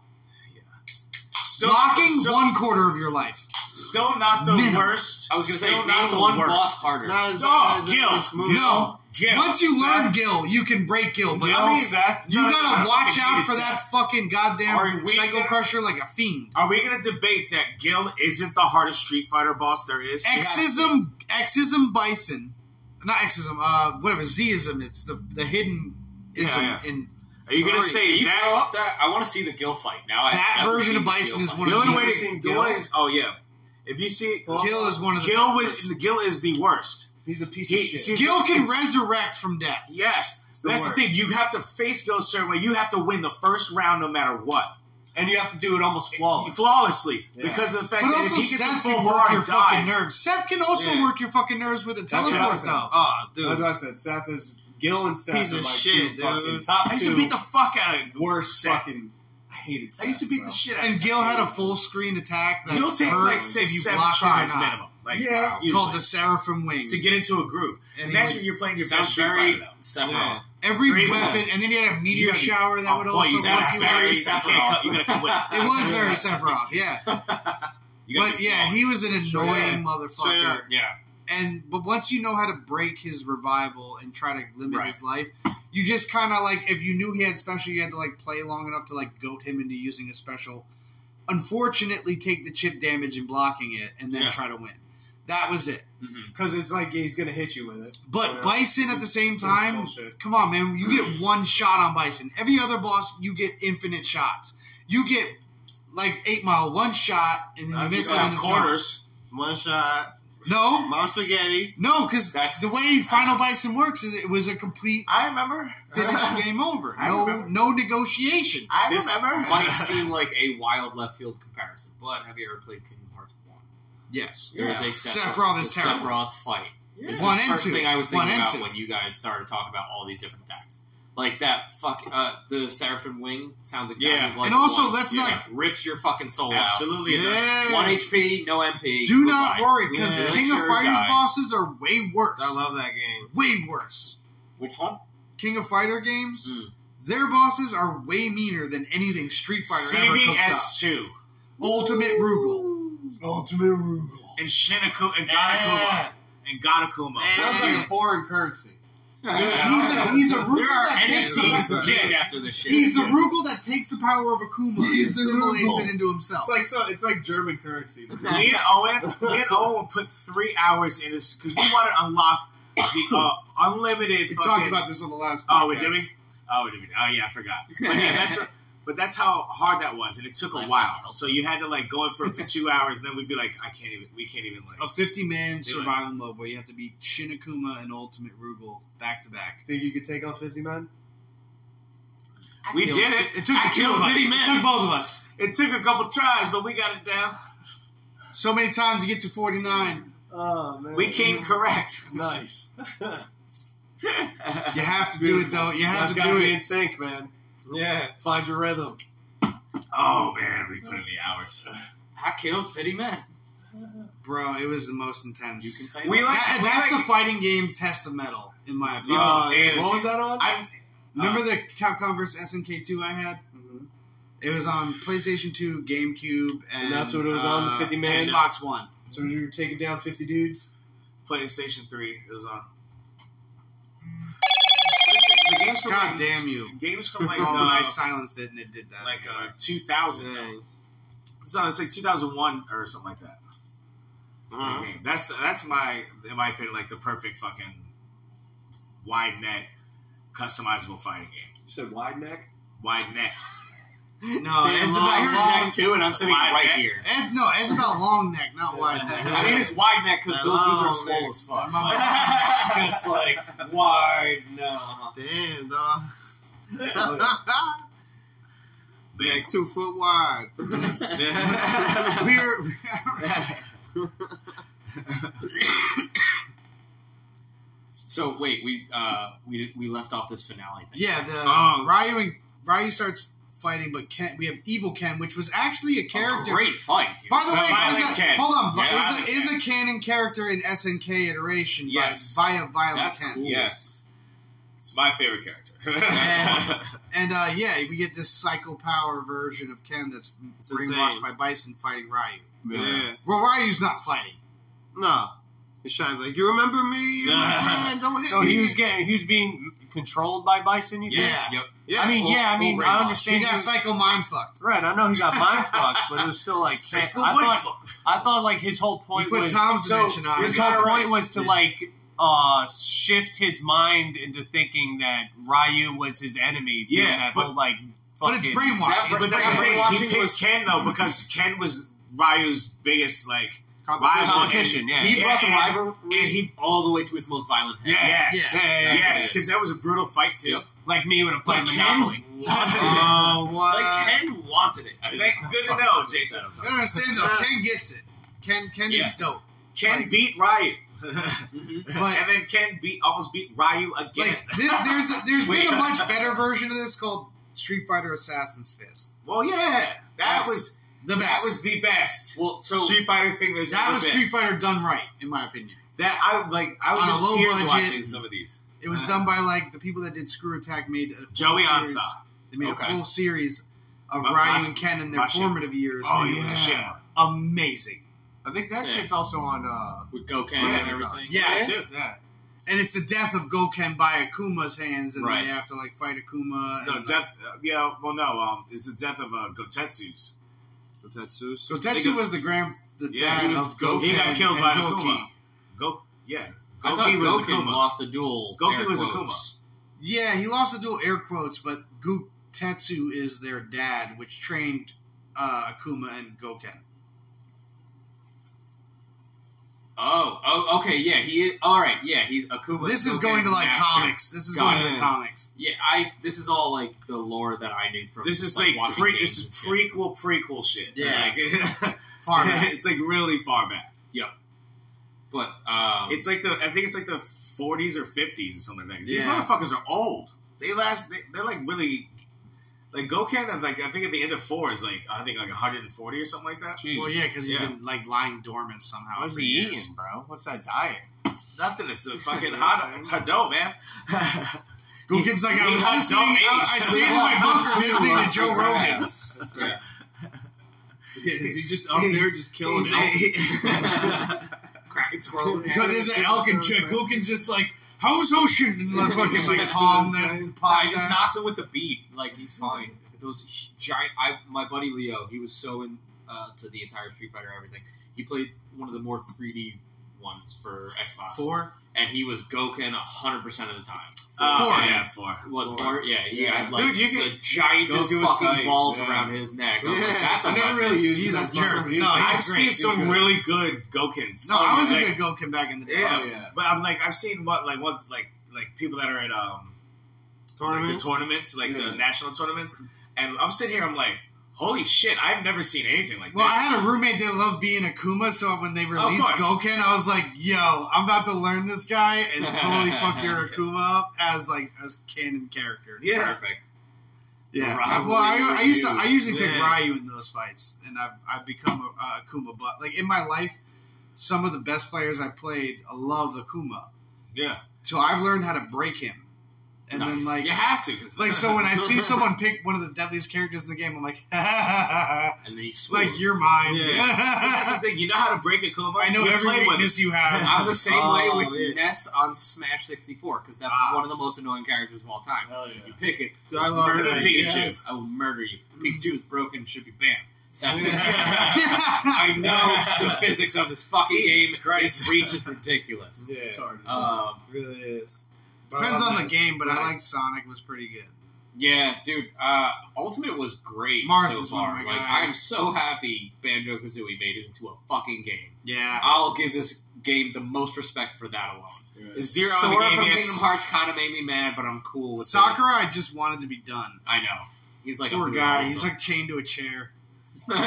[SPEAKER 7] Still,
[SPEAKER 3] Blocking
[SPEAKER 7] still,
[SPEAKER 3] one quarter of your life.
[SPEAKER 7] Still not the
[SPEAKER 3] Minimum.
[SPEAKER 7] worst.
[SPEAKER 5] I was gonna say,
[SPEAKER 7] still
[SPEAKER 5] name
[SPEAKER 7] not the
[SPEAKER 5] one
[SPEAKER 7] worst.
[SPEAKER 5] boss harder.
[SPEAKER 8] Not as
[SPEAKER 7] Oh,
[SPEAKER 8] bad as
[SPEAKER 7] kill.
[SPEAKER 8] this movie.
[SPEAKER 3] No.
[SPEAKER 7] Gil,
[SPEAKER 3] Once you
[SPEAKER 7] son.
[SPEAKER 3] learn Gil, you can break Gil, but
[SPEAKER 4] I mean, Zach,
[SPEAKER 3] you
[SPEAKER 7] no,
[SPEAKER 3] gotta
[SPEAKER 7] no,
[SPEAKER 3] watch
[SPEAKER 7] I
[SPEAKER 3] out
[SPEAKER 7] hate
[SPEAKER 3] for
[SPEAKER 7] that.
[SPEAKER 3] that fucking
[SPEAKER 7] Are
[SPEAKER 3] goddamn
[SPEAKER 7] we
[SPEAKER 3] cycle
[SPEAKER 7] gonna-
[SPEAKER 3] crusher like a fiend.
[SPEAKER 7] Are we going to debate that Gil isn't the hardest Street Fighter boss there is?
[SPEAKER 3] Exism, Exism Bison, not Exism. Uh, whatever Zism. It's the the hidden ism
[SPEAKER 7] Yeah, yeah.
[SPEAKER 3] in
[SPEAKER 7] Are you going to
[SPEAKER 5] Sorry, can
[SPEAKER 7] say
[SPEAKER 5] you
[SPEAKER 7] that?
[SPEAKER 5] throw up that? I want to see the Gill fight now.
[SPEAKER 3] That
[SPEAKER 5] I've never
[SPEAKER 3] version
[SPEAKER 5] seen
[SPEAKER 3] of
[SPEAKER 5] the
[SPEAKER 3] Bison
[SPEAKER 5] Gill
[SPEAKER 3] is
[SPEAKER 5] fight.
[SPEAKER 3] one
[SPEAKER 7] The
[SPEAKER 3] of
[SPEAKER 7] only way
[SPEAKER 3] Never
[SPEAKER 7] to
[SPEAKER 4] seen
[SPEAKER 7] the
[SPEAKER 4] Gil?
[SPEAKER 7] one is oh yeah. If you see
[SPEAKER 3] Gil is one of the
[SPEAKER 7] Gil was Gil is the worst.
[SPEAKER 4] He's a piece
[SPEAKER 7] He-
[SPEAKER 4] of shit.
[SPEAKER 7] see-
[SPEAKER 3] Gil can
[SPEAKER 7] It's-
[SPEAKER 3] resurrect from death.
[SPEAKER 7] Yes,
[SPEAKER 4] the
[SPEAKER 7] that's
[SPEAKER 4] worst.
[SPEAKER 7] the thing. You have to face Gil a certain way. You have to win the first round no matter what,
[SPEAKER 4] and you have to do it almost flawless.
[SPEAKER 7] flawlessly,
[SPEAKER 4] Yeah.
[SPEAKER 7] because of the fact
[SPEAKER 3] But
[SPEAKER 7] that
[SPEAKER 3] also
[SPEAKER 7] if he gets a
[SPEAKER 3] Seth
[SPEAKER 7] full
[SPEAKER 3] can work
[SPEAKER 7] bar
[SPEAKER 3] your
[SPEAKER 7] and dies.
[SPEAKER 3] fucking nerves. Seth can also
[SPEAKER 4] Yeah.
[SPEAKER 3] work your fucking nerves with a
[SPEAKER 4] what I
[SPEAKER 3] teleport
[SPEAKER 4] said.
[SPEAKER 3] though.
[SPEAKER 7] Oh,
[SPEAKER 4] That's
[SPEAKER 7] dude,
[SPEAKER 4] what I said. Seth is Gil and Seth
[SPEAKER 8] Piece
[SPEAKER 4] are
[SPEAKER 8] of
[SPEAKER 4] like
[SPEAKER 8] shit,
[SPEAKER 4] two fucking
[SPEAKER 8] dude.
[SPEAKER 4] top
[SPEAKER 7] I used to
[SPEAKER 4] two
[SPEAKER 7] beat the fuck out of him.
[SPEAKER 4] worst
[SPEAKER 7] Seth.
[SPEAKER 4] fucking. I hated. Seth,
[SPEAKER 7] I used to beat
[SPEAKER 4] bro.
[SPEAKER 7] the shit out of
[SPEAKER 3] And
[SPEAKER 7] him.
[SPEAKER 3] Gil had a full screen attack that
[SPEAKER 7] Gil takes
[SPEAKER 3] hurt
[SPEAKER 7] like six,
[SPEAKER 3] if you
[SPEAKER 7] seven
[SPEAKER 3] block it or
[SPEAKER 7] tries
[SPEAKER 3] not,
[SPEAKER 7] minimum. Like,
[SPEAKER 4] Yeah.
[SPEAKER 7] usually,
[SPEAKER 3] called the Seraphim Wing.
[SPEAKER 7] to get into a groove.
[SPEAKER 3] And
[SPEAKER 7] And,
[SPEAKER 3] he
[SPEAKER 7] that's
[SPEAKER 3] would-
[SPEAKER 7] when you're playing your best
[SPEAKER 5] Sounds
[SPEAKER 7] Street
[SPEAKER 5] very
[SPEAKER 7] Fighter,
[SPEAKER 5] Sephiroth.
[SPEAKER 3] Yeah. Every
[SPEAKER 7] Three
[SPEAKER 3] weapon, and then he had a meteor
[SPEAKER 7] gotta be-
[SPEAKER 3] shower that
[SPEAKER 7] though.
[SPEAKER 3] would
[SPEAKER 7] Oh,
[SPEAKER 3] also
[SPEAKER 7] boy, you
[SPEAKER 3] block
[SPEAKER 7] sound
[SPEAKER 3] you.
[SPEAKER 7] very
[SPEAKER 3] out.
[SPEAKER 7] Sephiroth. You gotta
[SPEAKER 3] [LAUGHS]
[SPEAKER 7] come with
[SPEAKER 3] It was very Sephiroth, yeah.
[SPEAKER 7] You gotta
[SPEAKER 3] But
[SPEAKER 7] be
[SPEAKER 3] yeah,
[SPEAKER 7] flawless.
[SPEAKER 3] he was an annoying
[SPEAKER 8] Straight
[SPEAKER 3] motherfucker.
[SPEAKER 8] up.
[SPEAKER 5] Yeah.
[SPEAKER 3] and but once you know how to break his revival and try to limit
[SPEAKER 7] Right.
[SPEAKER 3] his life, you just kind of like if you knew he had special, you had to like play long enough to like goat him into using a special. Unfortunately, take the chip damage and blocking it, and then
[SPEAKER 7] Yeah.
[SPEAKER 3] try to win. That was it.
[SPEAKER 4] because it's like yeah, he's gonna hit you with it.
[SPEAKER 3] But
[SPEAKER 4] Yeah.
[SPEAKER 3] Bison at the same time,
[SPEAKER 4] bullshit.
[SPEAKER 3] come on, man, you get one shot on Bison. Every other boss, you get infinite shots. You get like Eight Mile, one shot, and then you
[SPEAKER 7] Not if
[SPEAKER 3] miss
[SPEAKER 7] you
[SPEAKER 3] it,
[SPEAKER 7] don't
[SPEAKER 3] and
[SPEAKER 7] have
[SPEAKER 3] it's gone.
[SPEAKER 7] quarters.
[SPEAKER 8] One shot.
[SPEAKER 3] No,
[SPEAKER 4] Mom spaghetti.
[SPEAKER 3] no, because
[SPEAKER 5] That's-
[SPEAKER 3] the way Final Bison works is it was a complete
[SPEAKER 7] I remember.
[SPEAKER 3] [LAUGHS]
[SPEAKER 4] [LAUGHS]
[SPEAKER 3] finished game over.
[SPEAKER 7] I
[SPEAKER 3] No,
[SPEAKER 7] remember.
[SPEAKER 3] no negotiation.
[SPEAKER 7] I
[SPEAKER 5] This
[SPEAKER 7] remember.
[SPEAKER 5] [LAUGHS] might seem like a wild left field comparison, but have you ever played Kingdom Hearts 1?
[SPEAKER 3] Yes,
[SPEAKER 5] There's a Sephiroth,
[SPEAKER 3] Sephiroth is
[SPEAKER 5] the
[SPEAKER 3] terrible.
[SPEAKER 5] Sephiroth fight. Is
[SPEAKER 3] One
[SPEAKER 5] the
[SPEAKER 3] and
[SPEAKER 5] first
[SPEAKER 3] two.
[SPEAKER 5] thing I was
[SPEAKER 3] One
[SPEAKER 5] thinking
[SPEAKER 3] and
[SPEAKER 5] about
[SPEAKER 3] two.
[SPEAKER 5] when you guys started talking about all these different attacks. Like that fuck uh, the Seraphim wing sounds exactly
[SPEAKER 7] Yeah.
[SPEAKER 5] like
[SPEAKER 3] And also,
[SPEAKER 5] one.
[SPEAKER 3] let's
[SPEAKER 5] Yeah.
[SPEAKER 3] not-
[SPEAKER 5] rips your fucking soul
[SPEAKER 7] Absolutely.
[SPEAKER 5] out.
[SPEAKER 3] Yeah.
[SPEAKER 5] One HP, no MP.
[SPEAKER 3] Do not
[SPEAKER 5] goodbye.
[SPEAKER 3] worry, because
[SPEAKER 4] Yeah.
[SPEAKER 3] the King of
[SPEAKER 5] Sure
[SPEAKER 3] Fighters
[SPEAKER 5] guy.
[SPEAKER 3] bosses are way worse.
[SPEAKER 4] I love that game.
[SPEAKER 3] way worse.
[SPEAKER 5] Which one?
[SPEAKER 3] King of Fighter games,
[SPEAKER 5] Mm.
[SPEAKER 3] their bosses are way meaner than anything Street Fighter ever cooked up.
[SPEAKER 7] CVS two
[SPEAKER 3] Ultimate Rugal.
[SPEAKER 2] Ultimate Rugal.
[SPEAKER 7] and Shinaku and Ganakuma
[SPEAKER 3] Yeah.
[SPEAKER 7] and Ganakuma.
[SPEAKER 6] Sounds like a foreign currency.
[SPEAKER 3] Dude, he's a, he's a Rugal
[SPEAKER 5] There are
[SPEAKER 3] that takes
[SPEAKER 5] [LAUGHS]
[SPEAKER 3] the,
[SPEAKER 5] NFTs made after this shit.
[SPEAKER 3] he's the Rugal that takes the power of Akuma and
[SPEAKER 2] He's the
[SPEAKER 3] assimilates
[SPEAKER 2] Rugal.
[SPEAKER 3] it into himself.
[SPEAKER 6] It's like so. It's like German currency.
[SPEAKER 7] me and Owen, me and Owen would put three hours in this because we wanted to unlock the uh, unlimited.
[SPEAKER 3] we
[SPEAKER 7] fucking,
[SPEAKER 3] talked about this on the last podcast.
[SPEAKER 7] Oh, we did we? Oh, we did. we? Oh, yeah, I
[SPEAKER 3] [LAUGHS]
[SPEAKER 7] forgot. But yeah, that's what- but that's how hard that was, and it took a while. So you had to like go in for, for two hours, and then we'd be like, I can't even. We can't even
[SPEAKER 3] A
[SPEAKER 7] like.
[SPEAKER 3] 50 man
[SPEAKER 7] Do it.
[SPEAKER 3] survival mode where you have to beat Shinakuma and Ultimate Rugal back to back.
[SPEAKER 6] Think you could take on fifty men?
[SPEAKER 7] We did it.
[SPEAKER 3] It took the
[SPEAKER 7] I
[SPEAKER 3] two
[SPEAKER 7] killed
[SPEAKER 3] of us.
[SPEAKER 7] 50
[SPEAKER 3] It
[SPEAKER 7] men.
[SPEAKER 3] took both of us.
[SPEAKER 7] It took a couple tries, but we got it down.
[SPEAKER 3] So many times you get to 49.
[SPEAKER 6] Oh man,
[SPEAKER 7] We came
[SPEAKER 3] Mm.
[SPEAKER 7] correct.
[SPEAKER 6] Nice.
[SPEAKER 3] You have to do it, though. You have
[SPEAKER 6] That's
[SPEAKER 3] to
[SPEAKER 6] gotta
[SPEAKER 3] do
[SPEAKER 6] be in
[SPEAKER 3] it.
[SPEAKER 6] sync, man.
[SPEAKER 4] Yeah.
[SPEAKER 6] Find your rhythm.
[SPEAKER 7] Oh man, we put in the hours.
[SPEAKER 5] [LAUGHS] I killed 50 men.
[SPEAKER 3] Bro, it was the most
[SPEAKER 5] You
[SPEAKER 3] intense.
[SPEAKER 5] can say
[SPEAKER 7] We
[SPEAKER 5] that.
[SPEAKER 7] like-
[SPEAKER 3] That-
[SPEAKER 7] we
[SPEAKER 3] that's
[SPEAKER 7] like-
[SPEAKER 3] the uh, fighting game test of metal, in my opinion.
[SPEAKER 7] Yo, man.
[SPEAKER 6] what was that on?
[SPEAKER 7] I
[SPEAKER 3] Remember the Capcom vs. SNK two I had?
[SPEAKER 6] Mm-hmm.
[SPEAKER 3] It was on PlayStation two, GameCube, and,
[SPEAKER 6] And that's what it was on,
[SPEAKER 3] uh,
[SPEAKER 6] 50 man?
[SPEAKER 3] Xbox
[SPEAKER 7] [LAUGHS]
[SPEAKER 3] One.
[SPEAKER 6] so you were taking down fifty dudes.
[SPEAKER 7] PlayStation Three. It was on. The games from
[SPEAKER 3] God
[SPEAKER 7] like,
[SPEAKER 3] damn you!
[SPEAKER 7] Games from
[SPEAKER 3] [LAUGHS]
[SPEAKER 7] like uh,
[SPEAKER 3] oh,
[SPEAKER 7] the-
[SPEAKER 3] I silenced it and it did that.
[SPEAKER 7] like uh, 2000. It's not. It's like 2001 or something like that.
[SPEAKER 4] Uh-huh.
[SPEAKER 7] That game. That's the, that's my in my opinion like the perfect fucking wide net customizable fighting game.
[SPEAKER 6] You said wide neck.
[SPEAKER 7] Wide net. [LAUGHS]
[SPEAKER 3] no, it's
[SPEAKER 5] I heard
[SPEAKER 3] about long.
[SPEAKER 5] Oh, neck too, and I'm sitting
[SPEAKER 7] Wide
[SPEAKER 5] right
[SPEAKER 7] neck.
[SPEAKER 5] here.
[SPEAKER 3] It's no, it's about long neck, not
[SPEAKER 7] [LAUGHS]
[SPEAKER 3] wide neck.
[SPEAKER 5] I mean, it's wide neck because those dudes are
[SPEAKER 6] Long
[SPEAKER 5] small
[SPEAKER 6] neck.
[SPEAKER 5] as fuck. [LAUGHS]
[SPEAKER 3] My mom-
[SPEAKER 5] Like, just like wide, no.
[SPEAKER 3] Damn, dog.
[SPEAKER 7] [LAUGHS] Big.
[SPEAKER 3] two foot
[SPEAKER 7] [LAUGHS]
[SPEAKER 3] wide. [LAUGHS] We're
[SPEAKER 5] So wait, we uh we we left off this finale thing.
[SPEAKER 3] yeah. The
[SPEAKER 7] Oh.
[SPEAKER 3] Ryu and Ryu starts fighting, but Ken, we have evil Ken, which was actually a character.
[SPEAKER 5] great fight. Dude.
[SPEAKER 3] By the
[SPEAKER 7] But
[SPEAKER 3] way,
[SPEAKER 7] Oh, Violent
[SPEAKER 3] is a,
[SPEAKER 7] Ken.
[SPEAKER 3] hold on. but
[SPEAKER 7] Violent
[SPEAKER 3] is, a, is a canon character in SNK iteration
[SPEAKER 7] Yes.
[SPEAKER 3] yes. via Violent
[SPEAKER 5] That's
[SPEAKER 3] Ken.
[SPEAKER 5] cool.
[SPEAKER 7] yes, it's my favorite character. [LAUGHS]
[SPEAKER 3] And, and uh, yeah, we get this psycho power version of Ken that's brainwashed
[SPEAKER 4] insane.
[SPEAKER 3] by Bison fighting Ryu.
[SPEAKER 4] Yeah.
[SPEAKER 3] Well, Ryu's not fighting.
[SPEAKER 4] No. It's trying to be like, you remember me? You're
[SPEAKER 7] [LAUGHS]
[SPEAKER 4] my
[SPEAKER 7] Yeah.
[SPEAKER 4] friend. Don't hit
[SPEAKER 6] So
[SPEAKER 4] me.
[SPEAKER 6] he was getting he was being controlled by Bison. You think?
[SPEAKER 3] Yes.
[SPEAKER 5] Yep.
[SPEAKER 4] Yeah.
[SPEAKER 6] I mean,
[SPEAKER 5] full-
[SPEAKER 6] yeah.
[SPEAKER 5] full
[SPEAKER 6] I mean,
[SPEAKER 5] brainwash.
[SPEAKER 6] I understand.
[SPEAKER 3] He got
[SPEAKER 6] you-
[SPEAKER 3] psycho mind fucked.
[SPEAKER 6] Right, I know he got mind fucked, but it was still like I
[SPEAKER 7] Psycho mind
[SPEAKER 6] thought I thought like his whole
[SPEAKER 3] He
[SPEAKER 6] point
[SPEAKER 3] put
[SPEAKER 6] was
[SPEAKER 3] Tom's
[SPEAKER 6] so
[SPEAKER 3] dimension
[SPEAKER 4] Uh,
[SPEAKER 3] on.
[SPEAKER 6] his
[SPEAKER 3] it.
[SPEAKER 6] whole point was to like uh shift his mind into thinking that Ryu was his enemy. through
[SPEAKER 7] Yeah,
[SPEAKER 6] that
[SPEAKER 7] but-
[SPEAKER 6] whole like
[SPEAKER 3] But it's
[SPEAKER 6] fucking-
[SPEAKER 3] brainwashing.
[SPEAKER 5] That-
[SPEAKER 3] It's
[SPEAKER 7] but that's the thing. He
[SPEAKER 5] Brainwashing
[SPEAKER 7] picked
[SPEAKER 5] was-
[SPEAKER 7] Ken though because Ken was Ryu's biggest like
[SPEAKER 3] competition.
[SPEAKER 7] Ryu-
[SPEAKER 6] Competition, yeah.
[SPEAKER 5] He brought the
[SPEAKER 7] Yeah, and-
[SPEAKER 5] rivalry
[SPEAKER 7] and he-
[SPEAKER 5] all the way to his most violent. head.
[SPEAKER 7] Yes,
[SPEAKER 6] Yeah, yeah, yeah, yeah.
[SPEAKER 7] yes, because that was a brutal fight too.
[SPEAKER 5] Yep.
[SPEAKER 6] like me would have played
[SPEAKER 5] Like
[SPEAKER 6] Monopoly.
[SPEAKER 5] Ken
[SPEAKER 3] [LAUGHS]
[SPEAKER 5] wanted it.
[SPEAKER 3] Oh, what?
[SPEAKER 5] Like Ken wanted it. I mean,
[SPEAKER 7] Thank- Good to know, Jason.
[SPEAKER 3] You gotta understand though, Ken gets it. Ken, Ken is
[SPEAKER 7] Yeah.
[SPEAKER 3] dope.
[SPEAKER 7] Ken
[SPEAKER 3] Like-
[SPEAKER 7] beat Ryu, [LAUGHS]
[SPEAKER 3] But
[SPEAKER 7] and then Ken beat almost beat Ryu again.
[SPEAKER 3] Like th- there's a, there's
[SPEAKER 7] Wait.
[SPEAKER 3] been a much better version of this called Street Fighter Assassin's Fist.
[SPEAKER 7] well, yeah, that
[SPEAKER 3] Yes.
[SPEAKER 7] was
[SPEAKER 3] The
[SPEAKER 7] that
[SPEAKER 3] best.
[SPEAKER 7] was the best
[SPEAKER 5] Well, so
[SPEAKER 7] Street Fighter thing there's
[SPEAKER 3] That
[SPEAKER 7] ever
[SPEAKER 3] was
[SPEAKER 7] been.
[SPEAKER 3] Street Fighter done right, in my opinion.
[SPEAKER 7] That I like. I was
[SPEAKER 3] On a
[SPEAKER 7] in
[SPEAKER 3] low
[SPEAKER 7] tears
[SPEAKER 3] budget-
[SPEAKER 7] watching some of these.
[SPEAKER 3] It was done by like the people that did Screw Attack made a full
[SPEAKER 7] Joey
[SPEAKER 3] series.
[SPEAKER 7] Ansa.
[SPEAKER 3] They made
[SPEAKER 5] Okay.
[SPEAKER 3] a full series of
[SPEAKER 7] Ma-
[SPEAKER 3] Ryu
[SPEAKER 7] Ma-
[SPEAKER 3] and Ken in their
[SPEAKER 7] Ma-
[SPEAKER 3] formative years.
[SPEAKER 7] Oh,
[SPEAKER 3] and it
[SPEAKER 7] yeah.
[SPEAKER 3] was amazing.
[SPEAKER 6] I think that
[SPEAKER 5] Yeah.
[SPEAKER 6] shit's also on. uh
[SPEAKER 5] with Gokan
[SPEAKER 6] Yeah,
[SPEAKER 5] and
[SPEAKER 6] it's on.
[SPEAKER 5] everything.
[SPEAKER 3] Yeah.
[SPEAKER 7] Dude,
[SPEAKER 6] Yeah,
[SPEAKER 3] And it's the death of Goken by Akuma's hands, and
[SPEAKER 5] Right.
[SPEAKER 3] they have to like fight Akuma.
[SPEAKER 7] no
[SPEAKER 3] and,
[SPEAKER 7] death. Uh, yeah, well, no. Um, it's the death of uh, Gotetsu's.
[SPEAKER 4] Tetsus.
[SPEAKER 3] like, Gotetsu
[SPEAKER 7] they got-
[SPEAKER 3] was the grand the
[SPEAKER 7] Yeah, he
[SPEAKER 3] dad
[SPEAKER 7] was
[SPEAKER 3] of
[SPEAKER 7] Go-
[SPEAKER 3] Goken.
[SPEAKER 7] he got killed
[SPEAKER 3] and
[SPEAKER 7] by
[SPEAKER 3] Goki.
[SPEAKER 7] Akuma. Go. Yeah.
[SPEAKER 5] I thought
[SPEAKER 7] Goki was
[SPEAKER 5] Gokan
[SPEAKER 7] Akuma.
[SPEAKER 5] lost the duel.
[SPEAKER 7] Goki
[SPEAKER 5] air
[SPEAKER 7] was
[SPEAKER 5] quotes.
[SPEAKER 7] Akuma.
[SPEAKER 3] Yeah, he lost the dual air quotes, but Gutetsu is their dad, which trained uh, Akuma and Goken.
[SPEAKER 5] Oh, oh, okay, yeah, he is. All right, yeah, he's Akuma.
[SPEAKER 3] this is
[SPEAKER 5] Gohan's
[SPEAKER 3] going to like
[SPEAKER 5] master.
[SPEAKER 3] comics. This is
[SPEAKER 5] Got
[SPEAKER 3] going to the
[SPEAKER 5] it.
[SPEAKER 3] comics.
[SPEAKER 5] Yeah, I. This is all like the lore that I knew from.
[SPEAKER 7] This is
[SPEAKER 5] like,
[SPEAKER 7] like,
[SPEAKER 5] watching
[SPEAKER 7] pre-
[SPEAKER 5] games
[SPEAKER 7] this is
[SPEAKER 5] and shit.
[SPEAKER 7] prequel prequel shit.
[SPEAKER 5] Yeah.
[SPEAKER 7] Like, [LAUGHS]
[SPEAKER 3] Far back.
[SPEAKER 7] it's like really far back.
[SPEAKER 5] But um,
[SPEAKER 7] It's like the I think it's like the 40s or 50s or something like that. 'Cause These
[SPEAKER 3] Yeah.
[SPEAKER 7] motherfuckers are old. They last. They, they're like really. Like Gokan, like I think at the end of four is like I think like 140 or something like that.
[SPEAKER 3] Well, yeah, because he's
[SPEAKER 7] Yeah.
[SPEAKER 3] been like lying dormant somehow.
[SPEAKER 4] What's
[SPEAKER 3] for
[SPEAKER 4] he
[SPEAKER 3] years.
[SPEAKER 4] eating, bro? What's that diet?
[SPEAKER 7] Nothing.
[SPEAKER 3] [LAUGHS]
[SPEAKER 7] It's a fucking hot. It's hot dough, man.
[SPEAKER 3] Goken's like, I
[SPEAKER 7] He
[SPEAKER 3] was
[SPEAKER 7] had
[SPEAKER 3] listening.
[SPEAKER 7] no
[SPEAKER 3] I, I
[SPEAKER 7] age.
[SPEAKER 3] stayed in my bunker listening to Joe Rogan.
[SPEAKER 4] Is he just up there just killing?
[SPEAKER 5] [LAUGHS] cracking squirrels. and
[SPEAKER 3] Because there's an elk in check. Goken's just like, how's ocean? And
[SPEAKER 7] [LAUGHS]
[SPEAKER 3] like, fucking like palm that,
[SPEAKER 5] Nah,
[SPEAKER 3] palm
[SPEAKER 5] he just
[SPEAKER 3] that.
[SPEAKER 5] knocks it with the beat. Like he's fine. Those hu- giant. I my buddy Leo. He was so in uh, to the entire Street Fighter everything. He played one of the more 3D ones for Xbox,
[SPEAKER 3] Four.
[SPEAKER 5] and he was Goken 100 percent of the time.
[SPEAKER 7] Uh,
[SPEAKER 3] Four.
[SPEAKER 7] Yeah, four.
[SPEAKER 5] It was
[SPEAKER 4] Four.
[SPEAKER 5] four. Yeah, he
[SPEAKER 4] Yeah.
[SPEAKER 5] had like
[SPEAKER 7] Dude, you
[SPEAKER 5] the giantest
[SPEAKER 4] Goku was
[SPEAKER 5] fucking
[SPEAKER 4] tight,
[SPEAKER 5] balls
[SPEAKER 4] yeah.
[SPEAKER 5] around his neck. I was like,
[SPEAKER 3] Yeah.
[SPEAKER 5] That's a
[SPEAKER 4] I never
[SPEAKER 5] weapon.
[SPEAKER 4] really used.
[SPEAKER 3] He's
[SPEAKER 4] it
[SPEAKER 3] a
[SPEAKER 4] that
[SPEAKER 3] jerk.
[SPEAKER 4] much, but he-
[SPEAKER 3] No, he's
[SPEAKER 7] I've
[SPEAKER 3] great.
[SPEAKER 7] seen some
[SPEAKER 3] He's good.
[SPEAKER 7] really good Gokans.
[SPEAKER 3] No, I was a
[SPEAKER 7] Like,
[SPEAKER 3] good Goken back in the day.
[SPEAKER 7] Yeah.
[SPEAKER 4] Oh, yeah.
[SPEAKER 7] But I'm like, I've seen what like once like like people that are at um like the
[SPEAKER 4] Tournaments?
[SPEAKER 7] tournaments, like
[SPEAKER 4] Yeah.
[SPEAKER 7] the national tournaments, and I'm sitting here, I'm like, holy shit, I've never seen anything like
[SPEAKER 3] Well, I
[SPEAKER 7] that.
[SPEAKER 3] had a roommate that loved being Akuma, so when they released
[SPEAKER 7] course.
[SPEAKER 3] Goken, I was like, "Yo, I'm about to learn this guy and totally
[SPEAKER 7] [LAUGHS]
[SPEAKER 3] fuck your Akuma up as like as canon character."
[SPEAKER 7] yeah,
[SPEAKER 5] Perfect.
[SPEAKER 3] yeah.
[SPEAKER 4] Ryu
[SPEAKER 3] well, I, I used to
[SPEAKER 4] Ryu.
[SPEAKER 3] I usually pick
[SPEAKER 7] Yeah.
[SPEAKER 3] Ryu in those fights, and I've I've become a, a Akuma. But like in my life, some of the best players I played I loved Akuma,
[SPEAKER 7] yeah.
[SPEAKER 3] so I've learned how to break him, and then
[SPEAKER 7] Nice.
[SPEAKER 3] like.
[SPEAKER 7] you have to,
[SPEAKER 3] Like so, when I
[SPEAKER 7] [LAUGHS]
[SPEAKER 3] see someone pick one of the deadliest characters in the game, I'm like, [LAUGHS]
[SPEAKER 5] And then he
[SPEAKER 3] like you're mine.
[SPEAKER 7] That's the thing. You know how to break a Kuma.
[SPEAKER 3] [LAUGHS] I know
[SPEAKER 7] You
[SPEAKER 3] every
[SPEAKER 7] play with
[SPEAKER 3] weakness you
[SPEAKER 5] [LAUGHS]
[SPEAKER 3] have. [LAUGHS]
[SPEAKER 5] I'm the same
[SPEAKER 4] Oh,
[SPEAKER 5] way with
[SPEAKER 4] yeah.
[SPEAKER 5] Ness on Smash 64 because that's
[SPEAKER 3] Ah.
[SPEAKER 5] one of the most annoying characters of all time.
[SPEAKER 7] Uh,
[SPEAKER 4] Hell
[SPEAKER 5] If
[SPEAKER 4] yeah.
[SPEAKER 7] [LAUGHS]
[SPEAKER 5] you pick it,
[SPEAKER 4] I love
[SPEAKER 5] murder
[SPEAKER 4] that.
[SPEAKER 5] Pikachu.
[SPEAKER 4] Yes.
[SPEAKER 5] I will murder you. Pikachu is broken, and should be banned. That's
[SPEAKER 3] Yeah.
[SPEAKER 5] [LAUGHS] I know the physics of this fucking
[SPEAKER 7] Jesus
[SPEAKER 5] game.
[SPEAKER 7] Christ.
[SPEAKER 5] Its reach is ridiculous.
[SPEAKER 4] Yeah,
[SPEAKER 6] It's hard.
[SPEAKER 5] Um,
[SPEAKER 4] it really is. But
[SPEAKER 3] Depends
[SPEAKER 4] I
[SPEAKER 3] on
[SPEAKER 4] love
[SPEAKER 3] the
[SPEAKER 4] that.
[SPEAKER 3] game, but I
[SPEAKER 4] Nice.
[SPEAKER 3] like Sonic was pretty good.
[SPEAKER 5] yeah, dude. Uh, Ultimate was great
[SPEAKER 3] Martha's
[SPEAKER 5] so far.
[SPEAKER 3] one of my
[SPEAKER 5] like
[SPEAKER 3] guys.
[SPEAKER 5] I'm so happy Banjo Kazooie made it into a fucking game.
[SPEAKER 3] Yeah.
[SPEAKER 5] I'll give this game the most respect for that
[SPEAKER 7] zero on
[SPEAKER 5] alone.
[SPEAKER 7] the
[SPEAKER 5] Sora
[SPEAKER 7] game
[SPEAKER 5] from
[SPEAKER 7] yet.
[SPEAKER 5] Kingdom Hearts kind of made me mad, but I'm cool with it.
[SPEAKER 3] Sakura, I just wanted to be done.
[SPEAKER 5] I know. He's like
[SPEAKER 3] Poor
[SPEAKER 5] a
[SPEAKER 3] guy. He's like chained to a chair.
[SPEAKER 5] [LAUGHS]
[SPEAKER 3] He's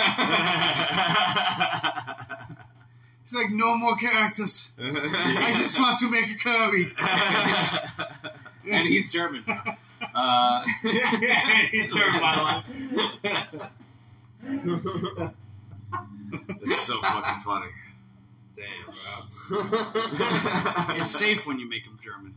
[SPEAKER 3] like, no more characters. I just want to make a curry.
[SPEAKER 5] [LAUGHS] and he's German.
[SPEAKER 3] [LAUGHS]
[SPEAKER 5] now. [LAUGHS] Uh,
[SPEAKER 6] He's German, by
[SPEAKER 7] That's so fucking funny. [LAUGHS]
[SPEAKER 3] It's safe when you make him German.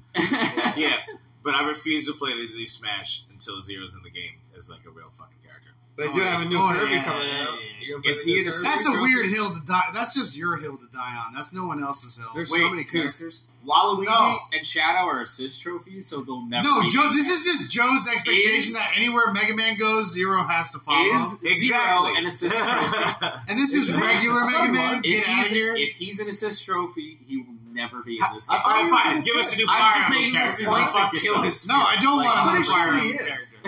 [SPEAKER 7] Yeah, but I refuse to play the new Smash until Zero's in the game as like a real fucking character.
[SPEAKER 4] They do have a new
[SPEAKER 3] Oh,
[SPEAKER 4] Kirby
[SPEAKER 3] yeah.
[SPEAKER 4] coming out. You gonna play
[SPEAKER 5] Is
[SPEAKER 4] the
[SPEAKER 5] he
[SPEAKER 4] new
[SPEAKER 5] in a
[SPEAKER 4] Kirby?
[SPEAKER 3] That's a weird hill to die. That's just your hill to die on. That's no one else's hill.
[SPEAKER 4] There's
[SPEAKER 5] Wait,
[SPEAKER 4] so many
[SPEAKER 5] 'cause
[SPEAKER 4] characters.
[SPEAKER 5] Waluigi
[SPEAKER 3] No.
[SPEAKER 5] and Shadow are assist trophies, so they'll never.
[SPEAKER 3] No,
[SPEAKER 5] be-
[SPEAKER 3] Joe. This is just Joe's expectation
[SPEAKER 5] Is-
[SPEAKER 3] that anywhere Mega Man goes, Zero has to follow.
[SPEAKER 5] is
[SPEAKER 7] Exactly.
[SPEAKER 5] zero an assist trophy.
[SPEAKER 3] and this is regular Mega Man. [LAUGHS]
[SPEAKER 5] if,
[SPEAKER 3] Get out of
[SPEAKER 5] he's,
[SPEAKER 3] here.
[SPEAKER 5] if he's an assist trophy, he will never be in this game.
[SPEAKER 4] thought he was
[SPEAKER 7] fine.
[SPEAKER 4] an
[SPEAKER 7] Give us a new
[SPEAKER 4] assist.
[SPEAKER 5] I'm
[SPEAKER 7] Fire
[SPEAKER 5] just
[SPEAKER 7] Emblem
[SPEAKER 5] making this
[SPEAKER 7] character.
[SPEAKER 5] point
[SPEAKER 7] Go
[SPEAKER 5] to
[SPEAKER 7] fuck yourself.
[SPEAKER 5] kill his.
[SPEAKER 3] No, I don't
[SPEAKER 5] Like,
[SPEAKER 3] want
[SPEAKER 5] I'm
[SPEAKER 3] him
[SPEAKER 5] pretty
[SPEAKER 3] to
[SPEAKER 5] sure
[SPEAKER 3] fire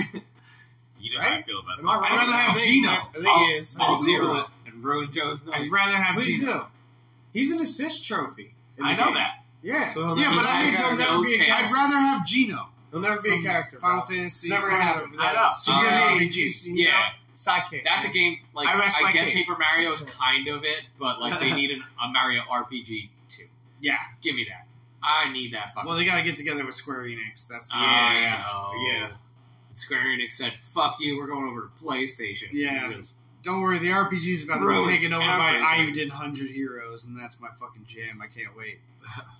[SPEAKER 5] he
[SPEAKER 3] him.
[SPEAKER 7] You know how I feel about
[SPEAKER 4] Am I
[SPEAKER 7] that.
[SPEAKER 4] right?
[SPEAKER 3] I'd rather have
[SPEAKER 4] I think-
[SPEAKER 3] Gino.
[SPEAKER 4] I think
[SPEAKER 5] I'll-
[SPEAKER 4] he is.
[SPEAKER 5] I'll zero it and ruin Joe's night.
[SPEAKER 3] I'd rather have
[SPEAKER 4] Please
[SPEAKER 3] Gino.
[SPEAKER 4] do. He's an assist trophy. in
[SPEAKER 7] I
[SPEAKER 4] the
[SPEAKER 7] know
[SPEAKER 4] game.
[SPEAKER 7] that.
[SPEAKER 4] Yeah.
[SPEAKER 3] but I-
[SPEAKER 4] he'll
[SPEAKER 3] I
[SPEAKER 4] never
[SPEAKER 5] no
[SPEAKER 4] be a
[SPEAKER 5] chance.
[SPEAKER 4] character.
[SPEAKER 3] I'd rather have Gino.
[SPEAKER 4] He'll never be a
[SPEAKER 3] from
[SPEAKER 4] character.
[SPEAKER 3] Final
[SPEAKER 4] bro.
[SPEAKER 3] Fantasy.
[SPEAKER 4] Never
[SPEAKER 3] or
[SPEAKER 4] gonna
[SPEAKER 3] whatever
[SPEAKER 4] happen.
[SPEAKER 3] that
[SPEAKER 4] I know.
[SPEAKER 3] is.
[SPEAKER 4] She's
[SPEAKER 5] Uh,
[SPEAKER 4] gonna be
[SPEAKER 3] RPG.
[SPEAKER 4] just, you
[SPEAKER 5] yeah.
[SPEAKER 4] know, sidekick.
[SPEAKER 5] That's a game like
[SPEAKER 7] I
[SPEAKER 5] I,
[SPEAKER 7] rest my
[SPEAKER 5] get
[SPEAKER 7] case.
[SPEAKER 5] Paper Mario is kind of it, but like
[SPEAKER 3] [LAUGHS]
[SPEAKER 5] they need an, a Mario RPG too.
[SPEAKER 3] Yeah.
[SPEAKER 5] Give me that. I need that fucking.
[SPEAKER 3] Well, they got to get together with Square Enix. That's the
[SPEAKER 5] Uh,
[SPEAKER 7] Yeah,
[SPEAKER 5] I know.
[SPEAKER 7] yeah.
[SPEAKER 5] Square Enix said, "Fuck you. We're going over to PlayStation."
[SPEAKER 3] Yeah.
[SPEAKER 5] Because
[SPEAKER 3] Don't worry, the RPG is about to
[SPEAKER 5] Ruined
[SPEAKER 3] be taken over by I
[SPEAKER 5] everything.
[SPEAKER 3] did Hundred Heroes, and that's my fucking jam. I can't wait.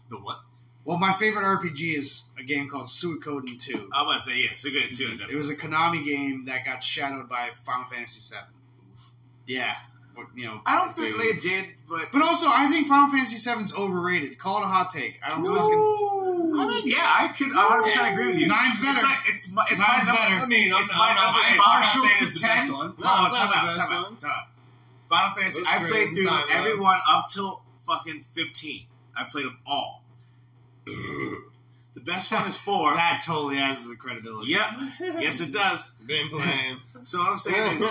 [SPEAKER 5] the what?
[SPEAKER 3] Well, my favorite RPG is a game called Suikoden Two.
[SPEAKER 7] I'm about to say yeah. So good at two. and
[SPEAKER 3] It was a Konami game that got shadowed by Final Fantasy VII. Yeah, but, you know.
[SPEAKER 7] I don't think they did, but
[SPEAKER 3] But also, I think Final Fantasy VII's overrated. Call it a hot take. I don't. know.
[SPEAKER 7] I mean, yeah, I could 100 percent agree with you.
[SPEAKER 3] Nine's better.
[SPEAKER 7] It's, like, it's, my- it's
[SPEAKER 3] Nine's
[SPEAKER 7] my number-
[SPEAKER 3] better.
[SPEAKER 6] I mean, I'm
[SPEAKER 7] It's
[SPEAKER 6] not-
[SPEAKER 7] my
[SPEAKER 6] I'm not
[SPEAKER 7] number
[SPEAKER 6] saying-
[SPEAKER 7] partial
[SPEAKER 6] I'm not saying
[SPEAKER 7] to
[SPEAKER 6] it's the best
[SPEAKER 7] 10.
[SPEAKER 6] one.
[SPEAKER 4] No,
[SPEAKER 7] No,
[SPEAKER 4] it's
[SPEAKER 7] time
[SPEAKER 4] not the
[SPEAKER 7] out,
[SPEAKER 4] best
[SPEAKER 7] time out,
[SPEAKER 4] one.
[SPEAKER 7] time out. Final Fantasy.
[SPEAKER 4] It's
[SPEAKER 7] I
[SPEAKER 4] great.
[SPEAKER 7] played through
[SPEAKER 4] Time out.
[SPEAKER 7] everyone up till fucking 15. I played them all. the best one is
[SPEAKER 3] [LAUGHS]
[SPEAKER 7] four.
[SPEAKER 3] That totally adds to the credibility.
[SPEAKER 7] yep. Yes, it does.
[SPEAKER 4] [LAUGHS] Been playing.
[SPEAKER 7] So what I'm saying is,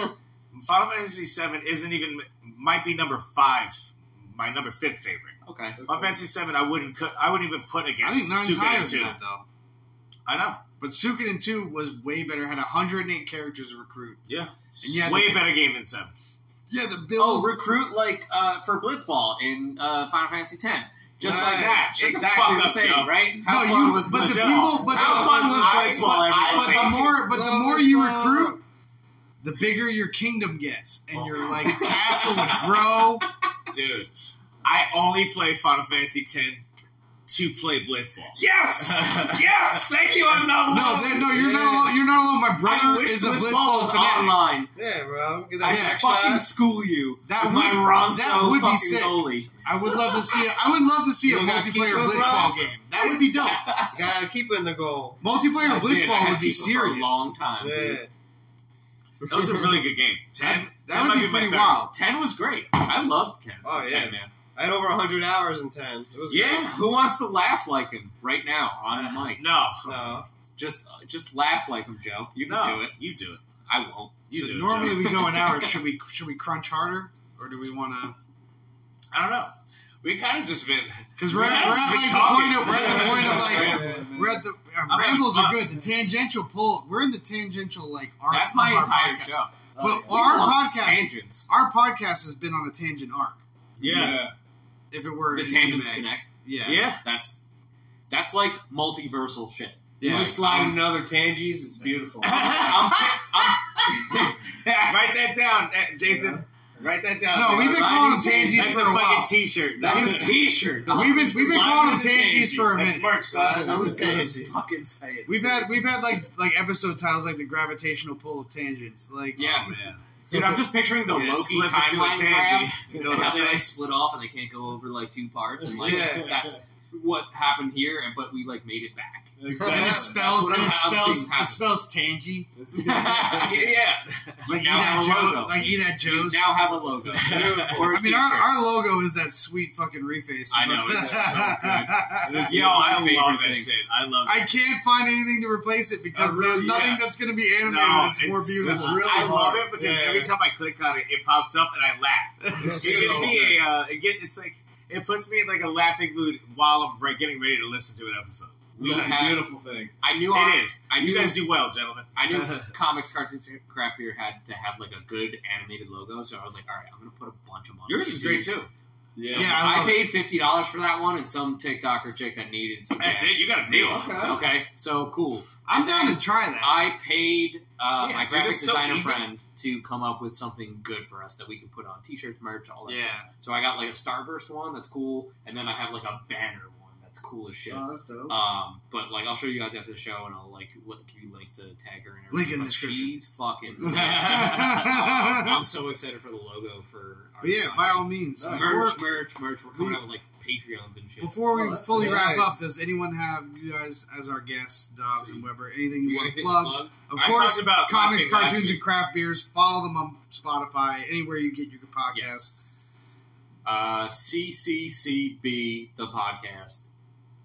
[SPEAKER 7] Final Fantasy VII isn't even might be number five, my number fifth favorite.
[SPEAKER 5] Okay.
[SPEAKER 7] Final Fantasy Seven, I wouldn't cut. I wouldn't even put against.
[SPEAKER 3] I think nine's
[SPEAKER 7] Super
[SPEAKER 3] higher
[SPEAKER 7] Nintendo.
[SPEAKER 3] than that though.
[SPEAKER 7] I know.
[SPEAKER 3] But Suikoden two was way better. Had 108 characters to recruit.
[SPEAKER 7] Yeah.
[SPEAKER 3] And you had
[SPEAKER 7] Way
[SPEAKER 3] the,
[SPEAKER 7] better game than Seven.
[SPEAKER 3] Yeah, the build.
[SPEAKER 5] Oh, recruit like uh, for Blitzball in uh, Final Fantasy X. Just like
[SPEAKER 3] Right.
[SPEAKER 5] that.
[SPEAKER 7] Shut the
[SPEAKER 5] exactly
[SPEAKER 7] fuck
[SPEAKER 5] the,
[SPEAKER 7] up,
[SPEAKER 5] same,
[SPEAKER 7] Joe.
[SPEAKER 5] right?
[SPEAKER 3] no, you. but the
[SPEAKER 5] Blitzball?
[SPEAKER 3] people. But
[SPEAKER 5] How
[SPEAKER 3] the,
[SPEAKER 5] fun was
[SPEAKER 7] I-
[SPEAKER 5] Blitzball?
[SPEAKER 7] but I-
[SPEAKER 5] everybody?
[SPEAKER 3] But the more, but the more you recruit, the bigger your kingdom gets, and your
[SPEAKER 5] Oh.
[SPEAKER 3] like castles grow.
[SPEAKER 7] Dude, I only play Final Fantasy X to play Blitzball. [LAUGHS]
[SPEAKER 2] Yes, yes. Thank you. I'm not
[SPEAKER 5] [LAUGHS]
[SPEAKER 3] No,
[SPEAKER 2] alone.
[SPEAKER 3] that, no, you're not alone. You're not alone. My
[SPEAKER 5] I
[SPEAKER 3] brother
[SPEAKER 5] wish
[SPEAKER 3] is a
[SPEAKER 5] Blitzball
[SPEAKER 3] blitzball
[SPEAKER 5] was
[SPEAKER 3] fanatic.
[SPEAKER 5] online.
[SPEAKER 4] [LAUGHS] Yeah, bro. Get
[SPEAKER 5] I
[SPEAKER 4] that
[SPEAKER 3] Yeah.
[SPEAKER 4] back
[SPEAKER 5] fucking
[SPEAKER 4] shot.
[SPEAKER 5] school you.
[SPEAKER 3] That
[SPEAKER 5] with
[SPEAKER 3] would-
[SPEAKER 5] my Ronso
[SPEAKER 3] that would be
[SPEAKER 5] fucking
[SPEAKER 3] sick.
[SPEAKER 5] goalie.
[SPEAKER 3] I would love to see. A, I would love to see a
[SPEAKER 4] You got
[SPEAKER 3] multiplayer
[SPEAKER 4] Keeper,
[SPEAKER 3] blitzball
[SPEAKER 4] bro?
[SPEAKER 3] game. That would be dope.
[SPEAKER 4] Gotta keep in the goal.
[SPEAKER 3] Multiplayer
[SPEAKER 5] I did. I
[SPEAKER 3] blitzball
[SPEAKER 5] had
[SPEAKER 3] would be
[SPEAKER 5] people
[SPEAKER 3] serious.
[SPEAKER 5] For a long time.
[SPEAKER 4] Yeah.
[SPEAKER 5] dude.
[SPEAKER 7] That was a really good game. Ten.
[SPEAKER 3] that
[SPEAKER 7] might
[SPEAKER 3] would be
[SPEAKER 7] my
[SPEAKER 3] pretty
[SPEAKER 7] favorite.
[SPEAKER 3] wild.
[SPEAKER 5] Ten was great. I loved Ken.
[SPEAKER 4] Oh, yeah.
[SPEAKER 5] Ten, man.
[SPEAKER 4] I had over 100 hours in 10. It was
[SPEAKER 5] Yeah. Who wants to laugh like him right now on the [SIGHS] mic?
[SPEAKER 7] No,
[SPEAKER 4] Great. [LAUGHS] No.
[SPEAKER 5] Just, just laugh like him, Joe. You can
[SPEAKER 7] no,
[SPEAKER 5] do it.
[SPEAKER 7] you do it.
[SPEAKER 5] I won't.
[SPEAKER 7] You
[SPEAKER 3] so
[SPEAKER 7] do
[SPEAKER 3] normally
[SPEAKER 7] it.
[SPEAKER 3] we go an
[SPEAKER 5] [LAUGHS]
[SPEAKER 3] hour. Should we should we crunch harder or do we want to?
[SPEAKER 7] Joe. I don't know. We kind of just been. [LAUGHS]
[SPEAKER 3] Because we're,
[SPEAKER 7] We
[SPEAKER 3] at-
[SPEAKER 7] have
[SPEAKER 3] we're at
[SPEAKER 7] been
[SPEAKER 3] like
[SPEAKER 7] talking.
[SPEAKER 3] the point of we're at the point of like
[SPEAKER 4] Yeah, man.
[SPEAKER 3] we're at the uh,
[SPEAKER 7] I'm having
[SPEAKER 3] rambles are
[SPEAKER 7] fun.
[SPEAKER 3] good. The tangential pull. We're in the tangential like arc.
[SPEAKER 5] That's my
[SPEAKER 3] of our
[SPEAKER 5] entire
[SPEAKER 3] podcast.
[SPEAKER 5] show.
[SPEAKER 3] But
[SPEAKER 5] We
[SPEAKER 3] our
[SPEAKER 5] go on
[SPEAKER 3] podcast,
[SPEAKER 5] Tangents.
[SPEAKER 3] our podcast has been on a tangent arc. If it were
[SPEAKER 5] The
[SPEAKER 3] an
[SPEAKER 5] tangents
[SPEAKER 3] anime.
[SPEAKER 5] connect.
[SPEAKER 3] yeah,
[SPEAKER 7] yeah.
[SPEAKER 5] That's, that's like multiversal shit. [LAUGHS]
[SPEAKER 3] yeah.
[SPEAKER 4] You just slide in other tangies. It's beautiful.
[SPEAKER 5] I'm, I'm,
[SPEAKER 7] [LAUGHS] Write that down, eh, Jason. Write that down.
[SPEAKER 3] No, we've been calling them tangies
[SPEAKER 7] That's
[SPEAKER 3] for
[SPEAKER 7] a
[SPEAKER 3] a
[SPEAKER 7] fucking
[SPEAKER 3] while.
[SPEAKER 7] T-shirt.
[SPEAKER 5] [LAUGHS] that's
[SPEAKER 7] That's
[SPEAKER 5] a T-shirt.
[SPEAKER 3] We've been we've been calling them tangies for a
[SPEAKER 7] That's
[SPEAKER 3] minute.
[SPEAKER 7] merch, son.
[SPEAKER 4] I'm with tangies.
[SPEAKER 5] [LAUGHS] fucking say it.
[SPEAKER 3] We've had we've had like like episode titles like the gravitational pull of tangents. Like
[SPEAKER 5] Yeah,
[SPEAKER 7] man.
[SPEAKER 5] dude, I'm just picturing the
[SPEAKER 7] Yeah,
[SPEAKER 5] Loki
[SPEAKER 7] slip into a
[SPEAKER 5] timeline grab.
[SPEAKER 7] [LAUGHS] tangent. You know
[SPEAKER 5] and
[SPEAKER 7] what
[SPEAKER 5] how
[SPEAKER 7] I'm
[SPEAKER 5] they like
[SPEAKER 7] saying?
[SPEAKER 5] split off and they can't go over like two parts, and like
[SPEAKER 4] Yeah.
[SPEAKER 5] that's what happened here, and but we like made it back.
[SPEAKER 3] and it spells
[SPEAKER 5] That's what
[SPEAKER 3] and it
[SPEAKER 5] I'm
[SPEAKER 3] spells
[SPEAKER 5] seeing happen.
[SPEAKER 3] it spells tangy.
[SPEAKER 7] [LAUGHS]
[SPEAKER 5] yeah,
[SPEAKER 3] Like eat
[SPEAKER 5] Now
[SPEAKER 3] at
[SPEAKER 5] have a
[SPEAKER 3] Joe
[SPEAKER 5] logo.
[SPEAKER 3] like eat at
[SPEAKER 5] We
[SPEAKER 3] Joe's.
[SPEAKER 5] now have a
[SPEAKER 7] [LAUGHS]
[SPEAKER 5] logo. Or a
[SPEAKER 3] I mean, our,
[SPEAKER 5] t-shirt.
[SPEAKER 3] our logo is that sweet fucking reface.
[SPEAKER 5] I know, it's
[SPEAKER 3] [LAUGHS]
[SPEAKER 5] so
[SPEAKER 3] I
[SPEAKER 7] Yo, I
[SPEAKER 5] Favorite
[SPEAKER 7] love
[SPEAKER 5] thing.
[SPEAKER 7] that shit. I love it.
[SPEAKER 3] can't find anything to replace it because
[SPEAKER 7] Oh, really?
[SPEAKER 3] there's nothing
[SPEAKER 7] Yeah.
[SPEAKER 3] that's going to be animated that's more beautiful.
[SPEAKER 7] I love
[SPEAKER 4] hard.
[SPEAKER 7] it because
[SPEAKER 4] Yeah.
[SPEAKER 7] every time I click on it, it pops up and I laugh. It
[SPEAKER 4] [LAUGHS]
[SPEAKER 7] gives me a. Uh, it get, it's like it puts me in like a laughing mood while I'm re- getting ready to listen to an episode.
[SPEAKER 5] we
[SPEAKER 4] That's
[SPEAKER 5] had-
[SPEAKER 4] a beautiful thing.
[SPEAKER 5] I knew I,
[SPEAKER 7] It is.
[SPEAKER 5] I knew
[SPEAKER 7] You guys do well, gentlemen.
[SPEAKER 5] I knew [LAUGHS] comics, cartoons, and craft beer had to have like a good animated logo, so I was like, all right, I'm gonna put a bunch of money.
[SPEAKER 7] Yours is great,
[SPEAKER 5] too.
[SPEAKER 3] Yeah, I
[SPEAKER 5] I
[SPEAKER 3] love it.
[SPEAKER 5] paid fifty dollars for that one, and some TikToker chick that needed some.
[SPEAKER 7] That's
[SPEAKER 5] cash.
[SPEAKER 7] it. You got a deal.
[SPEAKER 5] Okay, so cool.
[SPEAKER 3] I'm down to try that.
[SPEAKER 5] I [LAUGHS] paid uh,
[SPEAKER 7] Yeah,
[SPEAKER 5] my
[SPEAKER 7] dude,
[SPEAKER 5] graphic
[SPEAKER 7] it's so
[SPEAKER 5] designer
[SPEAKER 7] easy.
[SPEAKER 5] friend to come up with something good for us that we can put on t-shirts, merch, all that.
[SPEAKER 3] Yeah,
[SPEAKER 5] So I got like a Starburst one that's cool, and then I have like a banner one that's cool as shit.
[SPEAKER 4] Oh, that's dope.
[SPEAKER 5] Um, but like I'll show you guys after the show, and I'll like li- give you links to tag her and everything.
[SPEAKER 3] Link in the
[SPEAKER 5] but
[SPEAKER 3] description. [LAUGHS]
[SPEAKER 5] She's fucking. I'm so excited for the logo for.
[SPEAKER 3] [LAUGHS]
[SPEAKER 5] Our
[SPEAKER 3] but yeah, by all means. uh,
[SPEAKER 4] Alright.
[SPEAKER 3] Before,
[SPEAKER 5] merch, merch, merch. We're coming out with like Patreons and shit.
[SPEAKER 3] before
[SPEAKER 4] Oh,
[SPEAKER 3] we
[SPEAKER 4] that's
[SPEAKER 3] fully wrap
[SPEAKER 4] nice.
[SPEAKER 3] up, does anyone have you guys as our guests, Dobbs and Weber? Anything you,
[SPEAKER 5] You
[SPEAKER 3] want
[SPEAKER 5] gotta
[SPEAKER 3] to
[SPEAKER 5] hit
[SPEAKER 3] plug?
[SPEAKER 5] plug?
[SPEAKER 3] Of
[SPEAKER 7] I
[SPEAKER 3] course,
[SPEAKER 7] talked about my
[SPEAKER 3] comics,
[SPEAKER 7] thing last
[SPEAKER 3] cartoons,
[SPEAKER 7] week.
[SPEAKER 3] and craft beers. Follow them on Spotify, anywhere you get your podcast.
[SPEAKER 5] Yes. Uh, CCCB, the podcast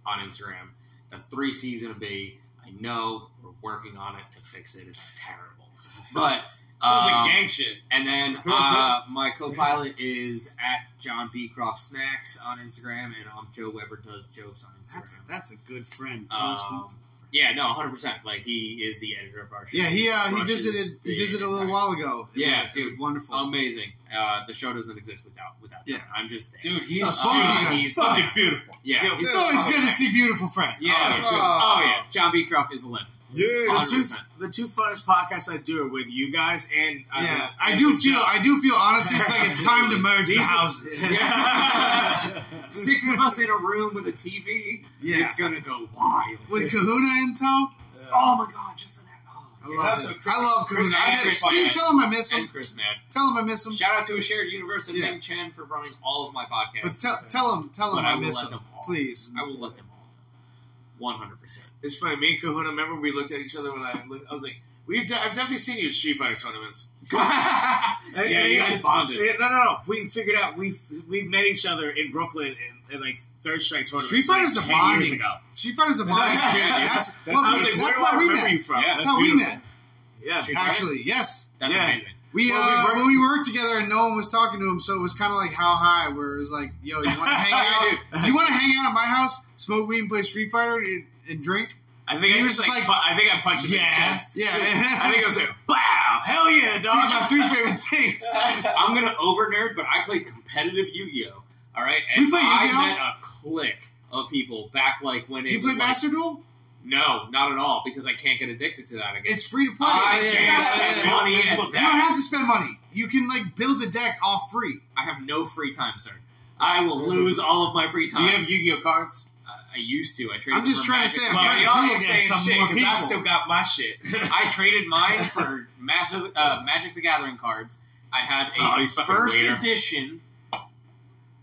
[SPEAKER 5] on Instagram. That's three C's and a B. I know we're working on it to fix it. It's terrible.
[SPEAKER 3] [LAUGHS]
[SPEAKER 5] But.
[SPEAKER 7] Sounds
[SPEAKER 5] um,
[SPEAKER 7] like gang shit.
[SPEAKER 5] and then uh, my co-pilot is at John B. Croft Snacks on Instagram, and I'm Joe Weber does jokes on
[SPEAKER 3] That's
[SPEAKER 5] Instagram.
[SPEAKER 3] that's a good friend.
[SPEAKER 5] Um, yeah, no, 100. percent Like he is the editor of our show.
[SPEAKER 3] Yeah, he uh, he
[SPEAKER 5] Crushes
[SPEAKER 3] visited he
[SPEAKER 5] the
[SPEAKER 3] visited a little
[SPEAKER 5] entire-
[SPEAKER 3] while ago. It
[SPEAKER 5] Yeah,
[SPEAKER 3] was, it
[SPEAKER 5] dude. Um,
[SPEAKER 3] was wonderful.
[SPEAKER 5] Amazing. Uh, the show doesn't exist without without.
[SPEAKER 3] Yeah.
[SPEAKER 5] John. I'm just there.
[SPEAKER 7] Dude,
[SPEAKER 3] Uh,
[SPEAKER 7] he's
[SPEAKER 3] both of you
[SPEAKER 5] Uh,
[SPEAKER 3] guys.
[SPEAKER 5] he's the
[SPEAKER 4] Fucking
[SPEAKER 5] man.
[SPEAKER 4] beautiful.
[SPEAKER 5] Yeah.
[SPEAKER 7] Dude,
[SPEAKER 3] it's always good to see beautiful friends.
[SPEAKER 5] Yeah.
[SPEAKER 4] Oh,
[SPEAKER 5] Oh yeah. John B. Croft is a legend.
[SPEAKER 4] Yeah.
[SPEAKER 5] 100%.
[SPEAKER 7] the two funnest podcasts I do are with you guys and uh,
[SPEAKER 3] Yeah, I
[SPEAKER 7] and
[SPEAKER 3] do
[SPEAKER 7] with
[SPEAKER 3] feel
[SPEAKER 7] Joe.
[SPEAKER 3] I do feel honestly it's like it's time
[SPEAKER 7] [LAUGHS]
[SPEAKER 3] to merge the
[SPEAKER 7] These are- [LAUGHS]
[SPEAKER 3] houses.
[SPEAKER 5] Yeah. Six of us in a room with a TV.
[SPEAKER 3] Yeah,
[SPEAKER 5] It's gonna go wild.
[SPEAKER 3] with Kahuna in tow.
[SPEAKER 5] Oh my god, just an
[SPEAKER 3] I
[SPEAKER 5] oh.
[SPEAKER 3] love
[SPEAKER 7] also
[SPEAKER 3] it.
[SPEAKER 7] Chris-
[SPEAKER 3] I love Kahuna.
[SPEAKER 7] Chris
[SPEAKER 3] I never
[SPEAKER 5] Andrews
[SPEAKER 3] speak.
[SPEAKER 5] fucking-
[SPEAKER 3] Tell him I miss him.
[SPEAKER 5] And Chris Mad.
[SPEAKER 3] Tell him I miss him.
[SPEAKER 5] Shout out to a shared universe and
[SPEAKER 3] Yeah.
[SPEAKER 5] Ming Chen for running all of my podcasts.
[SPEAKER 3] But tell tell him tell him
[SPEAKER 5] But
[SPEAKER 3] I
[SPEAKER 5] will
[SPEAKER 3] miss
[SPEAKER 5] let
[SPEAKER 3] him.
[SPEAKER 5] all.
[SPEAKER 3] Please.
[SPEAKER 5] I will let them all. One hundred percent.
[SPEAKER 7] It's funny. Me and Kahuna, remember we looked at each other when I looked, I was like, "We've de- I've definitely seen you at Street Fighter tournaments."
[SPEAKER 5] Yeah,
[SPEAKER 7] And- and
[SPEAKER 5] you
[SPEAKER 7] he's-
[SPEAKER 5] guys bonded.
[SPEAKER 7] Yeah, no, no, no. We figured out we we met each other in Brooklyn in, in like third strike tournament.
[SPEAKER 3] Street Fighter's
[SPEAKER 7] like,
[SPEAKER 3] a
[SPEAKER 7] 10 years
[SPEAKER 3] bonding.
[SPEAKER 7] ago.
[SPEAKER 3] She finds a
[SPEAKER 7] [LAUGHS]
[SPEAKER 3] bond.
[SPEAKER 7] Yeah, yeah.
[SPEAKER 3] That's
[SPEAKER 7] I was
[SPEAKER 3] well,
[SPEAKER 7] like,
[SPEAKER 3] that's
[SPEAKER 7] where do I
[SPEAKER 3] where we
[SPEAKER 7] remember
[SPEAKER 3] met.
[SPEAKER 7] you from?
[SPEAKER 5] Yeah.
[SPEAKER 3] That's how we met.
[SPEAKER 7] Yeah,
[SPEAKER 5] Shoot, right?
[SPEAKER 3] Actually, yes.
[SPEAKER 5] That's
[SPEAKER 7] Yeah.
[SPEAKER 5] amazing.
[SPEAKER 3] We
[SPEAKER 7] Well, we
[SPEAKER 3] uh,
[SPEAKER 7] worked-
[SPEAKER 3] when we worked together and no one was talking to him, so it was kind of like how high, where it was like, "Yo, you want to
[SPEAKER 7] [LAUGHS]
[SPEAKER 3] hang out? You want to hang out at my house, smoke weed, and play Street Fighter, and, and drink?"
[SPEAKER 7] I think
[SPEAKER 3] He
[SPEAKER 7] I
[SPEAKER 3] was
[SPEAKER 7] just
[SPEAKER 3] just
[SPEAKER 7] like,
[SPEAKER 3] like,
[SPEAKER 7] pu- I think I punched him in the chest.
[SPEAKER 3] yeah.
[SPEAKER 7] [LAUGHS] I think
[SPEAKER 3] [LAUGHS]
[SPEAKER 7] it was like, wow, hell yeah,
[SPEAKER 3] Dude,
[SPEAKER 7] dog.
[SPEAKER 3] my [LAUGHS]
[SPEAKER 7] [LAUGHS]
[SPEAKER 3] three favorite
[SPEAKER 5] [LAUGHS]
[SPEAKER 3] things.
[SPEAKER 5] I'm gonna over nerd, but I played competitive Yu-Gi-Oh. All right,
[SPEAKER 3] We
[SPEAKER 5] and
[SPEAKER 3] play
[SPEAKER 5] I
[SPEAKER 3] Yu-Gi-Oh?
[SPEAKER 5] met a clique of people back like when
[SPEAKER 3] Do you
[SPEAKER 5] it
[SPEAKER 3] play
[SPEAKER 5] was like,
[SPEAKER 3] Master Duel?
[SPEAKER 5] no, not at all, because I can't get addicted to that again.
[SPEAKER 3] It's free to play.
[SPEAKER 5] I
[SPEAKER 3] Yeah,
[SPEAKER 5] can't
[SPEAKER 3] yeah,
[SPEAKER 5] spend
[SPEAKER 3] yeah.
[SPEAKER 5] money.
[SPEAKER 7] Physical
[SPEAKER 5] at
[SPEAKER 3] You
[SPEAKER 5] that.
[SPEAKER 3] don't have to spend money. You can like build a deck all free.
[SPEAKER 5] I have no free time, sir. I will lose all of my free time.
[SPEAKER 7] Yu-Gi-Oh cards?
[SPEAKER 5] Uh, I used to. I traded.
[SPEAKER 3] I'm just
[SPEAKER 5] for
[SPEAKER 3] trying to
[SPEAKER 5] Magic
[SPEAKER 3] say I'm
[SPEAKER 5] cards.
[SPEAKER 3] trying
[SPEAKER 7] y'all
[SPEAKER 3] to do
[SPEAKER 7] ain't
[SPEAKER 3] against
[SPEAKER 7] saying
[SPEAKER 3] some
[SPEAKER 7] shit,
[SPEAKER 3] more
[SPEAKER 7] 'cause
[SPEAKER 3] people.
[SPEAKER 7] I still got
[SPEAKER 3] [LAUGHS]
[SPEAKER 7] my shit.
[SPEAKER 5] I traded mine for massive uh, Magic the Gathering cards. I had a
[SPEAKER 7] Oh, you fucking
[SPEAKER 5] first
[SPEAKER 7] waiter.
[SPEAKER 5] edition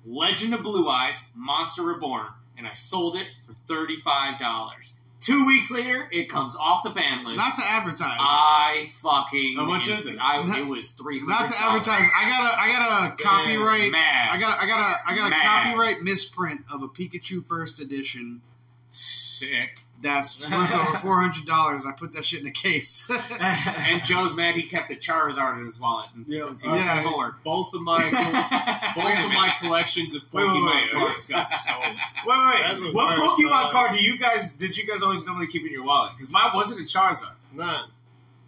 [SPEAKER 5] Legend of Blue Eyes Monster Reborn, and I sold it for thirty five dollars. Two weeks later, it comes off the ban list.
[SPEAKER 3] Not to advertise.
[SPEAKER 5] I fucking.
[SPEAKER 4] How much is it?
[SPEAKER 5] I,
[SPEAKER 3] Not-
[SPEAKER 5] it was three hundred.
[SPEAKER 3] Not to advertise. I got a I got a copyright.
[SPEAKER 5] mad.
[SPEAKER 3] I got a, I got a I got a
[SPEAKER 5] Mad.
[SPEAKER 3] copyright misprint of a Pikachu first edition.
[SPEAKER 5] sick.
[SPEAKER 3] That's worth
[SPEAKER 5] [LAUGHS]
[SPEAKER 3] over four hundred dollars. I put that shit in a case. [LAUGHS]
[SPEAKER 5] And Joe's mad he kept a Charizard in his wallet
[SPEAKER 3] Yeah.
[SPEAKER 5] since he was
[SPEAKER 3] Yeah.
[SPEAKER 5] four.
[SPEAKER 4] Both of
[SPEAKER 5] [LAUGHS]
[SPEAKER 4] my both of my collections of
[SPEAKER 7] Wait, wait,
[SPEAKER 4] Pokemon
[SPEAKER 7] wait.
[SPEAKER 4] cards
[SPEAKER 7] [LAUGHS]
[SPEAKER 4] got stolen.
[SPEAKER 7] Wait, wait,
[SPEAKER 4] That's the
[SPEAKER 7] wait. What
[SPEAKER 4] worst,
[SPEAKER 7] Pokemon
[SPEAKER 4] dog.
[SPEAKER 7] card do you guys did you guys always normally keep in your wallet? Because mine wasn't a Charizard.
[SPEAKER 4] None.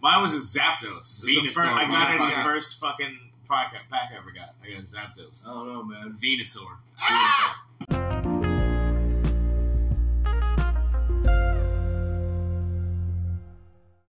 [SPEAKER 7] Mine was a Zapdos. It was the
[SPEAKER 5] Venusaur,
[SPEAKER 7] first- I got it in
[SPEAKER 3] motherfucker.
[SPEAKER 7] the first fucking pack, pack I ever got. I got a Zapdos.
[SPEAKER 4] I don't know, man.
[SPEAKER 5] Oh, Venusaur.
[SPEAKER 7] Ah!